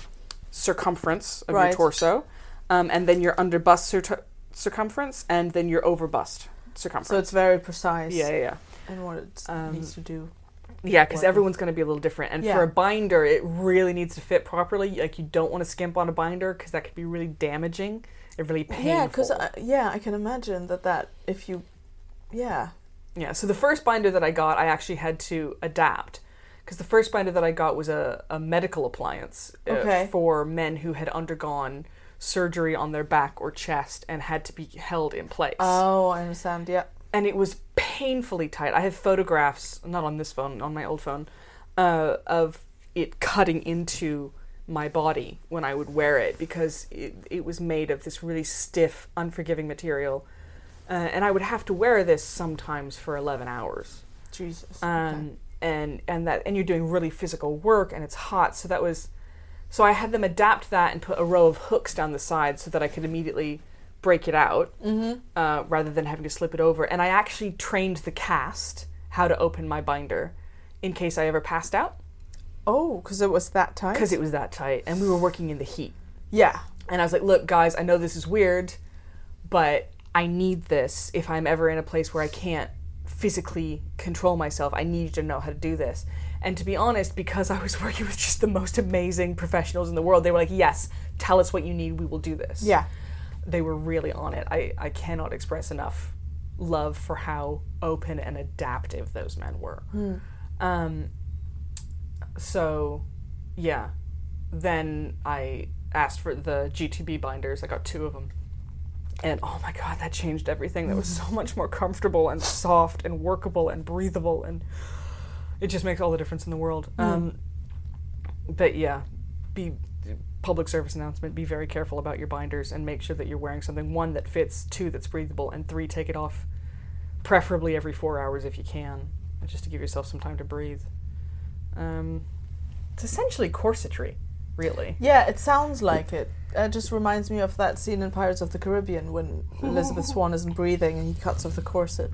Speaker 2: circumference of your
Speaker 1: Right.
Speaker 2: torso, um, and then your underbust cir- circumference, and then your overbust
Speaker 1: so
Speaker 2: circumference.
Speaker 1: it's very precise
Speaker 2: yeah, yeah, yeah.
Speaker 1: in what it
Speaker 2: Um,
Speaker 1: needs to do.
Speaker 2: Yeah, because
Speaker 3: Or-
Speaker 2: everyone's going to be a little different. And
Speaker 3: Yeah.
Speaker 2: for a binder, it really needs to fit properly. Like, you don't want to skimp on a binder because that could be really damaging and really painful.
Speaker 1: Yeah, uh, because yeah, I can imagine that that if you, yeah,
Speaker 2: Yeah, so the first binder that I got, I actually had to adapt. Because the first binder that I got was a, a medical appliance uh,
Speaker 1: Okay.
Speaker 2: for men who had undergone surgery on their back or chest and had to be held in place.
Speaker 1: oh, I understand. Yeah,
Speaker 2: and it was painfully tight. I have photographs, not on this phone, on my old phone, uh, of it cutting into my body when I would wear it because it, it was made of this really stiff, unforgiving material. Uh, and I would have to wear this sometimes for 11 hours
Speaker 1: Jesus.
Speaker 2: um, and and that and you're doing really physical work and it's hot so that was so i had them adapt that and put a row of hooks down the side so that i could immediately break it out
Speaker 1: Mm-hmm.
Speaker 2: uh, rather than having to slip it over and i actually trained the cast how to open my binder in case i ever passed out
Speaker 1: oh, because it was that time.
Speaker 2: because it was that tight and we were working in the heat
Speaker 1: yeah,
Speaker 2: and I was like, look, guys, I know this is weird, but I need this. If I'm ever in a place where I can't physically control myself, I need you to know how to do this. And to be honest, because I was working with just the most amazing professionals in the world, they were like, yes, tell us what you need. We will do this.
Speaker 1: yeah.
Speaker 2: They were really on it. I, I cannot express enough love for how open and adaptive those men were.
Speaker 1: Hmm.
Speaker 2: Um, so, yeah. Then I asked for the GTB binders. I got two of them. And oh my god, that changed everything. That was so much more comfortable and soft and workable and breathable. And it just makes all the difference in the world. Um, but yeah, be public service announcement be very careful about your binders and make sure that you're wearing something one that fits two that's breathable and three take it off preferably every four hours if you can just to give yourself some time to breathe um, it's essentially corsetry really
Speaker 1: Yeah, it sounds like it. It just reminds me of that scene in Pirates of the Caribbean when Elizabeth Swan isn't breathing and he cuts off the corset.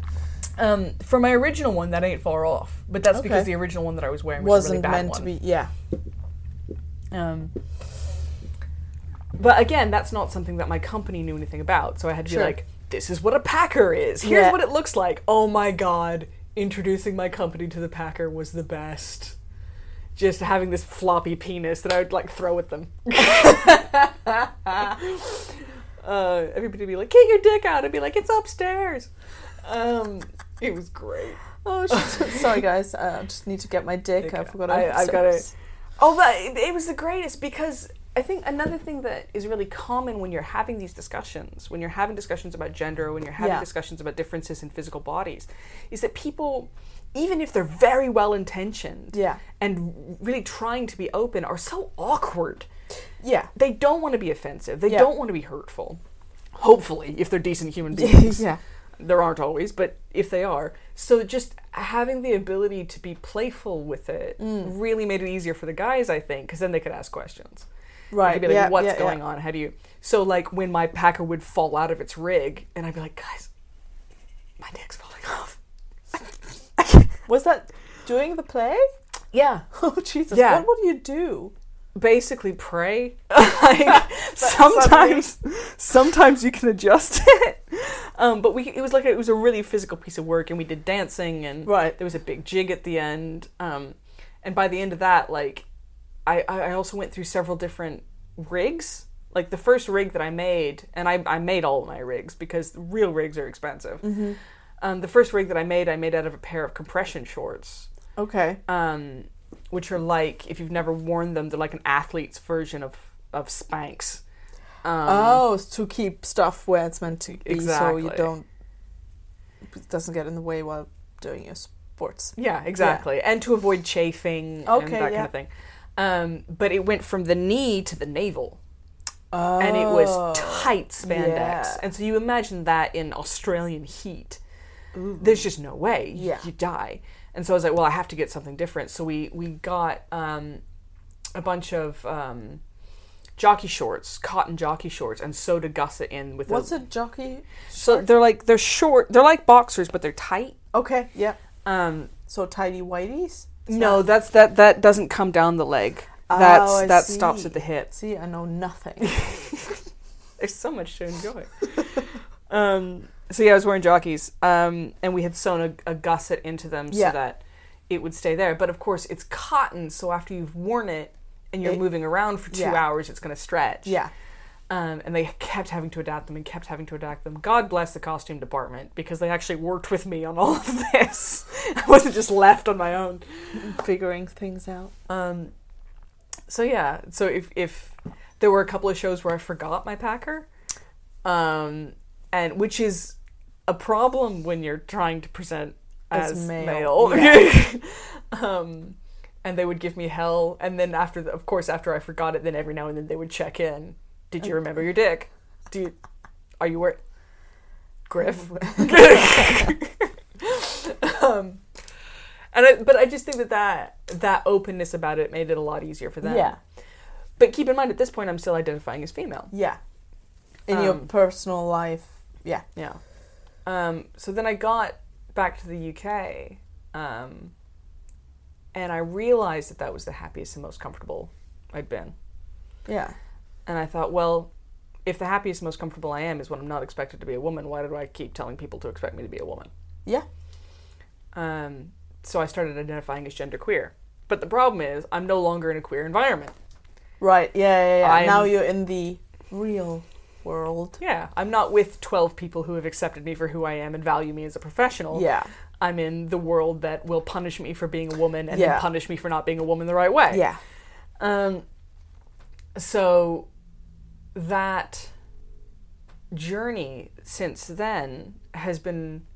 Speaker 2: um, for my original one that ain't far off but that's because
Speaker 1: Okay.
Speaker 2: the original one that i was wearing was
Speaker 1: Wasn't
Speaker 2: a really bad
Speaker 1: meant
Speaker 2: one.
Speaker 1: to be. Yeah.
Speaker 2: Um, but again, that's not something that my company knew anything about. So I had to
Speaker 1: Sure.
Speaker 2: be like, this is what a packer is. Here's
Speaker 1: Yeah.
Speaker 2: what it looks like. Oh my God. Introducing my company to the packer was the best. Just having this floppy penis that I would like throw at them. uh, everybody would be like, get your dick out. I'd be like, it's upstairs. Um, it was great.
Speaker 1: Oh, shit. sorry guys, Uh, I just need to get my dick. I
Speaker 2: Okay.
Speaker 1: forgot.
Speaker 2: I-
Speaker 1: have
Speaker 2: I've got it.
Speaker 1: sex.
Speaker 2: Oh, but it, it was the greatest because I think another thing that is really common when you're having these discussions, when you're having discussions about gender, when you're having
Speaker 1: Yeah.
Speaker 2: discussions about differences in physical bodies, is that people, even if they're very well intentioned
Speaker 1: Yeah.
Speaker 2: and really trying to be open, are so awkward.
Speaker 1: Yeah.
Speaker 2: They don't want to be offensive, they
Speaker 1: Yeah.
Speaker 2: don't want to be hurtful. Hopefully, if they're decent human beings
Speaker 1: yeah.
Speaker 2: there aren't always, but if they are, so just having the ability to be playful with it
Speaker 1: Mm.
Speaker 2: really made it easier for the guys, I think, because then they could ask questions. They
Speaker 1: Right.
Speaker 2: could be like,
Speaker 1: yeah,
Speaker 2: "What's
Speaker 1: yeah,
Speaker 2: going
Speaker 1: yeah.
Speaker 2: on? How do you?" So like when my packer would fall out of its rig, and I'd be like, "Guys, my dick's falling off."
Speaker 1: Was that doing the play?
Speaker 2: Yeah,
Speaker 1: Oh Jesus!
Speaker 2: Yeah.
Speaker 1: What would you do?
Speaker 2: basically pray. like, sometimes, sometimes you can adjust it. Um, but we it was like a, it was a really physical piece of work, and we did dancing and
Speaker 1: Right.
Speaker 2: there was a big jig at the end. Um, and by the end of that, like I I I also went through several different rigs. Like the first rig that I made, and I, I made all of my rigs because real rigs are expensive.
Speaker 1: Mm. Mm-hmm.
Speaker 2: Um, the first rig that I made, I made out of a pair of compression shorts
Speaker 1: Okay.
Speaker 2: um, which are like if you've never worn them, they're like an athlete's version of of Spanx. Um,
Speaker 1: oh, it's to keep stuff where it's meant to be, so
Speaker 2: Exactly.
Speaker 1: you don't it doesn't get in the way while doing your sports.
Speaker 2: Yeah, exactly. And to avoid chafing and
Speaker 1: Okay,
Speaker 2: that kind
Speaker 1: yeah.
Speaker 2: of thing. Um, but it went from the knee to the navel,
Speaker 1: Oh.
Speaker 2: and it was tight spandex.
Speaker 1: yeah.
Speaker 2: And so you imagine that in Australian heat, there's just no way. You,
Speaker 1: Yeah.
Speaker 2: you die. And so I was like, well, I have to get something different. So we we got um, a bunch of um, jockey shorts, cotton jockey shorts, and sewed a gusset in with
Speaker 1: What's
Speaker 2: a,
Speaker 1: a jockey?
Speaker 2: So they're like they're short. They're like boxers, but they're tight.
Speaker 1: Okay. Yeah.
Speaker 2: Um,
Speaker 1: So tidy whiteys.
Speaker 2: no, that's that that doesn't come down the leg.
Speaker 1: Oh,
Speaker 2: That's
Speaker 1: I
Speaker 2: that stops
Speaker 1: see.
Speaker 2: at the hip.
Speaker 1: See, I know nothing.
Speaker 2: There's so much to enjoy. um, so yeah, I was wearing jockeys, um, and we had sewn a, a gusset into them
Speaker 1: Yeah.
Speaker 2: so that it would stay there. But of course, it's cotton, so after you've worn it and you're
Speaker 1: It-
Speaker 2: moving around for two
Speaker 1: yeah.
Speaker 2: hours, it's going to stretch.
Speaker 1: Yeah.
Speaker 2: Um, and they kept having to adapt them and kept having to adapt them. God bless the costume department because they actually worked with me on all of this. I wasn't just left on my own.
Speaker 1: Figuring things out.
Speaker 2: Um, so yeah, so if if there were a couple of shows where I forgot my packer, um, and which is a problem when you're trying to present as,
Speaker 1: As
Speaker 2: male,
Speaker 1: male, yeah.
Speaker 2: um, and they would give me hell, and then after, the, of course, after I forgot it, then every now and then they would check in. Did you remember your dick? Do you, are you where? Griff. um, and I, but I just think that, that that openness about it made it a lot easier for them.
Speaker 1: Yeah.
Speaker 2: But keep in mind, at this point, I'm still identifying as female.
Speaker 1: Yeah. In your
Speaker 2: Um,
Speaker 1: personal life. Yeah.
Speaker 2: Yeah. Um, so then I got back to the UK, um, and I realized that that was the happiest and most comfortable I'd been.
Speaker 1: Yeah.
Speaker 2: And I thought, well, if the happiest, most comfortable I am is when I'm not expected to be a woman, why do I keep telling people to expect me to be a woman?
Speaker 1: Yeah.
Speaker 2: Um, so I started identifying as genderqueer. But the problem is, I'm no longer in a queer environment.
Speaker 1: Right. Yeah. Yeah. yeah.
Speaker 2: I'm-
Speaker 1: Now you're in the real world.
Speaker 2: Yeah, I'm not with 12 people who have accepted me for who I am and value me as a professional.
Speaker 1: Yeah.
Speaker 2: I'm in the world that will punish me for being a woman and
Speaker 1: Yeah.
Speaker 2: then punish me for not being a woman the right way.
Speaker 1: Yeah.
Speaker 2: Um, so that journey since then has been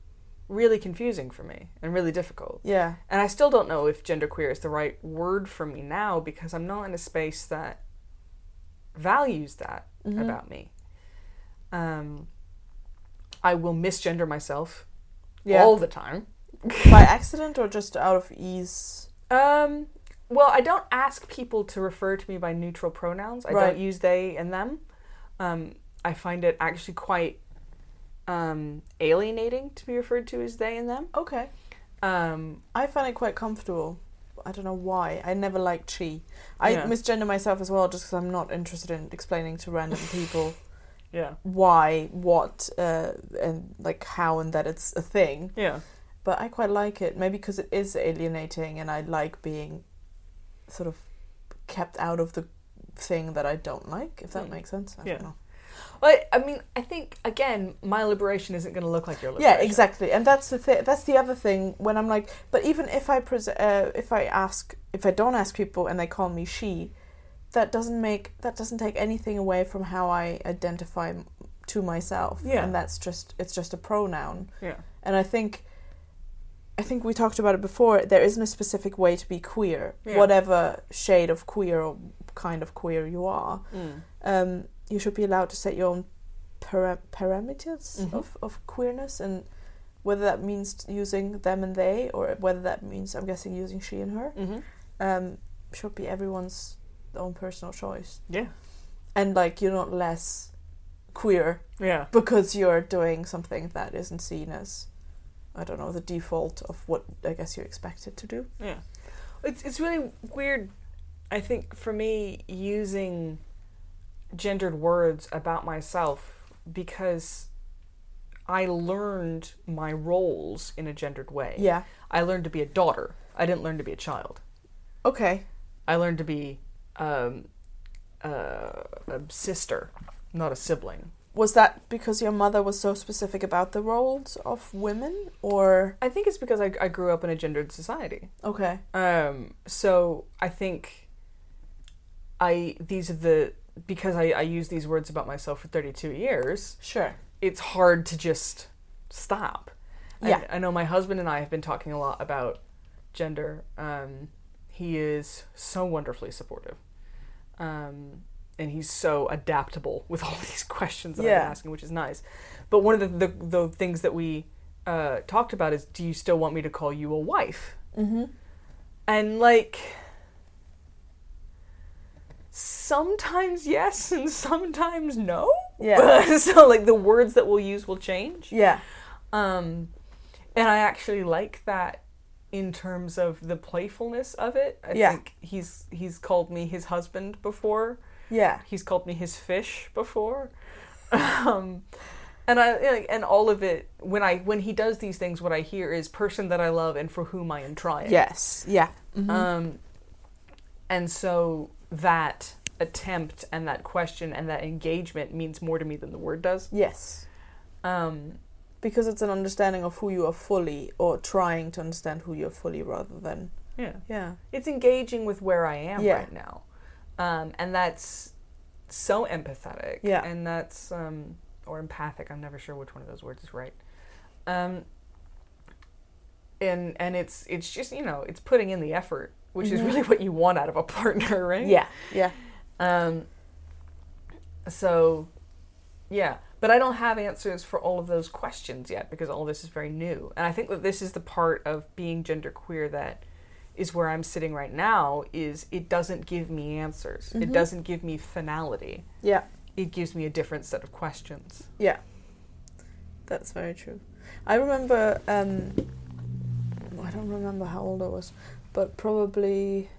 Speaker 2: really confusing for me and really difficult.
Speaker 1: Yeah.
Speaker 2: And I still don't know if genderqueer is the right word for me now because I'm not in a space that values that
Speaker 1: Mm-hmm.
Speaker 2: about me. Um, I will misgender myself
Speaker 1: Yeah.
Speaker 2: all the time.
Speaker 1: By accident or just out of ease?
Speaker 2: Um, well, I don't ask people to refer to me by neutral pronouns. I
Speaker 1: Right.
Speaker 2: don't use they and them. Um, I find it actually quite um, alienating to be referred to as they and them.
Speaker 1: Okay.
Speaker 2: Um,
Speaker 1: I find it quite comfortable. I don't know why. I never liked she. I
Speaker 2: Yeah.
Speaker 1: misgender myself as well just because I'm not interested in explaining to random people
Speaker 2: yeah.
Speaker 1: why, what, uh, and like how and that it's a thing.
Speaker 2: Yeah.
Speaker 1: But I quite like it. Maybe because it is alienating and I like being sort of kept out of the thing that I don't like, if that
Speaker 2: Mm.
Speaker 1: makes sense. I
Speaker 2: Yeah.
Speaker 1: don't know.
Speaker 2: But I mean, I think again, my liberation isn't going to look like your liberation.
Speaker 1: Yeah, exactly. And that's the th- that's the other thing when I'm like, but even if I pres- uh, if I ask if I don't ask people and they call me she, that doesn't make that doesn't take anything away from how I identify m- to myself.
Speaker 2: Yeah.
Speaker 1: and that's just it's just a pronoun.
Speaker 2: Yeah.
Speaker 1: And I think I think we talked about it before. There isn't a specific way to be queer,
Speaker 2: Yeah.
Speaker 1: whatever shade of queer or kind of queer you are
Speaker 2: Mm.
Speaker 1: um, you should be allowed to set your own para- parameters
Speaker 2: Mhm.
Speaker 1: of, of queerness and whether that means using them and they or whether that means i'm guessing using she and her
Speaker 2: hmm
Speaker 1: um, should be everyone's own personal choice
Speaker 2: Yeah.
Speaker 1: and like you're not less queer
Speaker 2: Yeah.
Speaker 1: because you're doing something that isn't seen as i don't know the default of what i guess you're expected to do
Speaker 2: Yeah. It's it's really weird I think for me using gendered words about myself because I learned my roles in a gendered way.
Speaker 1: yeah
Speaker 2: I learned to be a daughter. I didn't learn to be a child.
Speaker 1: okay
Speaker 2: I learned to be um, uh, a sister, not a sibling.
Speaker 1: was that because your mother was so specific about the roles of women or
Speaker 2: I think it's because I, I grew up in a gendered society.
Speaker 1: okay
Speaker 2: Um, so I think I these are the because I, I use these words about myself for 32 years.
Speaker 1: Sure.
Speaker 2: It's hard to just stop. And
Speaker 1: Yeah.
Speaker 2: I know my husband and I have been talking a lot about gender. Um, he is so wonderfully supportive, um, and he's so adaptable with all these questions that I've
Speaker 1: Yeah.
Speaker 2: been asking, which is nice. But one of the the, the things that we uh, talked about is, do you still want me to call you a wife?
Speaker 1: Mm-hmm.
Speaker 2: And like sometimes yes and sometimes no.
Speaker 1: Yeah.
Speaker 2: so like the words that we'll use will change.
Speaker 1: Yeah.
Speaker 2: Um and I actually like that in terms of the playfulness of it. I
Speaker 1: Yeah.
Speaker 2: think he's he's called me his husband before.
Speaker 1: Yeah.
Speaker 2: He's called me his fish before. Um And I like, and all of it when I when he does these things, what I hear is person that I love and for whom I am trying.
Speaker 1: Yes. Yeah. Mhm.
Speaker 2: Um, and so that attempt and that question and that engagement means more to me than the word does.
Speaker 1: yes.
Speaker 2: Um,
Speaker 1: Because it's an understanding of who you are fully, or trying to understand who you're fully, rather than
Speaker 2: yeah.
Speaker 1: yeah.
Speaker 2: It's engaging with where I am
Speaker 1: Yeah.
Speaker 2: right now. Um, and that's so empathetic.
Speaker 1: Yeah.
Speaker 2: And that's, um, or empathic. I'm never sure which one of those words is right. Um, and, and it's, it's just, you know, it's putting in the effort, which is
Speaker 1: Mhm.
Speaker 2: really what you want out of a partner, right?
Speaker 1: Yeah. Yeah.
Speaker 2: Um, so, yeah. But I don't have answers for all of those questions yet because all this is very new. And I think that this is the part of being genderqueer that is where I'm sitting right now is it doesn't give me answers. It
Speaker 1: Mhm.
Speaker 2: doesn't give me finality.
Speaker 1: Yeah.
Speaker 2: It gives me a different set of questions.
Speaker 1: That's very true. I remember. Um, I don't remember how old I was, but probably.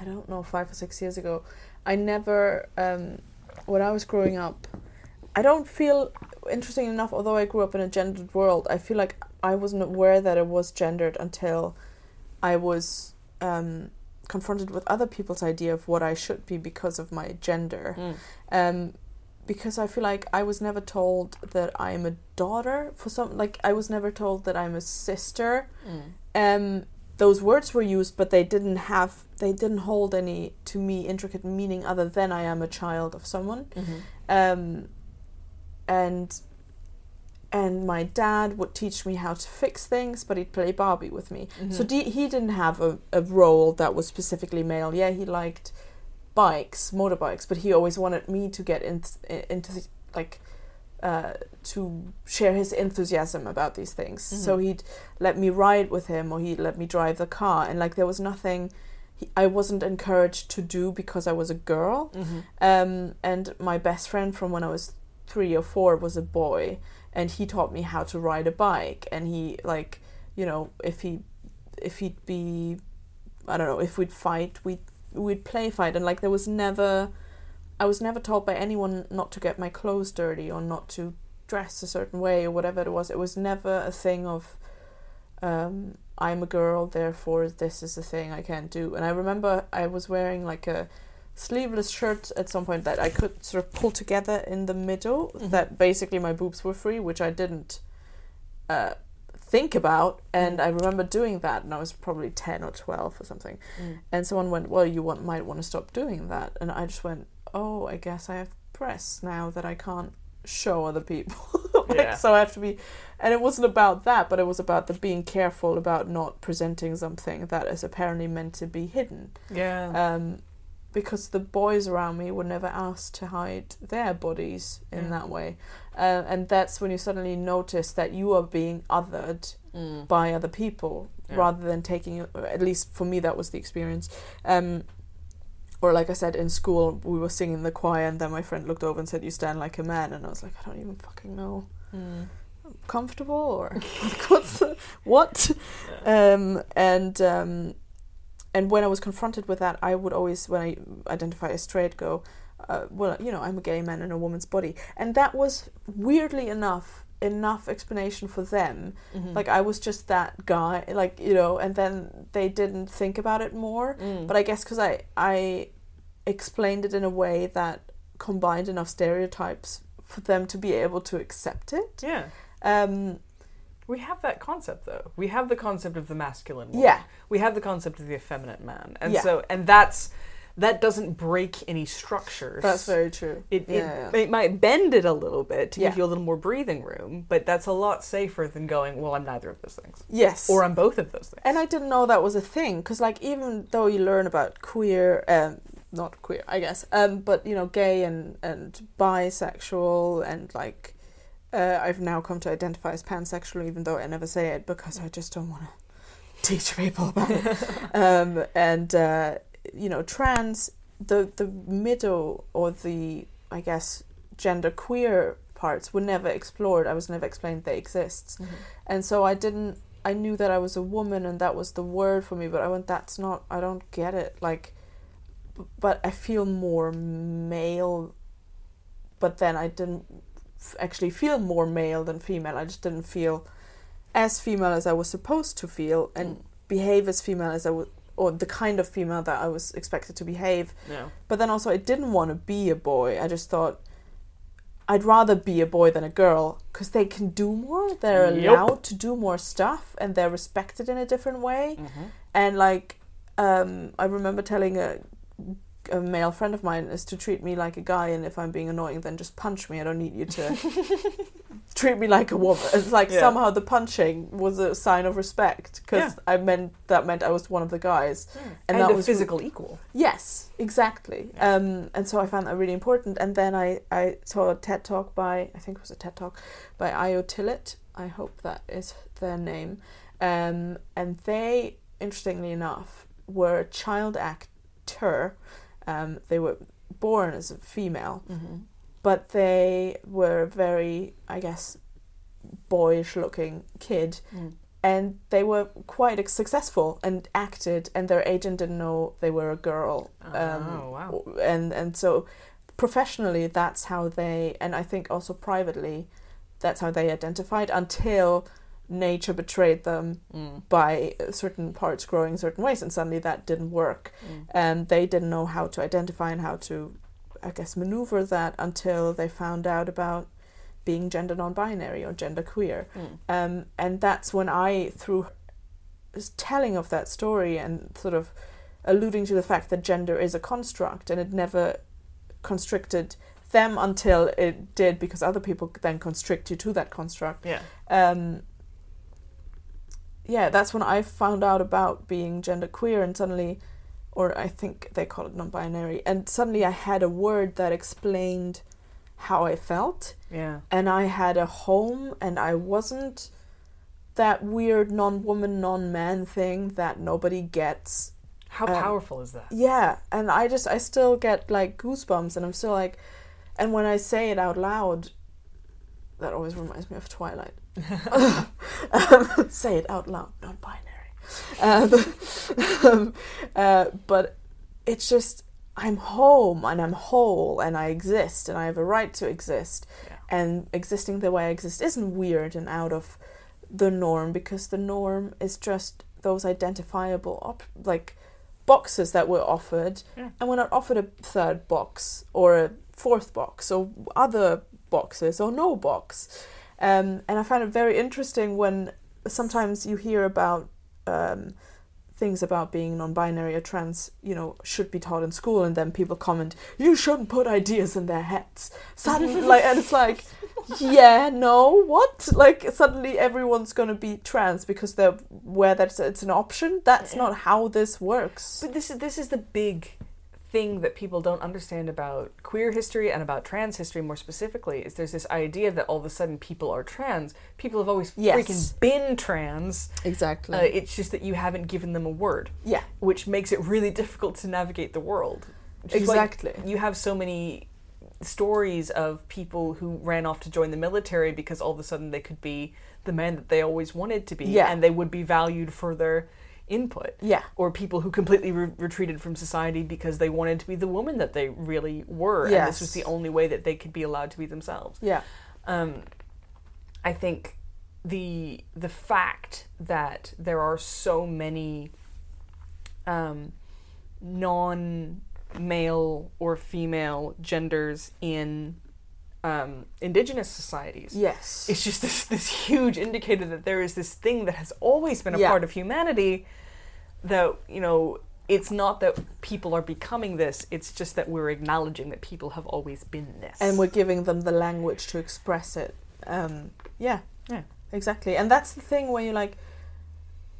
Speaker 1: I don't know, five or six years ago. I never. Um, when I was growing up, I don't feel. Interesting enough, although I grew up in a gendered world, I feel like I wasn't aware that it was gendered until I was um, confronted with other people's idea of what I should be because of my gender
Speaker 2: Mm.
Speaker 1: um, because I feel like I was never told that I'm a daughter for some like I was never told that I'm a sister.
Speaker 2: Mm.
Speaker 1: Um, those words were used, but they didn't have they didn't hold any to me intricate meaning other than I am a child of someone.
Speaker 2: Mm-hmm.
Speaker 1: Um, and and my dad would teach me how to fix things, but he'd play Barbie with me. So
Speaker 2: Mm-hmm.
Speaker 1: d- he didn't have a, a role that was specifically male. Yeah, he liked bikes, motorbikes, but he always wanted me to get in, into like uh, to share his enthusiasm about these things. So
Speaker 2: Mhm.
Speaker 1: he'd let me ride with him, or he'd let me drive the car, and like there was nothing he, I wasn't encouraged to do because I was a girl.
Speaker 2: Mm-hmm.
Speaker 1: Um, and my best friend from when I was three or four was a boy, and he taught me how to ride a bike. And he like, you know, if he, if he'd be, I don't know, if we'd fight, we'd we'd play fight, and like there was never, I was never told by anyone not to get my clothes dirty or not to dress a certain way or whatever it was. It was never a thing of. Um, I'm a girl, therefore this is the thing I can't do. And I remember I was wearing like a sleeveless shirt at some point that I could sort of pull together in the middle.
Speaker 2: Mhm.
Speaker 1: That basically my boobs were free, which I didn't uh, think about. And I remember doing that, and I was probably ten or twelve or something.
Speaker 2: Mm.
Speaker 1: And someone went, "Well, you want, might want to stop doing that." And I just went, "Oh, I guess I have breasts now that I can't show other people." Like,
Speaker 2: Yeah.
Speaker 1: So I have to be, and it wasn't about that, but it was about the being careful about not presenting something that is apparently meant to be hidden
Speaker 2: Yeah.
Speaker 1: um, because the boys around me were never asked to hide their bodies in
Speaker 2: Yeah.
Speaker 1: that way, uh, and that's when you suddenly notice that you are being othered
Speaker 2: Mm.
Speaker 1: by other people
Speaker 2: Yeah.
Speaker 1: rather than taking. At least for me, that was the experience. Um, or like I said, in school we were singing in the choir, and then my friend looked over and said, "You stand like a man," and I was like, "I don't even fucking know." Mm-hmm. comfortable or what's the- what um and um and when i was confronted with that i would always when i identify as straight go uh, well you know i'm a gay man in a woman's body and that was weirdly enough enough explanation for them
Speaker 2: Mm.
Speaker 1: like i was just that guy like you know and then they didn't think about it more
Speaker 2: Mm.
Speaker 1: but i guess because i i explained it in a way that combined enough stereotypes for them to be able to accept it
Speaker 2: yeah.
Speaker 1: um,
Speaker 2: We have that concept though. We have the concept of the masculine woman.
Speaker 1: Yeah.
Speaker 2: We have the concept of the effeminate man. And
Speaker 1: Yeah.
Speaker 2: so and that's that doesn't break any structures.
Speaker 1: that's very true.
Speaker 2: it,
Speaker 1: yeah,
Speaker 2: it, it might bend it a little bit to
Speaker 1: Yeah.
Speaker 2: give you a little more breathing room, but that's a lot safer than going, well, I'm neither of those things.
Speaker 1: yes.
Speaker 2: Or I'm both of those things.
Speaker 1: and I didn't know that was a thing because, like, even though you learn about queer, um, not queer, I guess, um, but you know, gay and and bisexual and like, uh, I've now come to identify as pansexual, even though I never say it because I just don't want to teach people about it. um, and uh, you know, trans, the the middle or the I guess gender queer parts were never explored. I was never explained they exist.
Speaker 2: Mm-hmm.
Speaker 1: and so I didn't. I knew that I was a woman, and that was the word for me. But I went, that's not. I don't get it. Like, b- but I feel more male. But then I didn't f- actually feel more male than female. I just didn't feel as female as I was supposed to feel and behave as female as I would, or the kind of female that I was expected to behave.
Speaker 4: No.
Speaker 1: But then also, I didn't want to be a boy. I just thought I'd rather be a boy than a girl because they can do more. They're
Speaker 4: Yep.
Speaker 1: allowed to do more stuff and they're respected in a different way.
Speaker 2: Mm-hmm.
Speaker 1: And like, um, I remember telling a, a male friend of mine is to treat me like a guy, and if I'm being annoying, then just punch me. I don't need you to treat me like a woman. It's like
Speaker 4: Yeah.
Speaker 1: somehow the punching was a sign of respect because I meant that meant I was one of the guys,
Speaker 2: and,
Speaker 1: that
Speaker 2: a
Speaker 1: was
Speaker 2: physical equal.
Speaker 1: Yes, exactly. Um, and so I found that really important. And then I, I saw a TED talk by, I think it was a TED talk by Io Tillett. I hope that is their name. Um, and they, interestingly enough, were a child actor. Um, they were born as a female,
Speaker 2: Mm-hmm.
Speaker 1: but they were a very, I guess, boyish looking kid and they were quite successful and acted and their agent didn't know they were a girl Um,
Speaker 2: Oh, wow.
Speaker 1: and and so professionally that's how they and i think also privately that's how they identified until nature betrayed them by certain parts growing certain ways and suddenly that didn't work
Speaker 2: Mm.
Speaker 1: and they didn't know how to identify and how to i guess maneuver that until they found out about being gender non-binary or gender queer um, and that's when i through s- telling of that story and sort of alluding to the fact that gender is a construct and it never constricted them until it did because other people then constrict you to that construct
Speaker 4: Yeah.
Speaker 1: um, yeah, that's when I found out about being genderqueer, and suddenly, or I think they call it non-binary, and suddenly I had a word that explained how I felt,
Speaker 2: Yeah.
Speaker 1: and I had a home, and I wasn't that weird non-woman, non-man thing that nobody gets
Speaker 2: How
Speaker 1: Um,
Speaker 2: powerful is that?
Speaker 1: yeah, and I just I still get like goosebumps, and I'm still like, and when I say it out loud, that always reminds me of Twilight. um, say it out loud, non-binary. Um, um, uh, but it's just I'm home and I'm whole and I exist and I have a right to exist,
Speaker 2: Yeah.
Speaker 1: and existing the way I exist isn't weird and out of the norm because the norm is just those identifiable op- like boxes that were offered
Speaker 2: Yeah.
Speaker 1: and we're not offered a third box or a fourth box or other boxes or no box um, and i found it very interesting when sometimes you hear about um, things about being non-binary or trans you know should be taught in school and then people comment you shouldn't put ideas in their heads suddenly like and it's like yeah no what like suddenly everyone's gonna be trans because they're where that's it's an option that's not how this works
Speaker 2: But this is this is the big thing that people don't understand about queer history and about trans history more specifically is there's this idea that all of a sudden people are trans. People have always
Speaker 1: Yes.
Speaker 2: freaking been trans.
Speaker 1: exactly
Speaker 2: Uh, it's just that you haven't given them a word,
Speaker 1: yeah
Speaker 2: which makes it really difficult to navigate the world. Which is why
Speaker 1: Exactly.
Speaker 2: you have so many stories of people who ran off to join the military because all of a sudden they could be the man that they always wanted to be
Speaker 1: Yeah.
Speaker 2: and they would be valued for their input
Speaker 1: yeah
Speaker 2: or people who completely re- retreated from society because they wanted to be the woman that they really were, and this was
Speaker 1: Yes.
Speaker 2: the only way that they could be allowed to be themselves.
Speaker 1: yeah
Speaker 2: Um, I think the the fact that there are so many um, non male or female genders in um, indigenous societies
Speaker 1: yes
Speaker 2: it's just this this huge indicator that there is this thing that has always been a
Speaker 1: Yeah.
Speaker 2: part of humanity that you know it's not that people are becoming this it's just that we're acknowledging that people have always been this
Speaker 1: and we're giving them the language to express it um, yeah
Speaker 2: Yeah.
Speaker 1: exactly and that's the thing where you're like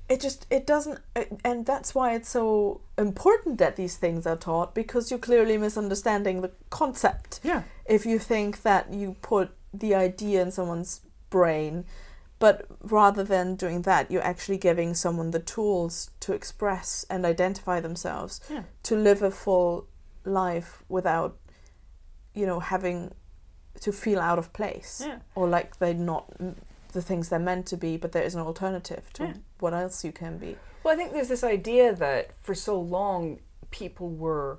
Speaker 1: it just it doesn't it- and that's why it's so important that these things are taught because you're clearly misunderstanding the concept
Speaker 2: yeah
Speaker 1: if you think that you put the idea in someone's brain, but rather than doing that, you're actually giving someone the tools to express and identify themselves,
Speaker 2: Yeah.
Speaker 1: to live a full life without, you know, having to feel out of place
Speaker 2: Yeah.
Speaker 1: or like they're not the things they're meant to be, but there is an alternative to
Speaker 2: Yeah.
Speaker 1: what else you can be.
Speaker 2: well i think there's this idea that for so long people were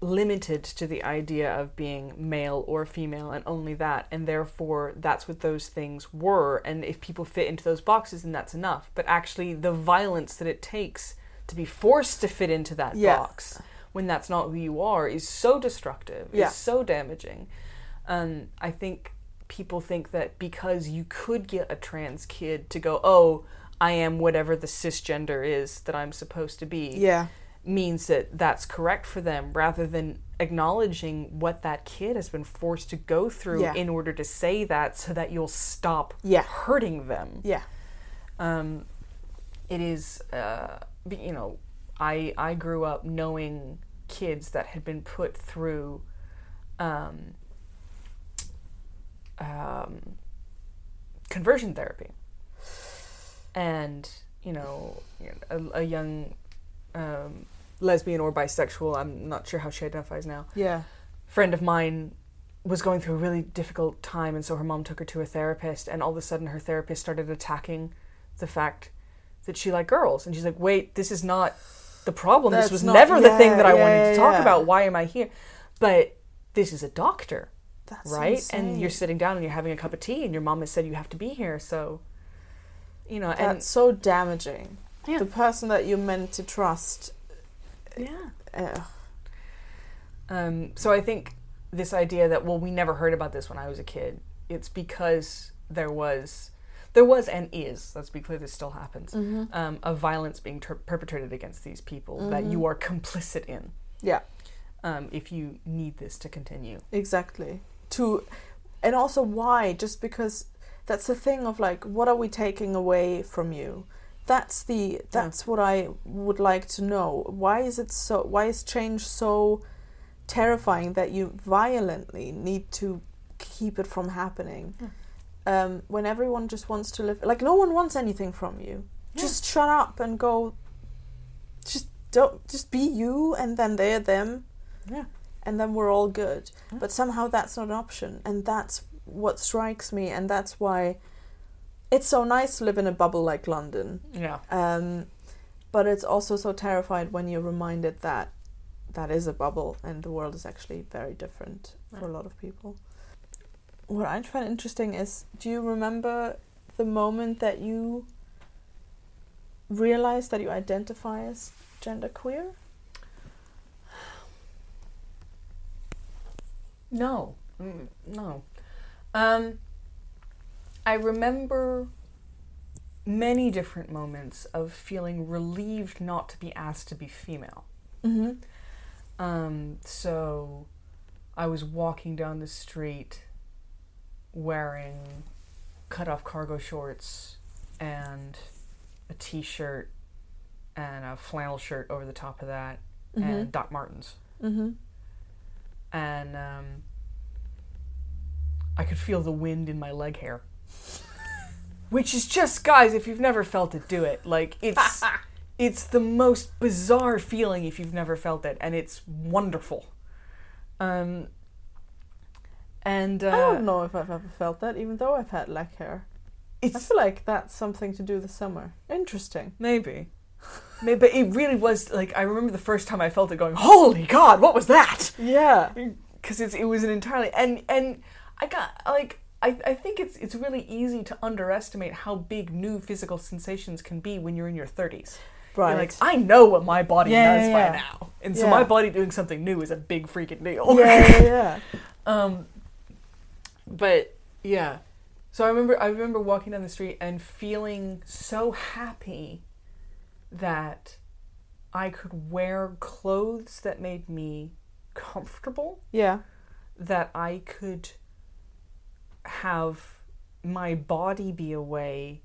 Speaker 2: limited to the idea of being male or female and only that and therefore that's what those things were and if people fit into those boxes then that's enough but actually the violence that it takes to be forced to fit into that
Speaker 1: Yeah.
Speaker 2: box when that's not who you are is so destructive
Speaker 1: Yeah.
Speaker 2: is so damaging um, i think people think that because you could get a trans kid to go oh i am whatever the cisgender is that i'm supposed to be
Speaker 1: Yeah.
Speaker 2: means that that's correct for them rather than acknowledging what that kid has been forced to go through
Speaker 1: Yeah.
Speaker 2: in order to say that so that you'll stop
Speaker 1: Yeah.
Speaker 2: hurting them
Speaker 1: Yeah.
Speaker 2: um, it is uh, be- you know I I grew up knowing kids that had been put through um, um, conversion therapy and you know a, a young um, lesbian or bisexual I'm not sure how she identifies now
Speaker 1: Yeah.
Speaker 2: friend of mine was going through a really difficult time and so her mom took her to a therapist and all of a sudden her therapist started attacking the fact that she liked girls and she's like wait this is not the problem
Speaker 1: That's
Speaker 2: this was
Speaker 1: not-
Speaker 2: never the thing
Speaker 1: yeah,
Speaker 2: that i wanted
Speaker 1: yeah,
Speaker 2: to talk
Speaker 1: yeah.
Speaker 2: about why am i here but this is a doctor
Speaker 1: That's
Speaker 2: right and
Speaker 1: insane.
Speaker 2: you're sitting down and you're having a cup of tea and your mom has said you have to be here so you know
Speaker 1: That's so damaging.
Speaker 2: Yeah.
Speaker 1: The person that you're meant to trust.
Speaker 2: and yeah
Speaker 1: Uh,
Speaker 2: Um, so I think this idea that well, we never heard about this when I was a kid. It's because there was, there was and is. Let's be clear, this still happens. Um, of violence being ter- perpetrated against these people that you are complicit in.
Speaker 1: Yeah.
Speaker 2: Um, if you need this to continue.
Speaker 1: Exactly. To, and also why? Just because that's the thing of like, what are we taking away from you? That's the that's what I would like to know. Why is it so? Why is change so terrifying that you violently need to keep it from happening? Um, when everyone just wants to live, like no one wants anything from you.
Speaker 2: Yeah.
Speaker 1: Just shut up and go. Just don't. Just be you, and then they're them
Speaker 2: Yeah.
Speaker 1: and then we're all good.
Speaker 2: Yeah.
Speaker 1: But somehow that's not an option, and that's what strikes me, and that's why it's so nice to live in a bubble like London.
Speaker 2: Yeah.
Speaker 1: Um, but it's also so terrified when you're reminded that that is a bubble, and the world is actually very different for a lot of people. What I find interesting is, do you remember the moment that you realized that you identify as genderqueer?
Speaker 2: No. Mm, No. Um, I remember many different moments of feeling relieved not to be asked to be female.
Speaker 1: Mm-hmm.
Speaker 2: Um, so I was walking down the street wearing cut off cargo shorts and a t shirt and a flannel shirt over the top of that and Doc Martens.
Speaker 1: Mm-hmm.
Speaker 2: And um, I could feel the wind in my leg hair. Which is just, guys, if you've never felt it, do it. Like, it's. It's the most bizarre feeling if you've never felt it, and it's wonderful. Um, and uh,
Speaker 1: I don't know if I've ever felt that, even though I've had black hair. I
Speaker 2: it's
Speaker 1: feel like that's something to do this summer. Interesting.
Speaker 2: maybe, maybe but it really was like I remember the first time I felt it, going, "Holy God, what was that?"
Speaker 1: Yeah.
Speaker 2: Because it's it was an entirely and and I got like I I think it's it's really easy to underestimate how big new physical sensations can be when you're in your thirties. You're
Speaker 1: Right.
Speaker 2: like, I know what my body
Speaker 1: Yeah,
Speaker 2: does
Speaker 1: yeah,
Speaker 2: by
Speaker 1: yeah.
Speaker 2: now. And so
Speaker 1: Yeah.
Speaker 2: my body doing something new is a big freaking deal.
Speaker 1: yeah, yeah, yeah.
Speaker 2: Um, but yeah, so I remember I remember walking down the street and feeling so happy that I could wear clothes that made me comfortable,
Speaker 1: Yeah.
Speaker 2: that I could have my body be a way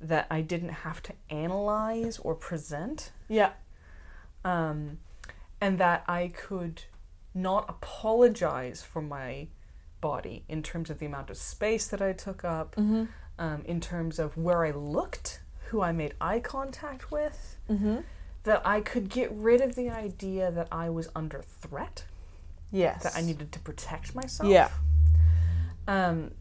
Speaker 2: that I didn't have to analyze or present
Speaker 1: Yeah.
Speaker 2: um, and that I could not apologize for my body in terms of the amount of space that I took up,
Speaker 1: Mm-hmm.
Speaker 2: um, in terms of where I looked, who I made eye contact with,
Speaker 1: Mm-hmm.
Speaker 2: that I could get rid of the idea that I was under threat,
Speaker 1: Yes.
Speaker 2: that I needed to protect myself.
Speaker 1: Yeah.
Speaker 2: Um,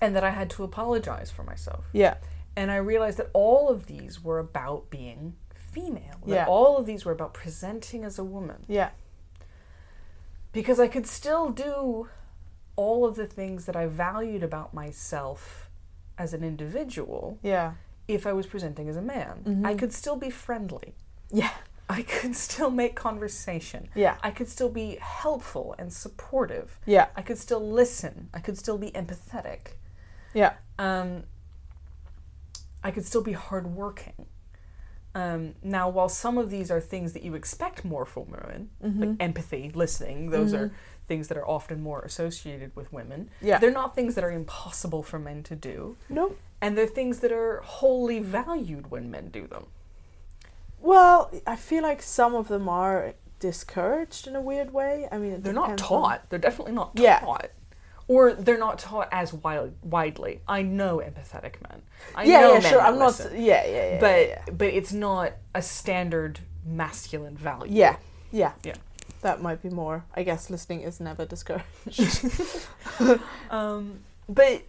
Speaker 2: and that I had to apologize for myself.
Speaker 1: Yeah.
Speaker 2: and I realized that all of these were about being female. That
Speaker 1: Yeah.
Speaker 2: all of these were about presenting as a woman.
Speaker 1: Yeah.
Speaker 2: because I could still do all of the things that I valued about myself as an individual
Speaker 1: Yeah.
Speaker 2: if I was presenting as a man. I could still be friendly.
Speaker 1: Mm-hmm. Yeah.
Speaker 2: I could still make conversation.
Speaker 1: Yeah.
Speaker 2: I could still be helpful and supportive.
Speaker 1: Yeah.
Speaker 2: I could still listen. I could still be empathetic.
Speaker 1: Yeah.
Speaker 2: Um, I could still be hardworking. Um, now, while some of these are things that you expect more from women,
Speaker 1: Mm-hmm.
Speaker 2: like empathy, listening, those are things that are often more associated with women.
Speaker 1: Yeah.
Speaker 2: They're not things that are impossible for men to do,
Speaker 1: No.
Speaker 2: and they're things that are wholly valued when men do them.
Speaker 1: Well, I feel like some of them are discouraged in a weird way. I mean, it
Speaker 2: They're not
Speaker 1: depends on-
Speaker 2: taught. They're definitely not
Speaker 1: Yeah.
Speaker 2: taught. Or they're not taught as wild, widely. I know empathetic men. I
Speaker 1: yeah,
Speaker 2: know
Speaker 1: yeah,
Speaker 2: men
Speaker 1: sure.
Speaker 2: that
Speaker 1: I'm not.
Speaker 2: listen.
Speaker 1: Yeah, yeah, yeah.
Speaker 2: but
Speaker 1: yeah,
Speaker 2: but it's not a standard masculine value.
Speaker 1: yeah, yeah,
Speaker 2: Yeah.
Speaker 1: That might be more. I guess listening is never discouraged.
Speaker 2: Um, but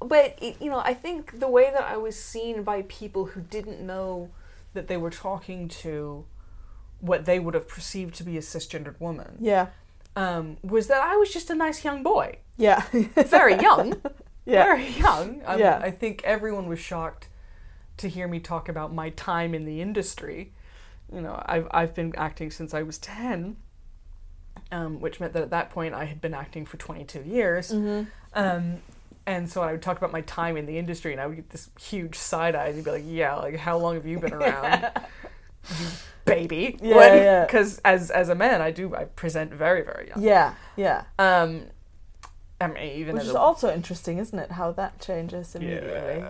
Speaker 2: but it, you know, I think the way that I was seen by people who didn't know that they were talking to what they would have perceived to be a cisgendered woman
Speaker 1: Yeah,
Speaker 2: um, was that I was just a nice young boy,
Speaker 1: yeah,
Speaker 2: very young,
Speaker 1: yeah,
Speaker 2: very young. Um,
Speaker 1: Yeah.
Speaker 2: I think everyone was shocked to hear me talk about my time in the industry. You know, I've I've been acting since I was ten, um, which meant that at that point I had been acting for twenty two years.
Speaker 1: Mm. Mm-hmm.
Speaker 2: Um, and so I would talk about my time in the industry, and I would get this huge side eye, and you'd be like, "Yeah, like how long have you been around, you baby?"
Speaker 1: Yeah, yeah.
Speaker 2: Because as as a man, I do I present very very young.
Speaker 1: yeah, yeah.
Speaker 2: Um, I mean, even
Speaker 1: Which
Speaker 2: as
Speaker 1: is
Speaker 2: a-
Speaker 1: also interesting, isn't it? How that changes immediately.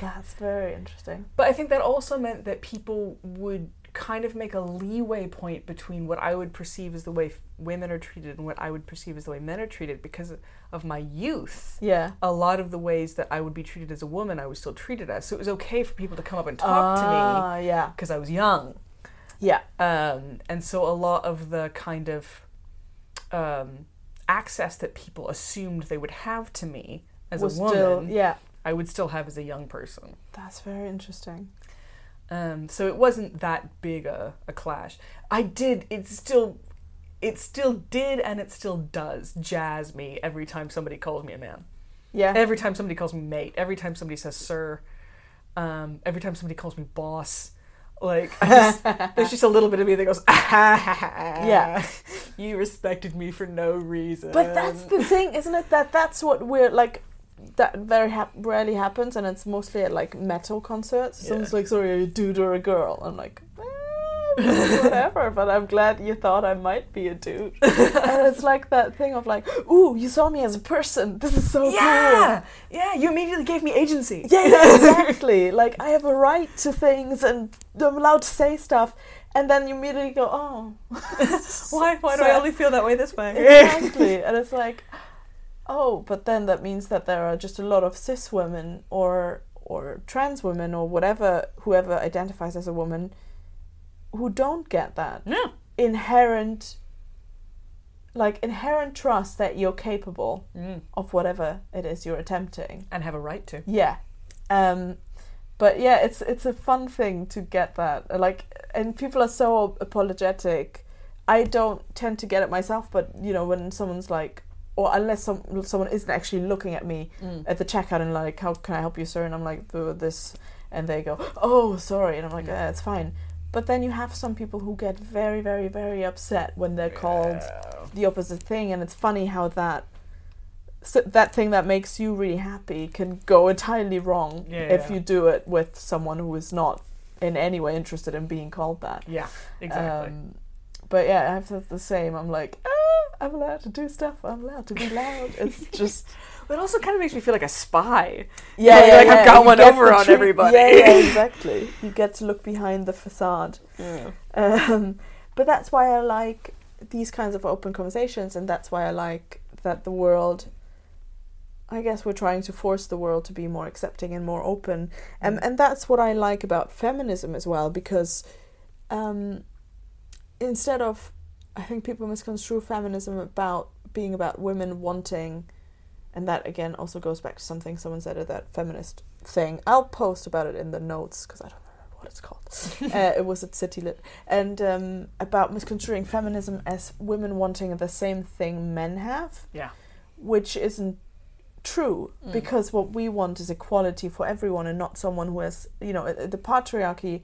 Speaker 1: That's very interesting.
Speaker 2: But I think that also meant that people would kind of make a leeway point between what I would perceive as the way f- women are treated and what I would perceive as the way men are treated because of my youth.
Speaker 1: Yeah.
Speaker 2: A lot of the ways that I would be treated as a woman, I was still treated as. So it was okay for people to come up and talk to me
Speaker 1: Ah, Yeah,
Speaker 2: because I was young.
Speaker 1: yeah,
Speaker 2: Um, and so a lot of the kind of um, access that people assumed they would have to me as
Speaker 1: Was
Speaker 2: a woman,
Speaker 1: still- yeah.
Speaker 2: I would still have as a young person.
Speaker 1: That's very interesting.
Speaker 2: Um, so it wasn't that big a, a clash. I did. It still, it still did, and it still does jazz me every time somebody calls me a man.
Speaker 1: Yeah,
Speaker 2: Every time somebody calls me mate. Every time somebody says sir. Um, every time somebody calls me boss. Like I just, there's just a little bit of me that goes,
Speaker 1: Yeah.
Speaker 2: you respected me for no reason.
Speaker 1: But that's the thing, isn't it? That that's what we're like. That very hap- rarely happens, and it's mostly at like metal concerts. Someone's like, "Sorry, are you a dude or a girl?" I'm like, "Eh, "Whatever," but I'm glad you thought I might be a dude. and it's like that thing of like, "Ooh, you saw me as a person. This is so
Speaker 2: yeah, yeah. You immediately gave me agency.
Speaker 1: cool." Yeah, yeah, exactly. like I have a right to things, and I'm allowed to say stuff. And then you immediately go, "Oh,
Speaker 2: Why? Why do I
Speaker 1: Sad.
Speaker 2: only feel that way this way?
Speaker 1: exactly and it's like oh but then that means that there are just a lot of cis women or or trans women or whatever whoever identifies as a woman who don't get that
Speaker 2: No.
Speaker 1: inherent like inherent trust that you're capable
Speaker 2: Mm.
Speaker 1: of whatever it is you're attempting
Speaker 2: And have a right to.
Speaker 1: yeah um but yeah it's it's a fun thing to get that like and people are so apologetic i don't tend to get it myself but you know when someone's like or unless some, someone isn't actually looking at me at the checkout and like how can i help you sir and i'm like "Uh, this and they go oh sorry and i'm like eh, it's fine but then you have some people who get very very very upset when they're called the opposite thing and it's funny how that so that thing that makes you really happy can go entirely wrong
Speaker 2: Yeah,
Speaker 1: if
Speaker 2: yeah.
Speaker 1: you do it with someone who is not in any way interested in being called that.
Speaker 2: Yeah, exactly.
Speaker 1: Um, but yeah, I have the- the same. I'm like, ah, I'm allowed to do stuff. I'm allowed to be loud. It's just
Speaker 4: But it also kind of makes me feel like a spy.
Speaker 1: yeah,
Speaker 4: Like,
Speaker 1: yeah,
Speaker 4: like, I've
Speaker 1: yeah,
Speaker 4: got
Speaker 1: you
Speaker 4: one
Speaker 1: get
Speaker 4: over
Speaker 1: the
Speaker 4: on
Speaker 1: treat-
Speaker 4: everybody.
Speaker 1: Yeah, yeah, exactly. You get to look behind the facade.
Speaker 4: Yeah.
Speaker 1: Um, but that's why I like these kinds of open conversations, and that's why I like that the world. I guess we're trying to force the world to be more accepting and more open, um, and that's what I like about feminism as well. Because um, instead of, I think people misconstrue feminism about being about women wanting, and that again also goes back to something someone said at that feminist thing. I'll post about it in the notes because I don't remember what it's called. uh, it was at City Lit, and um, about misconstruing feminism as women wanting the same thing men have.
Speaker 2: Yeah.
Speaker 1: which isn't true
Speaker 4: Mm.
Speaker 1: because what we want is equality for everyone and not someone who has you know uh, the patriarchy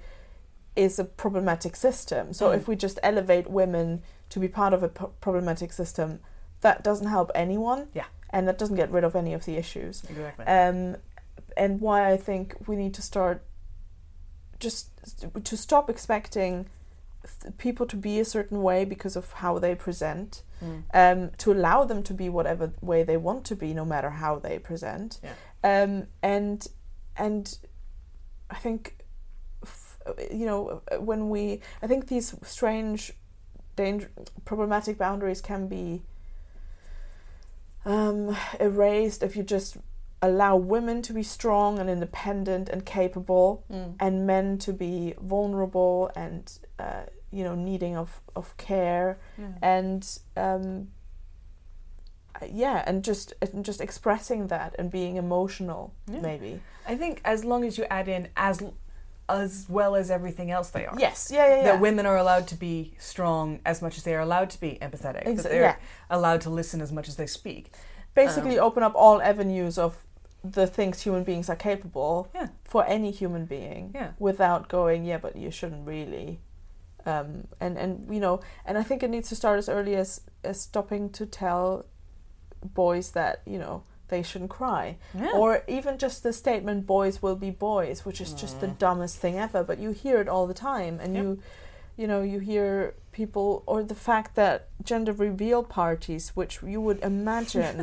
Speaker 1: is a problematic system so
Speaker 4: Mm.
Speaker 1: if we just elevate women to be part of a p- problematic system that doesn't help anyone
Speaker 2: Yeah.
Speaker 1: and that doesn't get rid of any of the issues
Speaker 2: Exactly.
Speaker 1: um, and why I think we need to start just to stop expecting th- people to be a certain way because of how they present,
Speaker 4: Mm.
Speaker 1: um, to allow them to be whatever way they want to be, no matter how they present,
Speaker 2: Yeah.
Speaker 1: um, and and I think f- you know when we I think these strange, danger, problematic boundaries can be um, erased if you just allow women to be strong and independent and capable
Speaker 4: Mm.
Speaker 1: and men to be vulnerable and uh, you know needing of, of care and um, uh, yeah and just and just expressing that and being emotional
Speaker 2: Yeah.
Speaker 1: maybe
Speaker 2: I think as long as you add in as as well as everything else they are.
Speaker 1: yes yeah yeah yeah
Speaker 2: That women are allowed to be strong as much as they are allowed to be empathetic.
Speaker 1: Exa-
Speaker 2: that they're
Speaker 1: yeah.
Speaker 2: allowed to listen as much as they speak.
Speaker 1: basically
Speaker 2: um,
Speaker 1: open up all avenues of the things human beings are capable
Speaker 2: Yeah.
Speaker 1: for any human being
Speaker 2: Yeah.
Speaker 1: without going yeah but you shouldn't really um, and and you know and i think it needs to start as early as, as stopping to tell boys that you know they shouldn't cry
Speaker 2: Yeah.
Speaker 1: or even just the statement boys will be boys which is just the dumbest thing ever but you hear it all the time and
Speaker 2: Mm. Yep.
Speaker 1: you you know you hear people or the fact that gender reveal parties which you would imagine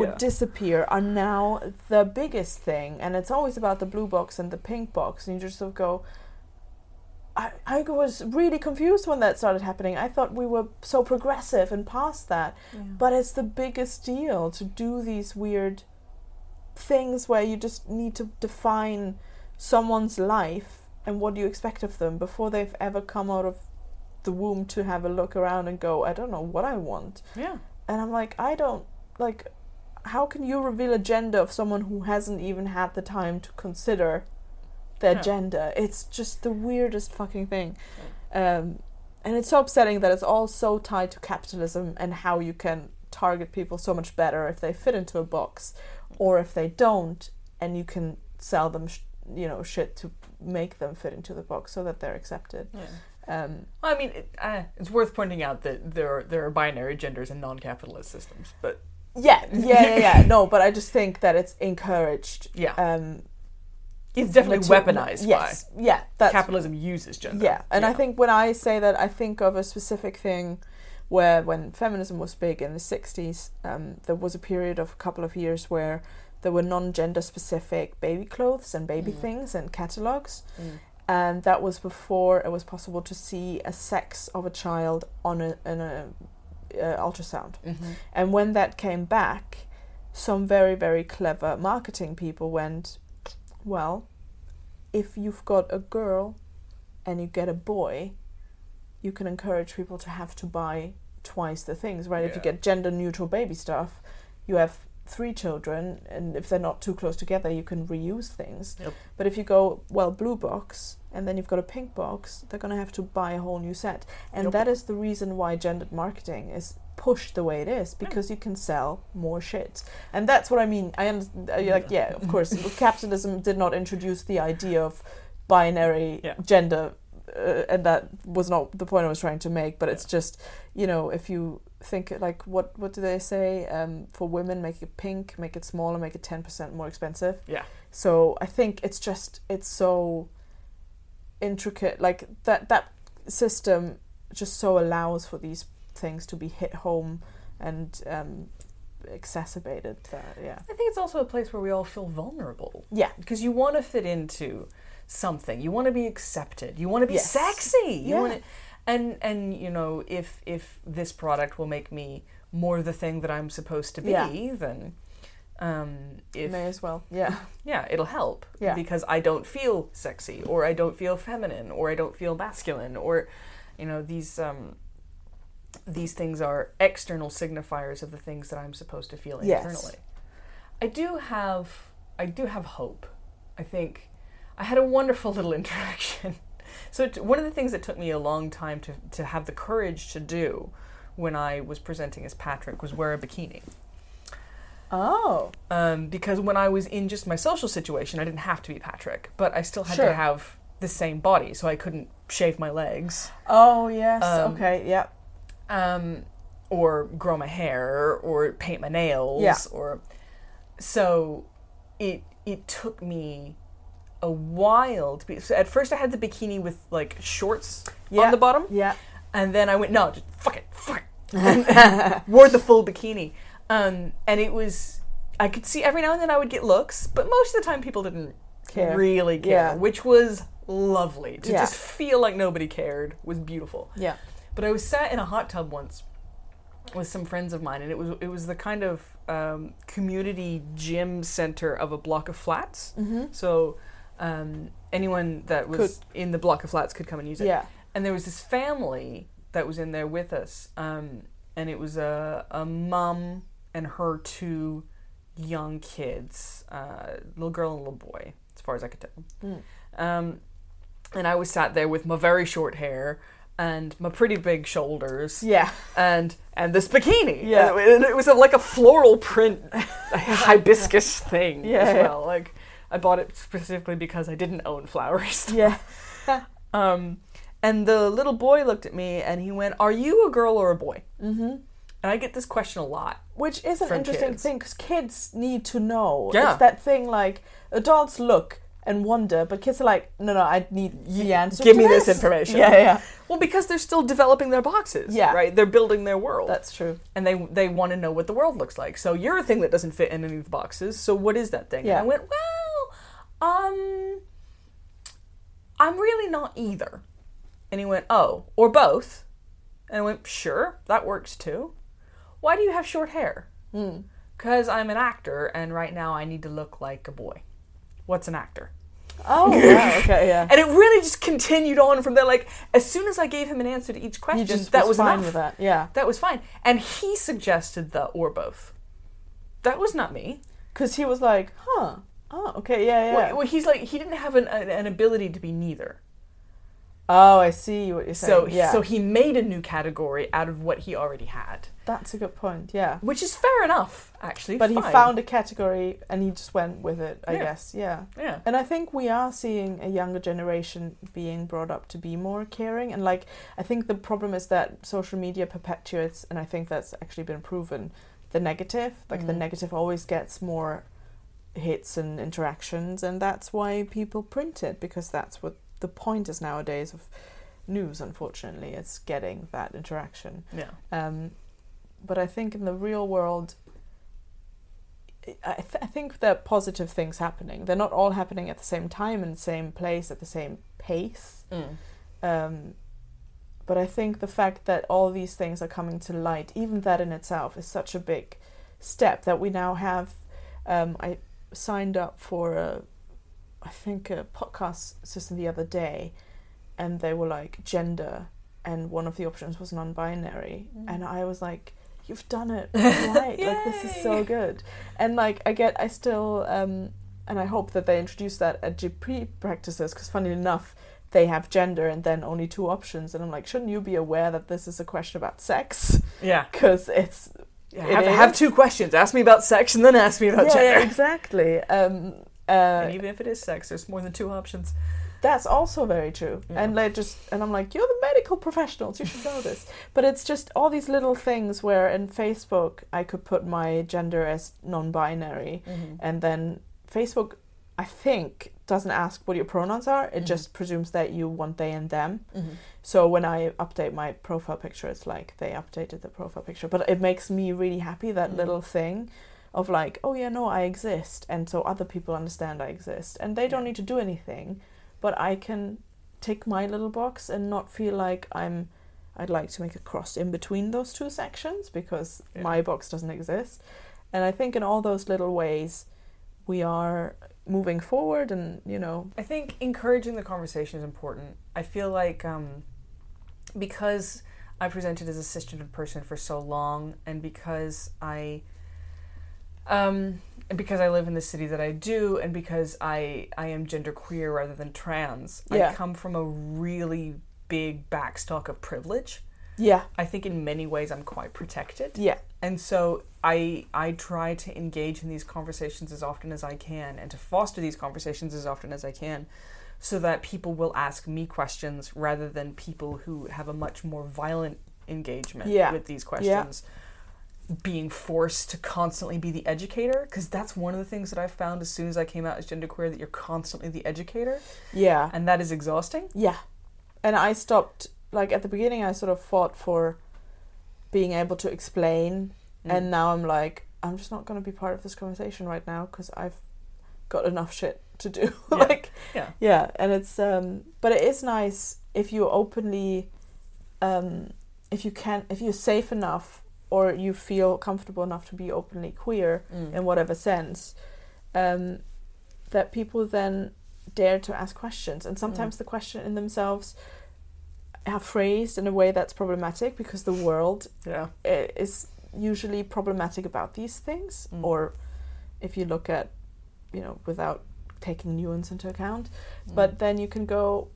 Speaker 1: would
Speaker 4: Yeah.
Speaker 1: disappear are now the biggest thing and it's always about the blue box and the pink box and you just sort of go I, I was really confused when that started happening. I thought we were so progressive and past that. But it's the biggest deal to do these weird things where you just need to define someone's life and what you expect of them before they've ever come out of the womb to have a look around and go, I don't know what I want.
Speaker 2: yeah.
Speaker 1: And I'm like, I don't, like, how can you reveal a gender of someone who hasn't even had the time to consider their
Speaker 2: Yeah.
Speaker 1: gender? It's just the weirdest fucking thing. Um, and it's so upsetting that it's all so tied to capitalism and how you can target people so much better if they fit into a box or if they don't, and you can sell them, sh- you know, shit to make them fit into the box so that they're accepted.
Speaker 4: Yeah.
Speaker 1: Um,
Speaker 2: Well, I mean, it, uh, it's worth pointing out that there are, there are binary genders in non-capitalist systems, but
Speaker 1: yeah, yeah, yeah, yeah. no, but I just think that it's encouraged.
Speaker 2: yeah,
Speaker 1: Um,
Speaker 2: it's definitely
Speaker 1: material-
Speaker 2: weaponized
Speaker 1: Yes, yeah,
Speaker 2: by
Speaker 1: that's
Speaker 2: capitalism uses gender.
Speaker 1: Yeah, and I think when I say that, I think of a specific thing where when feminism was big in the 60s, um, there was a period of a couple of years where there were non gender specific baby clothes and baby
Speaker 4: Mm.
Speaker 1: things and catalogs.
Speaker 4: Mm.
Speaker 1: And that was before it was possible to see a sex of a child on a, an a, uh, ultrasound.
Speaker 4: Mhm.
Speaker 1: And when that came back, some very, very clever marketing people went, Well, if you've got a girl and you get a boy, you can encourage people to have to buy twice the things, right? If you
Speaker 2: Yeah.
Speaker 1: get gender neutral baby stuff, you have three children, and if they're not too close together, you can reuse things.
Speaker 2: Yep.
Speaker 1: But if you go, well, blue box, and then you've got a pink box, they're going to have to buy a whole new set. And
Speaker 2: Yep.
Speaker 1: that is the reason why gendered marketing is pushed the way it is because you can sell more shit. And that's what I mean. I understand. Like, yeah, of course, capitalism did not introduce the idea of binary
Speaker 2: Yeah.
Speaker 1: gender, uh, and that was not the point I was trying to make. But it's just, you know, if you think like, what what do they say? Um, for women, make it pink, make it smaller, make it ten percent more expensive.
Speaker 2: Yeah.
Speaker 1: So I think it's just it's so intricate. Like that that system just so allows for these things to be hit home and um, exacerbated. That, yeah.
Speaker 2: I think it's also a place where we all feel vulnerable.
Speaker 1: Yeah.
Speaker 2: because you want to fit into something. You want to be accepted. You want to be
Speaker 1: Yes.
Speaker 2: sexy. You
Speaker 1: Yeah.
Speaker 2: want to, and and you know, if if this product will make me more the thing that I'm supposed to be,
Speaker 1: Yeah.
Speaker 2: then um, if
Speaker 1: May as well. Yeah.
Speaker 2: yeah, it'll help
Speaker 1: Yeah.
Speaker 2: because I don't feel sexy or I don't feel feminine or I don't feel masculine or you know these um these things are external signifiers of the things that I'm supposed to feel
Speaker 1: Yes.
Speaker 2: internally. I do have I do have hope. I think I had a wonderful little interaction. So it, one of the things that took me a long time to, to have the courage to do when I was presenting as Patrick was wear a bikini.
Speaker 1: Oh.
Speaker 2: Um, because when I was in just my social situation, I didn't have to be Patrick, but I still had
Speaker 1: Sure.
Speaker 2: to have the same body, so I couldn't shave my legs
Speaker 1: Oh yes.
Speaker 2: Um,
Speaker 1: okay. Yep.
Speaker 2: um, or grow my hair or paint my nails
Speaker 1: Yeah.
Speaker 2: or so it it took me a while to be so at first I had the bikini with like shorts
Speaker 1: Yeah.
Speaker 2: on the bottom
Speaker 1: Yeah.
Speaker 2: and then I went no just fuck it fuck it and wore the full bikini um, and it was I could see every now and then I would get looks but most of the time people didn't
Speaker 1: Care.
Speaker 2: really care
Speaker 1: Yeah.
Speaker 2: which was lovely to
Speaker 1: Yeah.
Speaker 2: just feel like nobody cared was beautiful
Speaker 1: Yeah.
Speaker 2: but I was sat in a hot tub once with some friends of mine, and it was it was the kind of um, community gym center of a block of flats.
Speaker 1: Mm-hmm.
Speaker 2: So um, anyone that was in the block of flats could come and use it.
Speaker 1: Yeah.
Speaker 2: And there was this family that was in there with us, um, and it was a a mum and her two young kids, uh, little girl and little boy, as far as I could tell.
Speaker 1: Mm.
Speaker 2: Um, and I was sat there with my very short hair and my pretty big shoulders
Speaker 1: Yeah.
Speaker 2: and and this bikini.
Speaker 1: Yeah.
Speaker 2: and it, and it was a, like a floral print hibiscus thing
Speaker 1: Yeah,
Speaker 2: as
Speaker 1: yeah.
Speaker 2: well. Like I bought it specifically because I didn't own flowers.
Speaker 1: Yeah.
Speaker 2: Um, and the little boy looked at me and he went, "Are you a girl or a boy?"
Speaker 1: Mm-hmm.
Speaker 2: And I get this question a lot.
Speaker 1: Which is an
Speaker 2: From
Speaker 1: interesting
Speaker 2: kids.
Speaker 1: thing because kids need to know.
Speaker 2: Yeah.
Speaker 1: It's that thing like adults look and wonder, but kids are like, no, no, I need the answer.
Speaker 2: give
Speaker 1: to
Speaker 2: me this information.
Speaker 1: Yeah, yeah.
Speaker 2: Well, because they're still developing their boxes,
Speaker 1: Yeah.
Speaker 2: right? They're building their world,
Speaker 1: That's true.
Speaker 2: and they they want to know what the world looks like. So you're a thing that doesn't fit in any of the boxes. So what is that thing?
Speaker 1: Yeah.
Speaker 2: And I went, well, um, I'm really not either. And he went, oh, or both. And I went, sure, that works too. Why do you have short hair?
Speaker 1: Hmm.
Speaker 2: Because I'm an actor, and right now I need to look like a boy. What's an actor?
Speaker 1: Oh, wow, okay, yeah.
Speaker 2: And it really just continued on from there. Like as soon as I gave him an answer to each question,
Speaker 1: You just
Speaker 2: that was,
Speaker 1: fine
Speaker 2: enough.
Speaker 1: with that. Yeah.
Speaker 2: That was fine. And he suggested the or both. That was not me.
Speaker 1: Because he was like, huh. Oh, okay, yeah, yeah.
Speaker 2: Well, well, he's like he didn't have an, an, an ability to be neither.
Speaker 1: oh, I see what you're saying.
Speaker 2: So
Speaker 1: yeah.
Speaker 2: so he made a new category out of what he already had,
Speaker 1: That's a good point, yeah.
Speaker 2: which is fair enough actually.
Speaker 1: But he
Speaker 2: Fine.
Speaker 1: found a category and he just went with it, I
Speaker 2: Yeah.
Speaker 1: guess, yeah.
Speaker 2: yeah.
Speaker 1: And I think we are seeing a younger generation being brought up to be more caring. And like, I think the problem is that social media perpetuates, and I think that's actually been proven, the negative. Like, the
Speaker 2: Mhm.
Speaker 1: negative always gets more hits and interactions, and that's why people print it because that's what the point is nowadays of news. Unfortunately, it's getting that interaction.
Speaker 2: Yeah.
Speaker 1: Um, but I think in the real world, I, th- I think there are positive things happening. They're not all happening at the same time in the same place at the same pace.
Speaker 2: Mm.
Speaker 1: Um, but I think the fact that all these things are coming to light, even that in itself, is such a big step that we now have. Um, I signed up for a, I think a podcast system the other day, and they were like gender, and one of the options was non-binary,
Speaker 2: Mm.
Speaker 1: and I was like, "You've done it right! like this is so
Speaker 2: Yay.
Speaker 1: good." And like I get, I still, um, and I hope that they introduce that at GP practices because, funnily enough. They have gender and then only two options, and I'm like, shouldn't you be aware that this is a question about sex?
Speaker 2: Yeah.
Speaker 1: Because it's
Speaker 2: Yeah,
Speaker 1: It
Speaker 2: have, have
Speaker 1: is.
Speaker 2: two questions. Ask me about sex and then ask me about
Speaker 1: yeah,
Speaker 2: gender.
Speaker 1: yeah, exactly. Um, uh,
Speaker 2: and even if it is sex, there's more than two options.
Speaker 1: that's also very true.
Speaker 2: Yeah.
Speaker 1: And they just and I'm like, you're the medical professionals, you should know this. But it's just all these little things where in Facebook I could put my gender as non-binary,
Speaker 2: Mm-hmm.
Speaker 1: and then Facebook, I think, doesn't ask what your pronouns are. It
Speaker 2: Mhm.
Speaker 1: just presumes that you want they and them.
Speaker 2: Mhm.
Speaker 1: So when I update my profile picture, it's like they updated the profile picture. But it makes me really happy that
Speaker 2: Mm.
Speaker 1: little thing of like, oh yeah, no, I exist, and so other people understand I exist, and they don't
Speaker 2: Yeah.
Speaker 1: need to do anything, but I can tick my little box and not feel like I'm. I'd like to make a cross in between those two sections because
Speaker 2: Yeah.
Speaker 1: my box doesn't exist, and I think in all those little ways, we are moving forward, and you know,
Speaker 2: I think encouraging the conversation is important. I feel like um, because I presented as a cisgendered person for so long, and because I um, and because I live in the city that I do, and because I I am genderqueer rather than trans,
Speaker 1: Yeah.
Speaker 2: I come from a really big backstock of privilege.
Speaker 1: Yeah.
Speaker 2: I think in many ways I'm quite protected.
Speaker 1: Yeah.
Speaker 2: And so I I try to engage in these conversations as often as I can and to foster these conversations as often as I can so that people will ask me questions rather than people who have a much more violent engagement
Speaker 1: Yeah.
Speaker 2: with these questions being forced to constantly be the educator because that's one of the things that I found as soon as I came out as genderqueer that you're constantly the educator
Speaker 1: Yeah.
Speaker 2: and that is exhausting.
Speaker 1: Yeah. And I stopped like at the beginning I sort of fought for being able to explain
Speaker 2: Mm.
Speaker 1: and now I'm like I'm just not going to be part of this conversation right now cuz I've got enough shit to do.
Speaker 2: Yeah.
Speaker 1: like
Speaker 2: Yeah.
Speaker 1: Yeah, and it's um but it is nice if you openly um if you can if you're safe enough or you feel comfortable enough to be openly queer
Speaker 2: Mm.
Speaker 1: in whatever sense, um, that people then dare to ask questions. And sometimes the question in themselves are phrased in a way that's problematic because the world
Speaker 2: yeah.
Speaker 1: i- is usually problematic about these things.
Speaker 2: Mm.
Speaker 1: Or if you look at, you know, without taking nuance into account, but then you can go,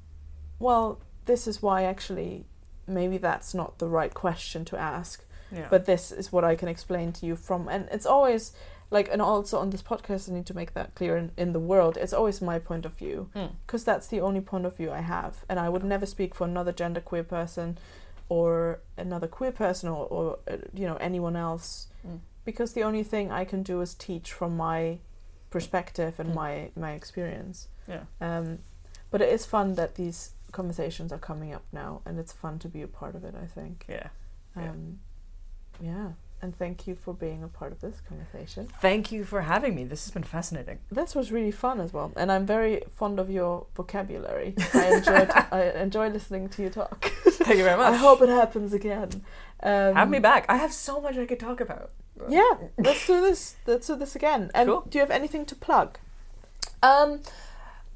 Speaker 1: well, this is why actually maybe that's not the right question to ask
Speaker 2: yeah.
Speaker 1: but this is what I can explain to you from and it's always like and also on this podcast I need to make that clear in, in the world it's always my point of view
Speaker 2: Mm.
Speaker 1: because that's the only point of view I have and I would never speak for another genderqueer person or another queer person or, or uh, you know anyone else
Speaker 2: Mm.
Speaker 1: because the only thing I can do is teach from my perspective and
Speaker 2: Mm.
Speaker 1: my my experience
Speaker 2: Yeah.
Speaker 1: um, but it is fun that these conversations are coming up now and it's fun to be a part of it I think
Speaker 2: yeah. Yeah.
Speaker 1: um, yeah. And thank you for being a part of this conversation.
Speaker 2: Thank you for having me. This has been fascinating.
Speaker 1: This was really fun as well, and I'm very fond of your vocabulary. I enjoyed. I enjoy listening to you talk.
Speaker 2: Thank you very much.
Speaker 1: I hope it happens again. Um,
Speaker 2: Have me back. I have so much I could talk about.
Speaker 1: Yeah, let's do this. Let's do this again. And
Speaker 2: Cool.
Speaker 1: do you have anything to plug?
Speaker 2: Um,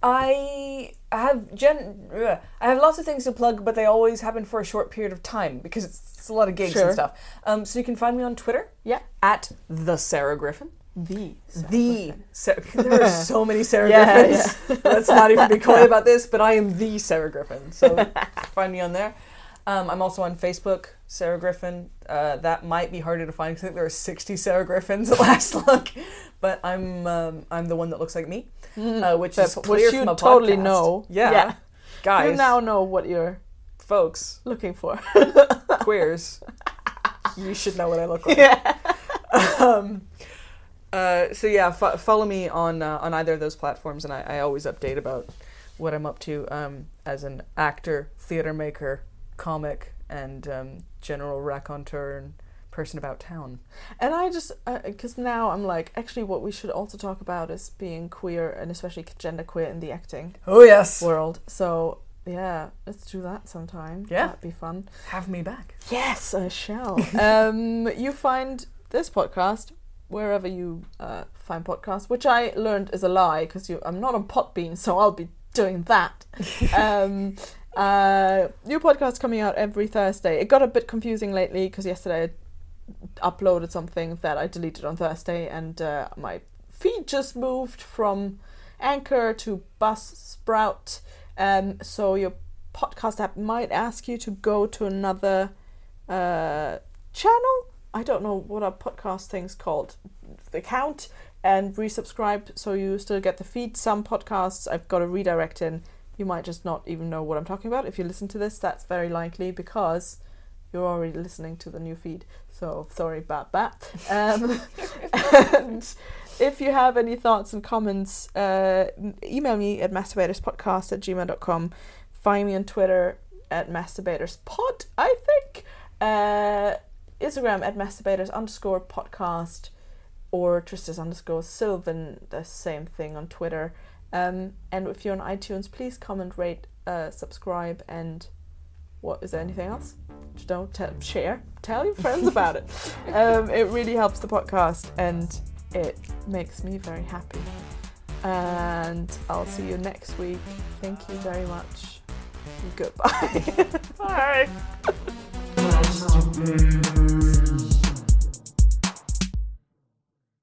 Speaker 2: I have gen. ugh, I have lots of things to plug, but they always happen for a short period of time because it's, it's a lot of gigs
Speaker 1: Sure.
Speaker 2: and stuff. Um, so you can find me on Twitter.
Speaker 1: Yeah.
Speaker 2: At the Sarah Griffin.
Speaker 1: The
Speaker 2: The Sarah, there are so many Sarah
Speaker 1: Yeah,
Speaker 2: Griffins. Let's not even be coy about this, but I am the Sarah Griffin. So find me on there. Um, I'm also on Facebook, Sarah Griffin. Uh, that might be harder to find because I think there are 60 Sarah Griffins at last look, but I'm um, I'm the one that looks like me, uh, which
Speaker 1: But
Speaker 2: is
Speaker 1: which
Speaker 2: clear
Speaker 1: you
Speaker 2: from a
Speaker 1: totally
Speaker 2: podcast.
Speaker 1: know.
Speaker 2: Yeah,
Speaker 1: Yeah.
Speaker 2: guys,
Speaker 1: You now know what you're
Speaker 2: folks,
Speaker 1: looking for.
Speaker 2: queers, you should know what I look like.
Speaker 1: Yeah.
Speaker 2: um, uh, so yeah, fo- follow me on uh, on either of those platforms, and I, I always update about what I'm up to um, as an actor, theater maker, comic, and um, general raconteur and person about town.
Speaker 1: And I just, because now I'm like, actually, what we should also talk about is being queer and especially gender queer in the acting.
Speaker 2: Oh yes,
Speaker 1: world. So yeah, let's do that sometime.
Speaker 2: Yeah.
Speaker 1: that'd be fun.
Speaker 2: have me back.
Speaker 1: Yes, I shall. um, you find this podcast wherever you uh, find podcasts, which I learned is a lie because I'm not on Potbean, so I'll be doing that. um, uh, new podcast coming out every Thursday. It got a bit confusing lately because yesterday I uploaded something that I deleted on Thursday, and uh, my feed just moved from Anchor to Buzzsprout. Um, so your podcast app might ask you to go to another uh, channel. I don't know what our podcast thing's called, the count, and resubscribe so you still get the feed. Some podcasts I've got a redirect in. You might just not even know what I'm talking about. If you listen to this, that's very likely because you're already listening to the new feed. So sorry about that. Um, and if you have any thoughts and comments, uh, email me at masturbatorspodcast at gmail.com. Find me on Twitter at masturbatorspod, I think. Uh, Instagram at masturbators underscore podcast or Tristis underscore Sylvan, the same thing on Twitter. Um, and if you're on iTunes, please comment, rate, uh, subscribe, and what is there anything else? Just Don't tell, share. Tell your friends about it. Um, it really helps the podcast and it makes me very happy. And I'll see you next week. Thank you very much. Goodbye. Bye.